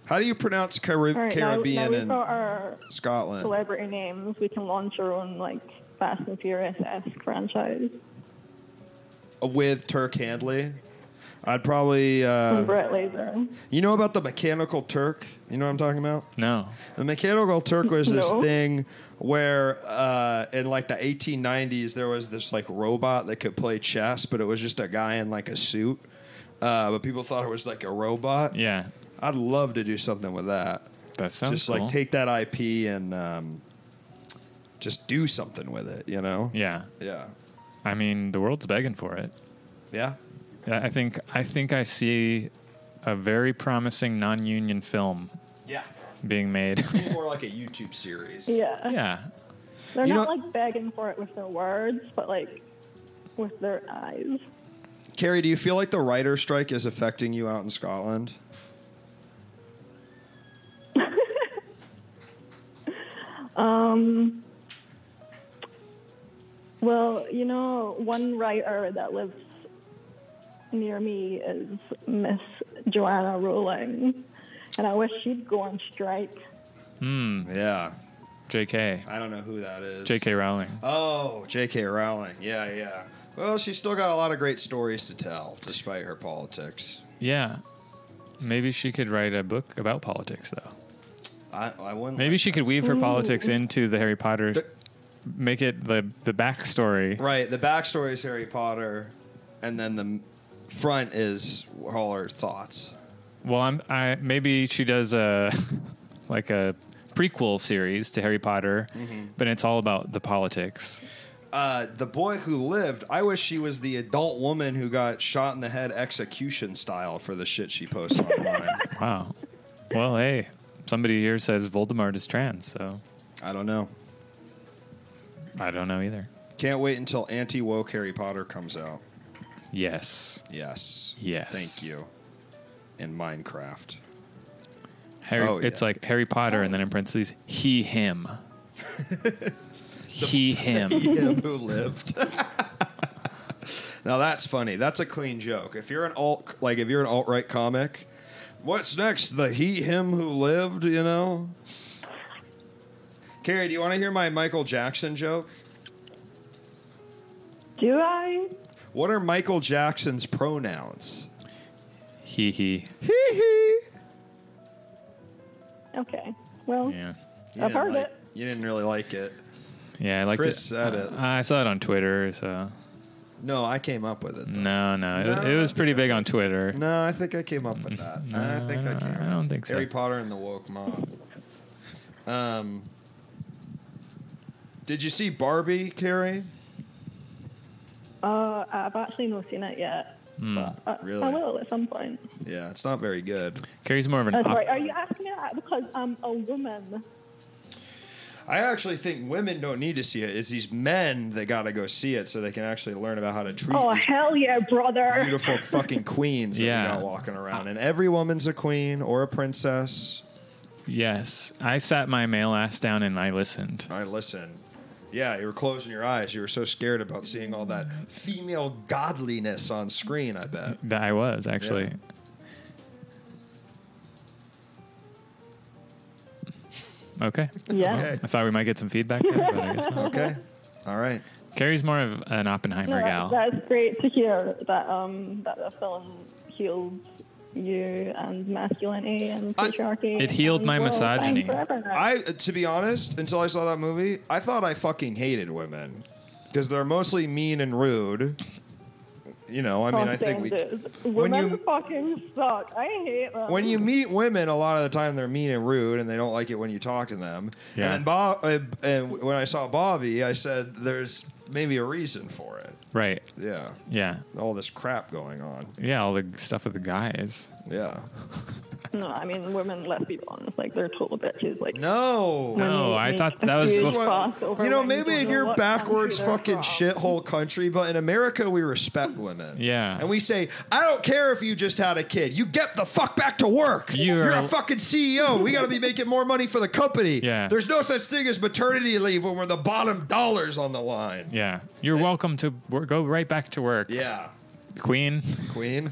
S1: How do you pronounce Carib-
S7: All right, now- now,
S1: Caribbean
S7: we've
S1: in
S7: got our
S1: Scotland?
S7: celebrity names. We can launch our own like Fast and Furious esque franchise.
S1: Uh, with Turk Handley. I'd probably,
S7: From
S1: uh,
S7: Brett Laser.
S1: you know about the Mechanical Turk? You know what I'm talking about?
S2: No.
S1: The Mechanical Turk was this
S7: No.
S1: thing where uh, in like the 1890s there was this like robot that could play chess, but it was just a guy in like a suit. Uh, but people thought it was like a robot.
S2: Yeah,
S1: I'd love to do something with that.
S2: that sounds
S1: just
S2: cool.
S1: like take that IP and um, just do something with it, you know?
S2: Yeah,
S1: Yeah.
S2: I mean the world's begging for it.
S1: Yeah.
S2: Yeah, I think I think I see a very promising non-union film
S1: Yeah.
S2: being
S7: <laughs>
S2: made.
S1: More like a YouTube series.
S7: Yeah.
S2: yeah,
S7: They're
S1: You
S7: not
S1: know-
S7: like begging for it with their words, but like with their eyes.
S1: Carrie, do you feel like the writer strike is affecting you out in Scotland?
S7: Um, well, you know, one writer that lives near me is Miss Joanna Rowling, and I wish she'd go on strike.
S2: Hmm.
S1: Yeah,
S2: J.K.
S1: I don't know who that is.
S2: J.K. Rowling.
S1: Oh, J.K. Rowling. Yeah, yeah. Well, she's still got a lot of great stories to tell, despite her politics.
S2: Yeah, maybe she could write a book about politics though.
S1: I, I wouldn't.
S2: Maybe
S1: like
S2: she
S1: that.
S2: could weave her politics into the Harry Potter,
S1: The-
S2: make it the the backstory.
S1: Right. The backstory is Harry Potter, and then the m- front is all her thoughts.
S2: Well, I'm I maybe she does a <laughs> like a prequel series to Harry Potter,
S1: Mm-hmm.
S2: but it's all about the politics.
S1: Uh, the boy who lived. I wish she was the adult woman who got shot in the head execution style for the shit she
S2: <laughs>
S1: posts online.
S2: Wow. Well, hey, somebody here says Voldemort is trans, so
S1: I don't know.
S2: I don't know either.
S1: Can't wait until anti woke Harry Potter comes out.
S2: Yes,
S1: Yes.
S2: Yes.
S1: Thank you. In Minecraft.
S2: Harry.
S1: Oh,
S2: It's
S1: yeah.
S2: like Harry Potter, and then in parentheses,
S1: <laughs>
S2: he him. he him.
S1: Him <laughs> who lived. now that's funny. That's a clean joke. If you're an alt like if you're an alt right comic, what's next? The he him who lived, you know? Carrie, do you want to hear my Michael Jackson joke?
S7: Do I?
S1: What are Michael Jackson's pronouns?
S2: he he.
S1: Hee hee.
S7: Okay. Well,
S2: Yeah.
S1: You
S7: I've
S1: didn't
S7: heard
S1: like-
S7: it.
S1: You didn't really like it.
S2: Yeah, I like
S1: Chris
S2: it.
S1: said it.
S2: I saw it on Twitter. So
S1: No, I came up with it. though.
S2: No, no,
S1: No,
S2: it, it was pretty big on Twitter.
S1: No, I think I came up with that.
S2: No,
S1: I think
S2: I
S1: I,
S2: don't-
S1: came.
S2: Mm-hmm. I don't think so.
S1: Harry Potter and the woke mob. Um, did you see Barbie, Carrie?
S7: Uh, I've actually not seen it yet. But I, I
S1: Hmm, Really?
S7: will at some point.
S1: Yeah, it's not very good.
S2: Carrie's more of an.
S7: Oh,
S1: Uh-huh.
S2: op-
S7: sorry, are you asking me that because I'm a woman?
S1: I actually think women don't need to see it. It's these men that got to go see it so they can actually learn about how to treat
S7: Oh,
S1: these
S7: hell yeah, brother.
S1: beautiful fucking queens that
S2: Yeah.
S1: we got walking around. And every woman's a queen or a princess.
S2: yes, I sat my male ass down and I listened.
S1: I listen. Yeah, you were closing your eyes. You were so scared about seeing all that female godliness on screen, I bet.
S2: That I was actually.
S1: Yeah.
S2: Okay.
S7: <laughs> Yeah.
S2: <laughs>
S1: Okay.
S2: I thought we might get some feedback there, but I guess not.
S1: Okay. All right.
S2: Carrie's more of an Oppenheimer
S7: No, that,
S2: gal.
S7: that's great to hear that um that the film healed you and masculinity and
S1: I-
S7: patriarchy.
S2: It healed
S7: and
S2: my
S7: we're all fine
S2: misogyny.
S7: forever now.
S1: I to be honest, until I saw that movie, I thought I fucking hated women because they're mostly mean and rude. You know, I mean, I think we
S7: Consensus.
S1: when
S7: women
S1: you-
S7: fucking suck. I hate them.
S1: when you meet women, a lot of the time they're mean and rude, and they don't like it when you talk to them.
S2: Yeah.
S1: And then Bob, uh, and when I saw Bobby, I said, "There's maybe a reason for it."
S2: Right.
S1: Yeah,
S2: Yeah.
S1: all this crap going on.
S2: Yeah, all the stuff with the guys.
S1: Yeah.
S7: no, I mean women. Let's be honest, like they're total bitches. Like
S1: No.
S7: when
S2: No,
S7: you
S2: I
S7: make
S2: thought
S7: a
S2: that was-
S7: huge
S1: That's why-
S7: fuss over
S1: you know,
S7: when
S1: maybe
S7: don't
S1: in
S7: know
S1: your
S7: what country
S1: backwards
S7: they're
S1: fucking
S7: from.
S1: shithole country, but in America we respect women.
S2: <laughs> Yeah.
S1: And we say, I don't care if you just had a kid. You get the fuck back to work.
S2: You
S1: You're
S2: are-
S1: a fucking CEO. We got to be making more money for the company.
S2: <laughs> Yeah.
S1: There's no such thing as maternity leave when we're the bottom dollars on the line.
S2: Yeah. You're welcome to wor- go right back to work.
S1: Yeah,
S2: Queen.
S1: queen.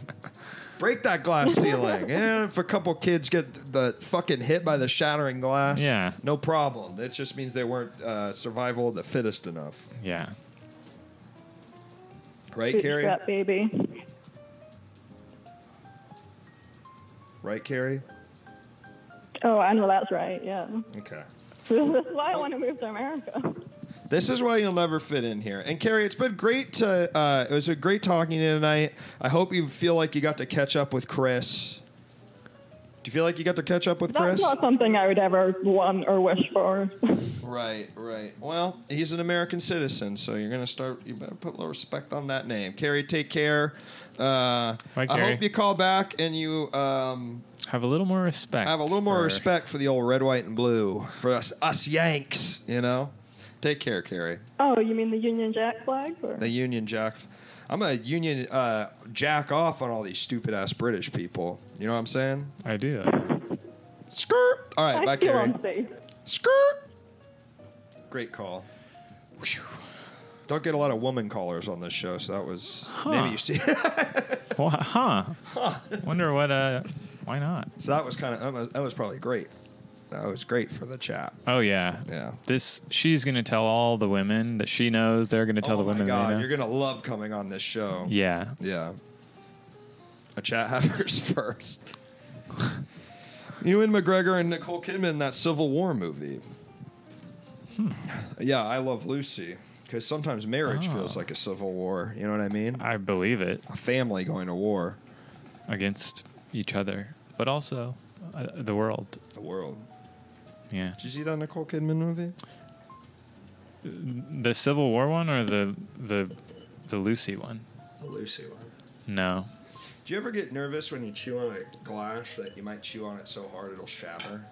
S1: Break that
S7: <laughs>
S1: glass ceiling. and if a couple kids get the fucking hit by the shattering glass,
S2: Yeah.
S1: no problem. That just means they weren't uh, survival of the fittest enough.
S2: Yeah.
S1: Right, Carrie?
S7: Bootstrap baby.
S1: Right, Carrie?
S7: Oh, I know that's right. Yeah, <laughs>
S1: Okay.
S7: this is why I want to move to America.
S1: This is why you'll never fit in here. And Carrie, it's been great to uh, it was a great talking to you tonight. I hope you feel like you got to catch up with Chris. Do you feel like you got to catch up with
S7: That's
S1: Chris?
S7: not something I would ever want or wish for.
S1: Right, right. Well, he's an American citizen, so you're gonna start. You better put a little respect on that name, Carrie. Take care. Uh,
S2: Bye,
S1: I
S2: Carrie.
S1: hope you call back and you um,
S2: Have a little more respect.
S1: have a little more
S2: for-
S1: respect for the old red, white, and blue for us us Yanks. You know. Take care, Carrie.
S7: Oh, you mean the Union Jack flag? Or?
S1: The Union Jack. I'm a Union uh, jack off on all these stupid ass British people. You know what I'm saying?
S2: I do.
S1: Skirt. All right,
S7: I
S1: back
S7: feel
S1: here.
S7: unsafe.
S1: Skirt. Great call. Whew. Don't get a lot of woman callers on this show, so that was maybe you see. <laughs>
S2: Wha- huh. Wonder what, uh, why not?
S1: so that was kind of that was probably great. That was great for the chat.
S2: Oh, yeah.
S1: Yeah.
S2: This, she's going to tell all the women that she knows. They're going to tell
S1: oh
S2: the
S1: my
S2: women they
S1: god,
S2: know.
S1: you're gonna love coming on this show.
S2: yeah.
S1: Yeah. A chat havers <laughs> first. Ewan McGregor and Nicole Kidman in that Civil War movie.
S2: Hmm.
S1: Yeah, I love Lucy because sometimes marriage
S2: Ah.
S1: feels like a civil war. You know what I mean?
S2: I believe it.
S1: A family going to war,
S2: Against each other, but also uh, the world.
S1: the world.
S2: Yeah.
S1: Did you see that Nicole Kidman movie?
S2: The Civil War one or the, the, the Lucy one?
S1: The Lucy one.
S2: No.
S1: Do you ever get nervous when you chew on a glass that you might chew on it so hard it'll shatter?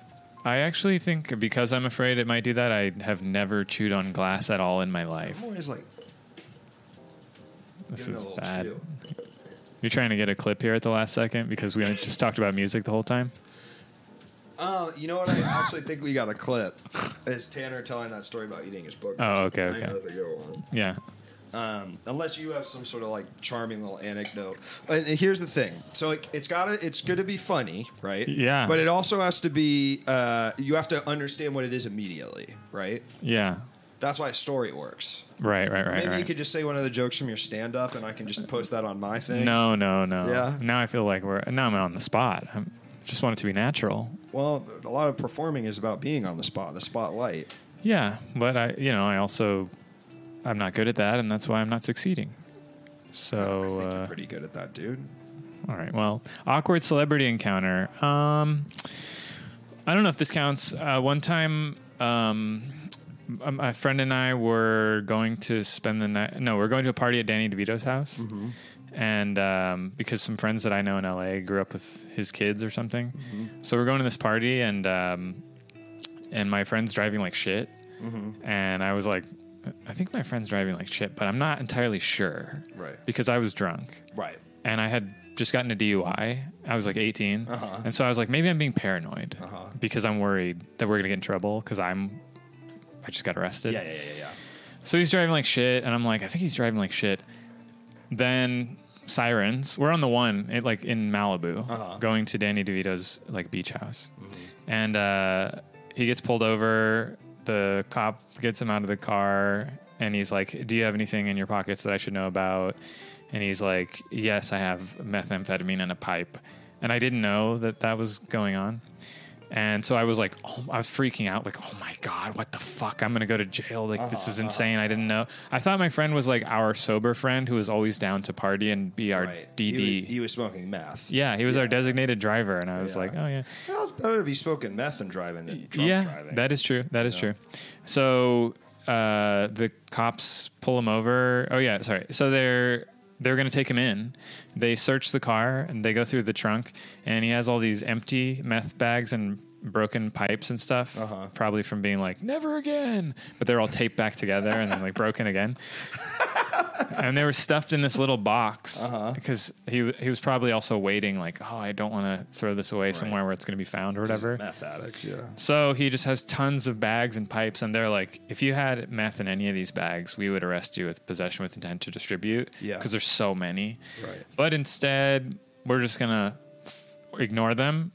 S2: I actually think because I'm afraid it might do that, I have never chewed on glass at all in my life.
S1: I'm always like,
S2: This
S1: giving it
S2: is
S1: a little
S2: bad.
S1: chew.
S2: You're trying to get a clip here at the last second because we just talked about music the whole time.
S1: Uh, you know what? I actually think we got a clip. It's Tanner telling that story about eating his book.
S2: Oh, okay,
S1: I think
S2: okay.
S1: that's a good one.
S2: Yeah.
S1: Um, unless you have some sort of like charming little anecdote. And and here's the thing. So it, it's got to it's good to be funny, right?
S2: Yeah.
S1: But it also has to be. Uh, you have to understand what it is immediately, right?
S2: Yeah.
S1: That's why a story works.
S2: Right, right, right,
S1: Maybe
S2: right.
S1: you could just say one of the jokes from your stand up, and I can just post that on my thing.
S2: no, no, no.
S1: Yeah.
S2: Now I feel like we're now I'm on the spot. I just want it to be natural.
S1: Well, a lot of performing is about being on the spot, the spotlight.
S2: Yeah, but I, you know, I also I'm not good at that, and that's why I'm not succeeding.
S1: I
S2: So,
S1: think you're
S2: uh,
S1: pretty good at that, dude.
S2: all right. Well, awkward celebrity encounter. Um, I don't know if this counts. Uh, one time, um, m- a friend and I were going to spend the night. No, we are going to a party at Danny DeVito's house. And um, because some friends that I know in LA grew up with his kids or something, so we're going to this party, and um, and my friend's driving like shit, and I was like, I think my friend's driving like shit, but I'm not entirely sure,
S1: Right.
S2: Because I was drunk,
S1: Right.
S2: and I had just gotten a DUI. I was like 18,
S1: Uh-huh.
S2: and so I was like, maybe I'm being paranoid
S1: Uh-huh.
S2: because I'm worried that we're gonna get in trouble because I'm, I just got arrested.
S1: Yeah, yeah, yeah, yeah.
S2: So he's driving like shit, and I'm like, I think he's driving like shit. Then sirens. We're on the one, it, like in Malibu,
S1: Uh-huh.
S2: going to Danny DeVito's like beach house, and uh, he gets pulled over. The cop gets him out of the car, and he's like, "Do you have anything in your pockets that I should know about?" And he's like, "Yes, I have methamphetamine and a pipe." And I didn't know that that was going on. And so I was like, oh, I was freaking out, like, oh my God, what the fuck? I'm going to go to jail. Like, this
S1: Uh-huh,
S2: is insane. I didn't know. I thought my friend was like our sober friend who was always down to party and be our
S1: Right.
S2: DD.
S1: He was, he was smoking meth.
S2: yeah, he was our designated driver. And I was
S1: Yeah.
S2: like, oh yeah.
S1: Well, it's better to be smoking meth than driving than drunk
S2: yeah,
S1: driving.
S2: that is true. That is true. So uh, the cops pull him over. Oh yeah, sorry. So they're they're going to take him in. They search the car and they go through the trunk, and he has all these empty meth bags and broken pipes and stuff,
S1: Uh-huh.
S2: probably from being like "never again," but they're all taped back together and then like
S1: <laughs>
S2: broken again. and they were stuffed in this little box
S1: Uh-huh.
S2: because he he was probably also waiting like oh I don't want to throw this away somewhere where it's going to be found or whatever.
S1: meth addict. Yeah.
S2: So he just has tons of bags and pipes, and they're like, if you had meth in any of these bags, we would arrest you with possession with intent to distribute.
S1: Yeah.
S2: Because there's so many.
S1: Right.
S2: But instead, we're just going to f- ignore them.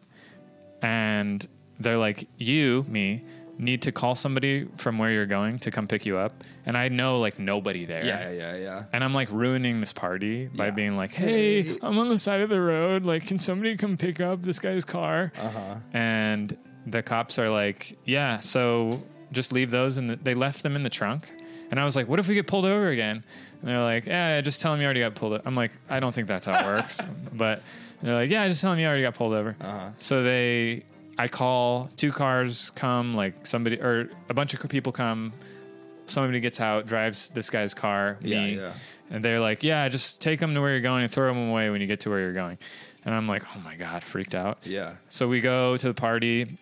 S2: And they're like, you, me, need to call somebody from where you're going to come pick you up. And I know like nobody there.
S1: Yeah, yeah, yeah.
S2: And I'm like ruining this party by
S1: Yeah.
S2: being like,
S1: <laughs>
S2: hey, I'm on the side of the road. Like, can somebody come pick up this guy's car?
S1: Uh huh.
S2: and the cops are like, "Yeah, so just leave those." And they left them in the trunk. And I was like, "What if we get pulled over again?" And they're like, "Yeah, just tell them you already got pulled." over. I'm like, "I don't think that's how it
S1: <laughs>
S2: works." <laughs> But they're like, "Yeah, just tell them you already got pulled over."
S1: Uh-huh.
S2: So they, I call, two cars come, like somebody or a bunch of people come. Somebody gets out, drives this guy's car, me,
S1: Yeah, yeah.
S2: and they're like, "Yeah, just take them to where you're going and throw them away when you get to where you're going." And I'm like, "Oh my god, freaked out."
S1: Yeah.
S2: So we go to the party.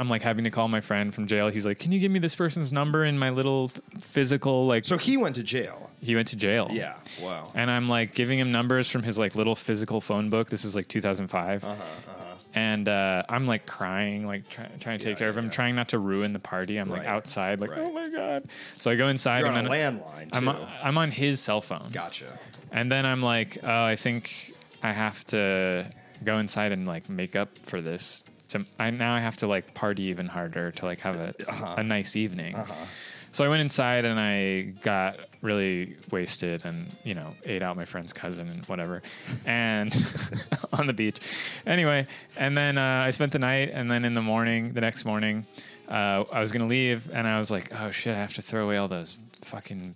S2: I'm like having to call my friend from jail. He's like, "Can you give me this person's number in my little th- physical like?"
S1: So he went to jail.
S2: he went to jail.
S1: Yeah. Wow.
S2: And I'm like giving him numbers from his like little physical phone book. This is like 2005,
S1: Uh huh. Uh-huh.
S2: and uh, I'm like crying, like try- trying to take
S1: Yeah,
S2: care of
S1: yeah,
S2: him,
S1: yeah.
S2: trying not to ruin the party. I'm like
S1: Right.
S2: outside, like
S1: Right.
S2: oh my god. So I go inside.
S1: You're
S2: and
S1: on a
S2: then
S1: landline too.
S2: I'm I'm on his cell phone.
S1: gotcha.
S2: And then I'm like, oh, I think I have to go inside and like make up for this. To I now I have to like party even harder to like have a a nice evening. So I went inside and I got really wasted and you know ate out my friend's cousin and whatever, and <laughs> on the beach. Anyway, and then uh, I spent the night and then in the morning, the next morning, uh, I was gonna leave and I was like, oh shit, I have to throw away all those fucking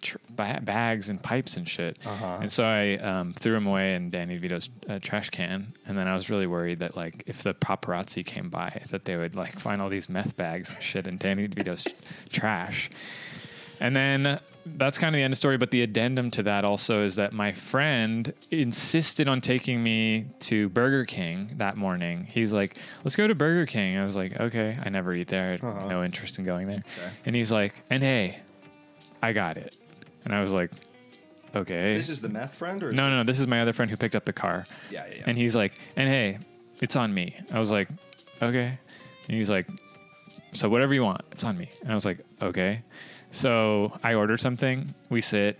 S2: tr- ba- bags and pipes and shit. And so I um, threw them away in Danny DeVito's uh, trash can. And then I was really worried that like if the paparazzi came by, that they would like find all these meth bags and shit in Danny DeVito's trash. And then that's kind of the end of the story. But the addendum to that also is that my friend insisted on taking me to Burger King that morning. He's like, let's go to Burger King. I was like, okay, I never eat there. I had No interest in going there. And he's like, and hey, I got it. And I was like, okay.
S1: This is the meth friend, or is
S2: no, no, no. This is my other friend who picked up the car.
S1: Yeah, yeah, yeah.
S2: And he's like, and hey, it's on me. I was like, okay. And he's like, so whatever you want, it's on me. And I was like, okay. So I order something. We sit.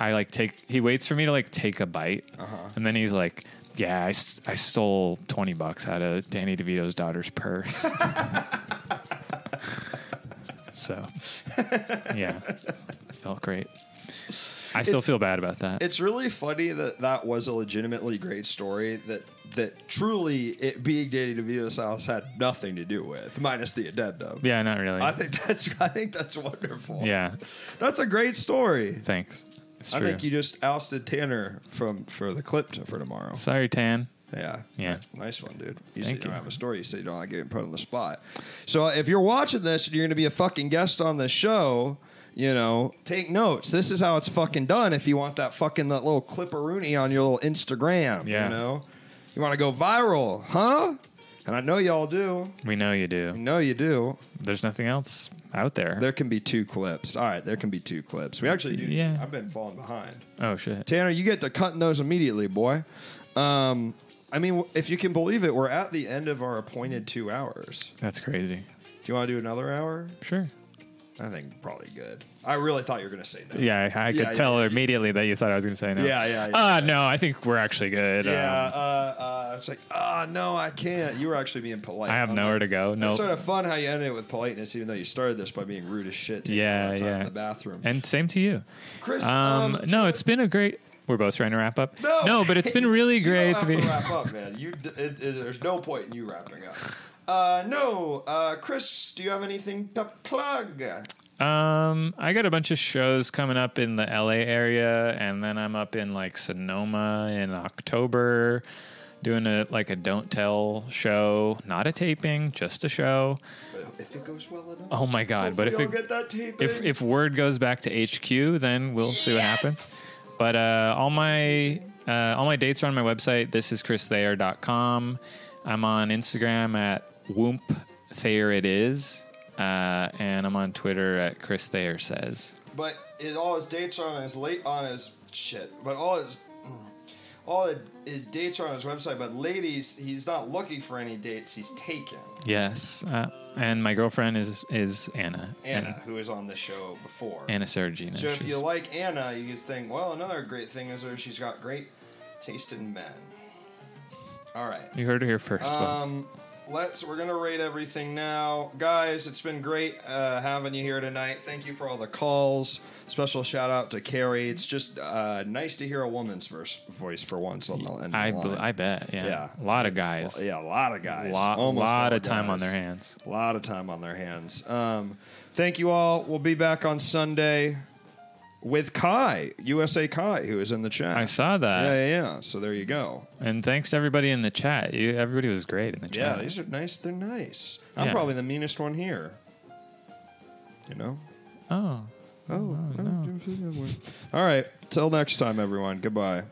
S2: I like take. He waits for me to like take a bite,
S1: Uh-huh.
S2: and then he's like, "Yeah, I, s- I stole twenty bucks out of Danny DeVito's daughter's purse." <laughs> so, yeah, felt great. I still feel bad about that.
S1: it's really funny that that was a legitimately great story that that truly it being Danny DeVito's house had nothing to do with, minus the addendum.
S2: yeah, not really.
S1: I think that's I think that's wonderful.
S2: yeah,
S1: That's a great story.
S2: thanks. It's
S1: I
S2: true.
S1: think you just ousted Tanner from for the clip t- for tomorrow.
S2: Sorry, Tan.
S1: Yeah.
S2: Yeah.
S1: Nice one, dude. You said
S2: Thank
S1: you don't
S2: you.
S1: have a story. You said you don't like getting put on the spot. So uh, if you're watching this and you're going to be a fucking guest on the show, you know, take notes. This is how it's fucking done. If you want that fucking that little clipperoonie on your little Instagram,
S2: Yeah.
S1: you know, you want to go viral, huh? And I know y'all do.
S2: We know you
S1: I
S2: do.
S1: know you do.
S2: There's nothing else out there.
S1: There can be two clips. All right, there can be two clips. We actually do.
S2: Yeah.
S1: I've been falling behind.
S2: oh shit.
S1: Tanner, you get to cutting those immediately, boy. Um, I mean, w- if you can believe it, we're at the end of our appointed two hours.
S2: That's crazy.
S1: Do you want to do another hour?
S2: Sure.
S1: I think probably good. I really thought you were going to say no.
S2: Yeah, I, I could
S1: Yeah,
S2: tell immediately that you thought I was going to say no.
S1: Yeah, yeah, yeah.
S2: Uh, no, I think we're actually good.
S1: Yeah,
S2: Um,
S1: uh, uh, it's like, oh, no, I can't. You were actually being polite.
S2: I have
S1: I'm
S2: nowhere
S1: like-
S2: to go. No.
S1: It's sort of fun how you ended it with politeness, even though you started this by being rude as shit. taking all
S2: yeah,
S1: that time
S2: yeah.
S1: In the bathroom.
S2: And same to you.
S1: Chris,
S2: Um,
S1: um,
S2: no, it's been a great. We're both trying to wrap up.
S1: No,
S2: but it's
S1: <laughs>
S2: been really
S1: You don't
S2: great
S1: have
S2: to be. <laughs>
S1: wrap up, man. You, d- it, it, there's no point in you wrapping up. Uh, no, uh, Chris, do you have anything to plug? Uh,
S2: Um, I got a bunch of shows coming up in the LA area, and then I'm up in like Sonoma in October, doing a like a don't tell show, not a taping, just a show.
S1: If it goes well enough.
S2: Oh my god!
S1: Hopefully
S2: but if
S1: I'll
S2: it,
S1: get that tape,
S2: if if word goes back to HQ, then we'll see what happens. But uh, all my uh, all my dates are on my website. This is christhayer.com. I'm on Instagram at whoomp thayer it is, uh, and I'm on Twitter at chris thayer says.
S1: but it, all his dates are on his late on his shit. But all his mm, all it- his dates are on his website. But ladies, he's not looking for any dates. He's taken
S2: Yes, uh, and my girlfriend is is Anna.
S1: Anna, who is on the show before.
S2: Anna Sergina.
S1: so if
S2: She's-
S1: you like Anna, you could think, well, another great thing is her. She's got great taste in men. All right.
S2: you heard her here first. folks.
S1: Um, let's. We're gonna rate everything now, guys. It's been great uh, having you here tonight. Thank you for all the calls. Special shout out to Carrie. It's just uh, nice to hear a woman's verse, voice for once on the end. of the
S2: I
S1: line.
S2: bel- I bet. Yeah.
S1: Yeah.
S2: A lot of guys.
S1: yeah, a lot of guys.
S2: lot,
S1: Almost
S2: lot
S1: all
S2: of time on
S1: guys.
S2: their hands.
S1: A lot of time on their hands. Um, thank you all. We'll be back on Sunday with Kai, USA Kai, who is in the chat.
S2: I saw that.
S1: Yeah, yeah, yeah. So there you go.
S2: And thanks to everybody in the chat. You, everybody was great in the
S1: Yeah,
S2: chat.
S1: these are nice. They're nice. I'm
S2: Yeah.
S1: probably the meanest one here. You know?
S2: oh.
S1: Oh, all right. Till next time, everyone. Goodbye.